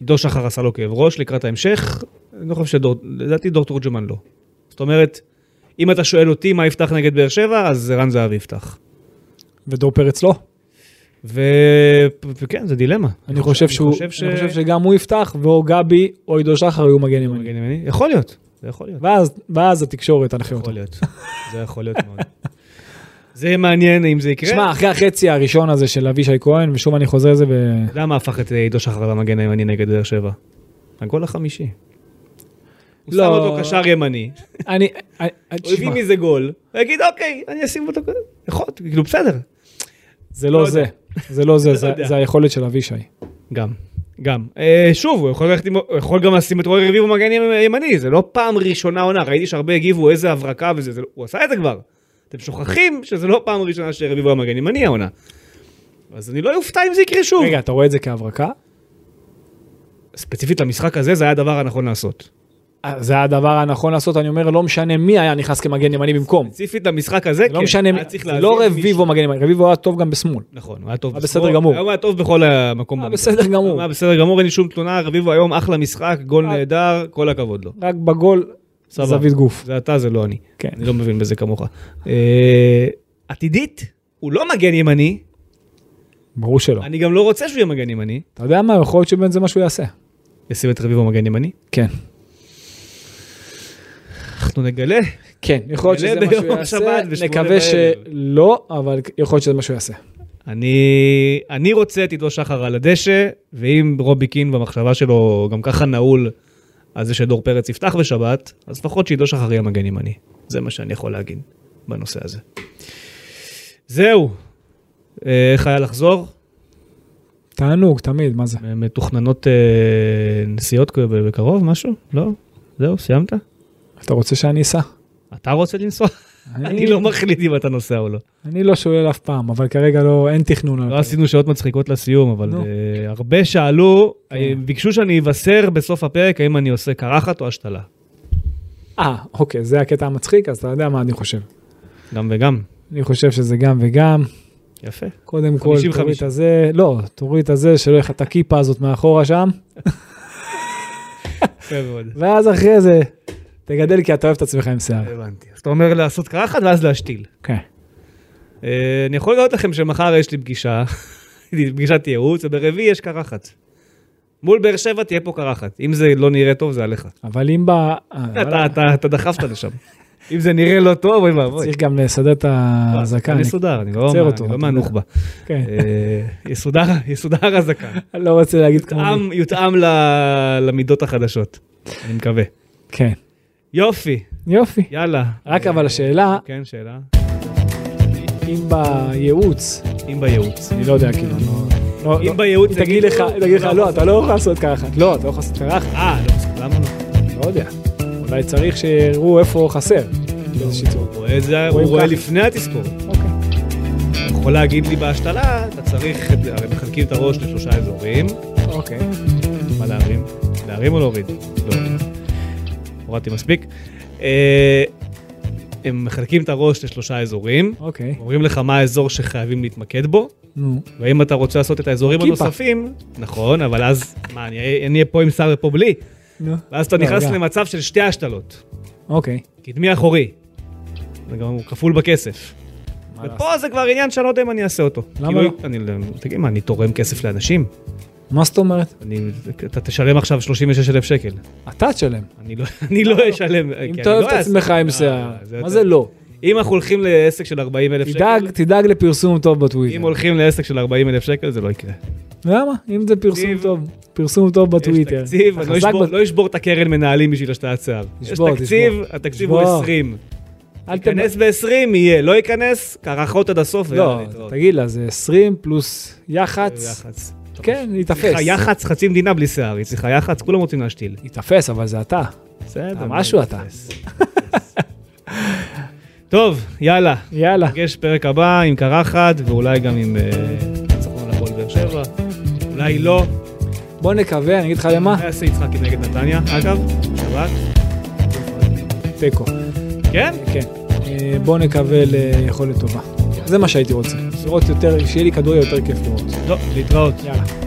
[SPEAKER 2] עידו שחר עשה לו כאב ראש לקראת ההמשך, אני לא חושב שדור, לדעתי דור תורג'מן לא. זאת אומרת, אם אתה שואל אותי מה יפתח נגד באר שבע, אז ערן זהבי יפתח.
[SPEAKER 3] ודור פרץ לא.
[SPEAKER 2] ו- וכן, זה דילמה.
[SPEAKER 3] אני חושב שהוא,
[SPEAKER 2] אני
[SPEAKER 3] אני חושב שגם הוא יפתח, ואו גבי או עידו שחר יהיו מגן
[SPEAKER 2] הוא
[SPEAKER 3] ימני.
[SPEAKER 2] מגן ימני. יכול להיות, זה יכול להיות.
[SPEAKER 3] ואז, ואז התקשורת תנחה אותו.
[SPEAKER 2] יכול להיות, זה יכול להיות מאוד. זה יהיה מעניין אם זה יקרה.
[SPEAKER 3] שמע, אחרי החצי הראשון הזה של אבישי כהן, ושוב אני חוזר לזה, ו-
[SPEAKER 2] אתה יודע מה הפך את אה, עידו שחר למגן הימני נגד באר שבע? הגול החמישי. הוא
[SPEAKER 3] לא.
[SPEAKER 2] שם אותו קשר ימני,
[SPEAKER 3] אני, אני-
[SPEAKER 2] הוא הביא
[SPEAKER 3] תשמע,
[SPEAKER 2] מזה גול, הוא יגיד אוקיי, אני אשים אותו כזה, יכול, כאילו בסדר.
[SPEAKER 3] זה לא
[SPEAKER 2] לא
[SPEAKER 3] זה,
[SPEAKER 2] יודע.
[SPEAKER 3] זה לא זה,
[SPEAKER 2] לא
[SPEAKER 3] זה-
[SPEAKER 2] יודע.
[SPEAKER 3] זה היכולת של אבישי.
[SPEAKER 2] גם, גם. אה, שוב, הוא יכול, ללכת עם, הוא יכול גם לשים את רועי רביבו מגן ימ- ימני, זה לא פעם ראשונה עונה, ראיתי שהרבה הגיבו איזה הברקה וזה, זה, לא- הוא עשה את זה כבר. אתם שוכחים שזה לא פעם ראשונה שרביבו היה מגן ימני העונה. אז אני לא אופתע אם זה יקרה שוב.
[SPEAKER 3] רגע, אתה רואה את זה כהברקה?
[SPEAKER 2] ספציפית למשחק הזה, זה היה הדבר הנכון לעשות.
[SPEAKER 3] אה, זה הדבר הנכון לעשות, אני אומר, לא משנה מי היה נכנס כמגן ימני במקום.
[SPEAKER 2] ספציפית למשחק הזה,
[SPEAKER 3] זה לא משנה, מי-
[SPEAKER 2] כן, היה צריך
[SPEAKER 3] זה
[SPEAKER 2] להזיז
[SPEAKER 3] לא
[SPEAKER 2] מישהו.
[SPEAKER 3] רביבו מגן ימני, רביבו היה טוב גם בשמאל.
[SPEAKER 2] נכון, הוא היה טוב.
[SPEAKER 3] היה
[SPEAKER 2] בשמאל.
[SPEAKER 3] אה, בסדר גמור.
[SPEAKER 2] היום היה טוב בכל המקום.
[SPEAKER 3] היה
[SPEAKER 2] במשחק.
[SPEAKER 3] בסדר גמור.
[SPEAKER 2] הוא היה בסדר גמור, אין לי שום תלונה, רביבו היום אחלה משחק, גול
[SPEAKER 3] אה.
[SPEAKER 2] נהדר, כל הכבוד לו.
[SPEAKER 3] רק בגול,
[SPEAKER 2] סבבה.
[SPEAKER 3] זווית גוף.
[SPEAKER 2] זה אתה, זה לא אני.
[SPEAKER 3] כן.
[SPEAKER 2] אני לא מבין בזה כמוך. אה, עתידית, הוא לא מגן ימני,
[SPEAKER 3] ברור שלא.
[SPEAKER 2] אני גם לא רוצה שהוא יהיה מגן ימני.
[SPEAKER 3] אתה יודע מה, יכול להיות שבאמת זה מה שהוא יעשה.
[SPEAKER 2] ישים את רביבו מגן ימני,
[SPEAKER 3] כן.
[SPEAKER 2] אנחנו נגלה.
[SPEAKER 3] כן, יכול להיות
[SPEAKER 2] נגלה
[SPEAKER 3] שזה מה שהוא
[SPEAKER 2] ביום השבת
[SPEAKER 3] יעשה,
[SPEAKER 2] בשמונה
[SPEAKER 3] נקווה
[SPEAKER 2] בערב.
[SPEAKER 3] שלא, אבל יכול להיות שזה מה שהוא יעשה.
[SPEAKER 2] אני, אני רוצה את עידו שחר על הדשא, ואם רובי קין במחשבה שלו גם ככה נעול על זה שדור פרץ יפתח בשבת, אז לפחות שעידו שחר יהיה מגן ימני. זה מה שאני יכול להגיד בנושא הזה. זהו. אה, איך היה לחזור?
[SPEAKER 3] תענוג, תמיד, מה זה?
[SPEAKER 2] מתוכננות אה, נסיעות בקרוב, משהו? לא? זהו, סיימת?
[SPEAKER 3] אתה רוצה שאני אסע?
[SPEAKER 2] אתה רוצה לנסוע? אני לא מחליט אם אתה נוסע או לא.
[SPEAKER 3] אני לא שולל אף פעם, אבל כרגע לא, אין תכנון. על
[SPEAKER 2] לא
[SPEAKER 3] הפרק.
[SPEAKER 2] עשינו שעות מצחיקות לסיום, אבל
[SPEAKER 3] נו.
[SPEAKER 2] אה, הרבה שאלו, אה, ביקשו שאני אבשר בסוף הפרק האם אני עושה קרחת או השתלה.
[SPEAKER 3] אה, אוקיי, זה הקטע המצחיק, אז אתה יודע מה אני חושב.
[SPEAKER 2] גם וגם.
[SPEAKER 3] אני חושב שזה גם וגם.
[SPEAKER 2] יפה.
[SPEAKER 3] קודם כל,
[SPEAKER 2] 50-50.
[SPEAKER 3] תוריד את הזה, לא, תוריד את הזה, שלא יהיה לך את הכיפה הזאת מאחורה שם.
[SPEAKER 2] יפה מאוד.
[SPEAKER 3] ואז אחרי זה, תגדל כי אתה אוהב את עצמך עם שיער.
[SPEAKER 2] הבנתי. אז אתה אומר לעשות קרחת ואז להשתיל.
[SPEAKER 3] כן.
[SPEAKER 2] אה, אני יכול לגלות לכם שמחר יש לי פגישה, פגישת ייעוץ, וברביעי יש קרחת. מול באר שבע תהיה פה קרחת. אם זה לא נראה טוב, זה עליך.
[SPEAKER 3] אבל אם ב... אה,
[SPEAKER 2] אתה- אתה- אתה דחפת לשם. אם זה נראה לא טוב, אוי ואבוי.
[SPEAKER 3] צריך גם לסדר את הזקן.
[SPEAKER 2] לא, אני מסודר, אני לא
[SPEAKER 3] קצר אותו,
[SPEAKER 2] אני לא
[SPEAKER 3] אתה
[SPEAKER 2] מהנוח'בה.
[SPEAKER 3] כן.
[SPEAKER 2] אה, יסודר- יסודר הזקן.
[SPEAKER 3] אני לא רוצה להגיד כמו... לי.
[SPEAKER 2] יותאם- יותאם ל- למידות החדשות, אני מקווה.
[SPEAKER 3] כן.
[SPEAKER 2] יופי,
[SPEAKER 3] יופי.
[SPEAKER 2] יאללה.
[SPEAKER 3] רק אבל השאלה,
[SPEAKER 2] כן, שאלה.
[SPEAKER 3] אם בייעוץ,
[SPEAKER 2] אם בייעוץ.
[SPEAKER 3] אני לא יודע, כאילו, אני לא- לא...
[SPEAKER 2] אם
[SPEAKER 3] לא-
[SPEAKER 2] בייעוץ
[SPEAKER 3] היא תגיד
[SPEAKER 2] יגידו-
[SPEAKER 3] לך, היא תגיד לך,
[SPEAKER 2] לא,
[SPEAKER 3] לא, אתה לא יכול לעשות ככה. לא, אתה לא יכול לעשות ככה.
[SPEAKER 2] אה, לא, למה לא?
[SPEAKER 3] לא יודע. אולי צריך שיראו איפה חסר. באיזושהי צורה.
[SPEAKER 2] הוא רואה את זה, הוא
[SPEAKER 3] רואים
[SPEAKER 2] רואה
[SPEAKER 3] ככה.
[SPEAKER 2] לפני התספורת.
[SPEAKER 3] אוקיי.
[SPEAKER 2] אתה יכול להגיד לי בהשתלה, אתה צריך, את- הרי מחלקים את הראש לשלושה אזורים.
[SPEAKER 3] אוקיי.
[SPEAKER 2] מה להרים? להרים או להוריד? לא. הורדתי מספיק. אה, הם מחלקים את הראש לשלושה אזורים.
[SPEAKER 3] אוקיי.
[SPEAKER 2] אומרים לך מה האזור שחייבים להתמקד בו,
[SPEAKER 3] נו.
[SPEAKER 2] ואם אתה רוצה לעשות את האזורים
[SPEAKER 3] כיפה.
[SPEAKER 2] הנוספים, נכון, אבל אז, מה, אני אהיה אני אהיה פה עם שר ופה בלי?
[SPEAKER 3] נו.
[SPEAKER 2] ואז אתה
[SPEAKER 3] לא,
[SPEAKER 2] נכנס
[SPEAKER 3] גם.
[SPEAKER 2] למצב של שתי השתלות.
[SPEAKER 3] אוקיי.
[SPEAKER 2] קדמי אחורי. זה גם הוא כפול בכסף.
[SPEAKER 3] מה לעשות?
[SPEAKER 2] ופה זה כבר עניין שאני לא יודע אם אני אעשה אותו.
[SPEAKER 3] למה
[SPEAKER 2] כאילו,
[SPEAKER 3] לא?
[SPEAKER 2] אני, תגיד, מה, אני תורם כסף לאנשים?
[SPEAKER 3] מה זאת אומרת?
[SPEAKER 2] אני, אתה תשלם עכשיו 36,000 שקל.
[SPEAKER 3] אתה תשלם.
[SPEAKER 2] אני לא, אני לא אשלם. כי
[SPEAKER 3] אם
[SPEAKER 2] אני
[SPEAKER 3] אתה אוהב
[SPEAKER 2] לא
[SPEAKER 3] את
[SPEAKER 2] אעשה-
[SPEAKER 3] עצמך עם
[SPEAKER 2] לא,
[SPEAKER 3] שיער.
[SPEAKER 2] לא,
[SPEAKER 3] מה
[SPEAKER 2] יותר-
[SPEAKER 3] זה לא?
[SPEAKER 2] אם אנחנו הולכים לעסק של 40,000 שקל,
[SPEAKER 3] תדאג, תדאג לפרסום טוב
[SPEAKER 2] אם
[SPEAKER 3] בטוויטר.
[SPEAKER 2] הולכים לעסק של 40,000 שקל זה לא יקרה.
[SPEAKER 3] למה? אם זה פרסום
[SPEAKER 2] תקציב.
[SPEAKER 3] טוב. פרסום טוב בטוויטר.
[SPEAKER 2] יש תקציב,
[SPEAKER 3] אתה
[SPEAKER 2] אני לא
[SPEAKER 3] חזק
[SPEAKER 2] אשבור-
[SPEAKER 3] ב-
[SPEAKER 2] לא אשבור את הקרן מנהלים בשביל השתלת שיער. יש
[SPEAKER 3] תשבור,
[SPEAKER 2] תקציב,
[SPEAKER 3] תשבור.
[SPEAKER 2] התקציב הוא
[SPEAKER 3] תשבור.
[SPEAKER 2] 20.
[SPEAKER 3] אל תב-
[SPEAKER 2] ייכנס ב-20 יהיה, לא ייכנס, קרחות עד הסוף.
[SPEAKER 3] לא,
[SPEAKER 2] ויאללה, להתראות.
[SPEAKER 3] תגיד לה, זה 20 פלוס יח"צ.
[SPEAKER 2] יח"צ.
[SPEAKER 3] כן, להיתפס.
[SPEAKER 2] צריכה יח"צ, חצי מדינה בלי שיער, היא צריכה יח"צ, כולם רוצים להשתיל. אה,
[SPEAKER 3] להיתפס, אבל זה אתה.
[SPEAKER 2] בסדר.
[SPEAKER 3] אתה משהו אתה.
[SPEAKER 2] טוב, יאללה.
[SPEAKER 3] יאללה.
[SPEAKER 2] נפגש פרק הבא עם קרחת, ואולי גם עם אה, ניצחון על הפועל באר שבע. אולי לא.
[SPEAKER 3] בוא נקווה, אני אגיד לך למה?
[SPEAKER 2] מה יעשה יצחקי נגד נתניה, אגב? שבת.
[SPEAKER 3] תיקו.
[SPEAKER 2] כן?
[SPEAKER 3] כן. אה, בוא נקווה ליכולת טובה. זה מה שהייתי רוצה. לראות יותר, שיהיה לי כדורגל יותר כיף לראות.
[SPEAKER 2] לא, להתראות.
[SPEAKER 3] יאללה.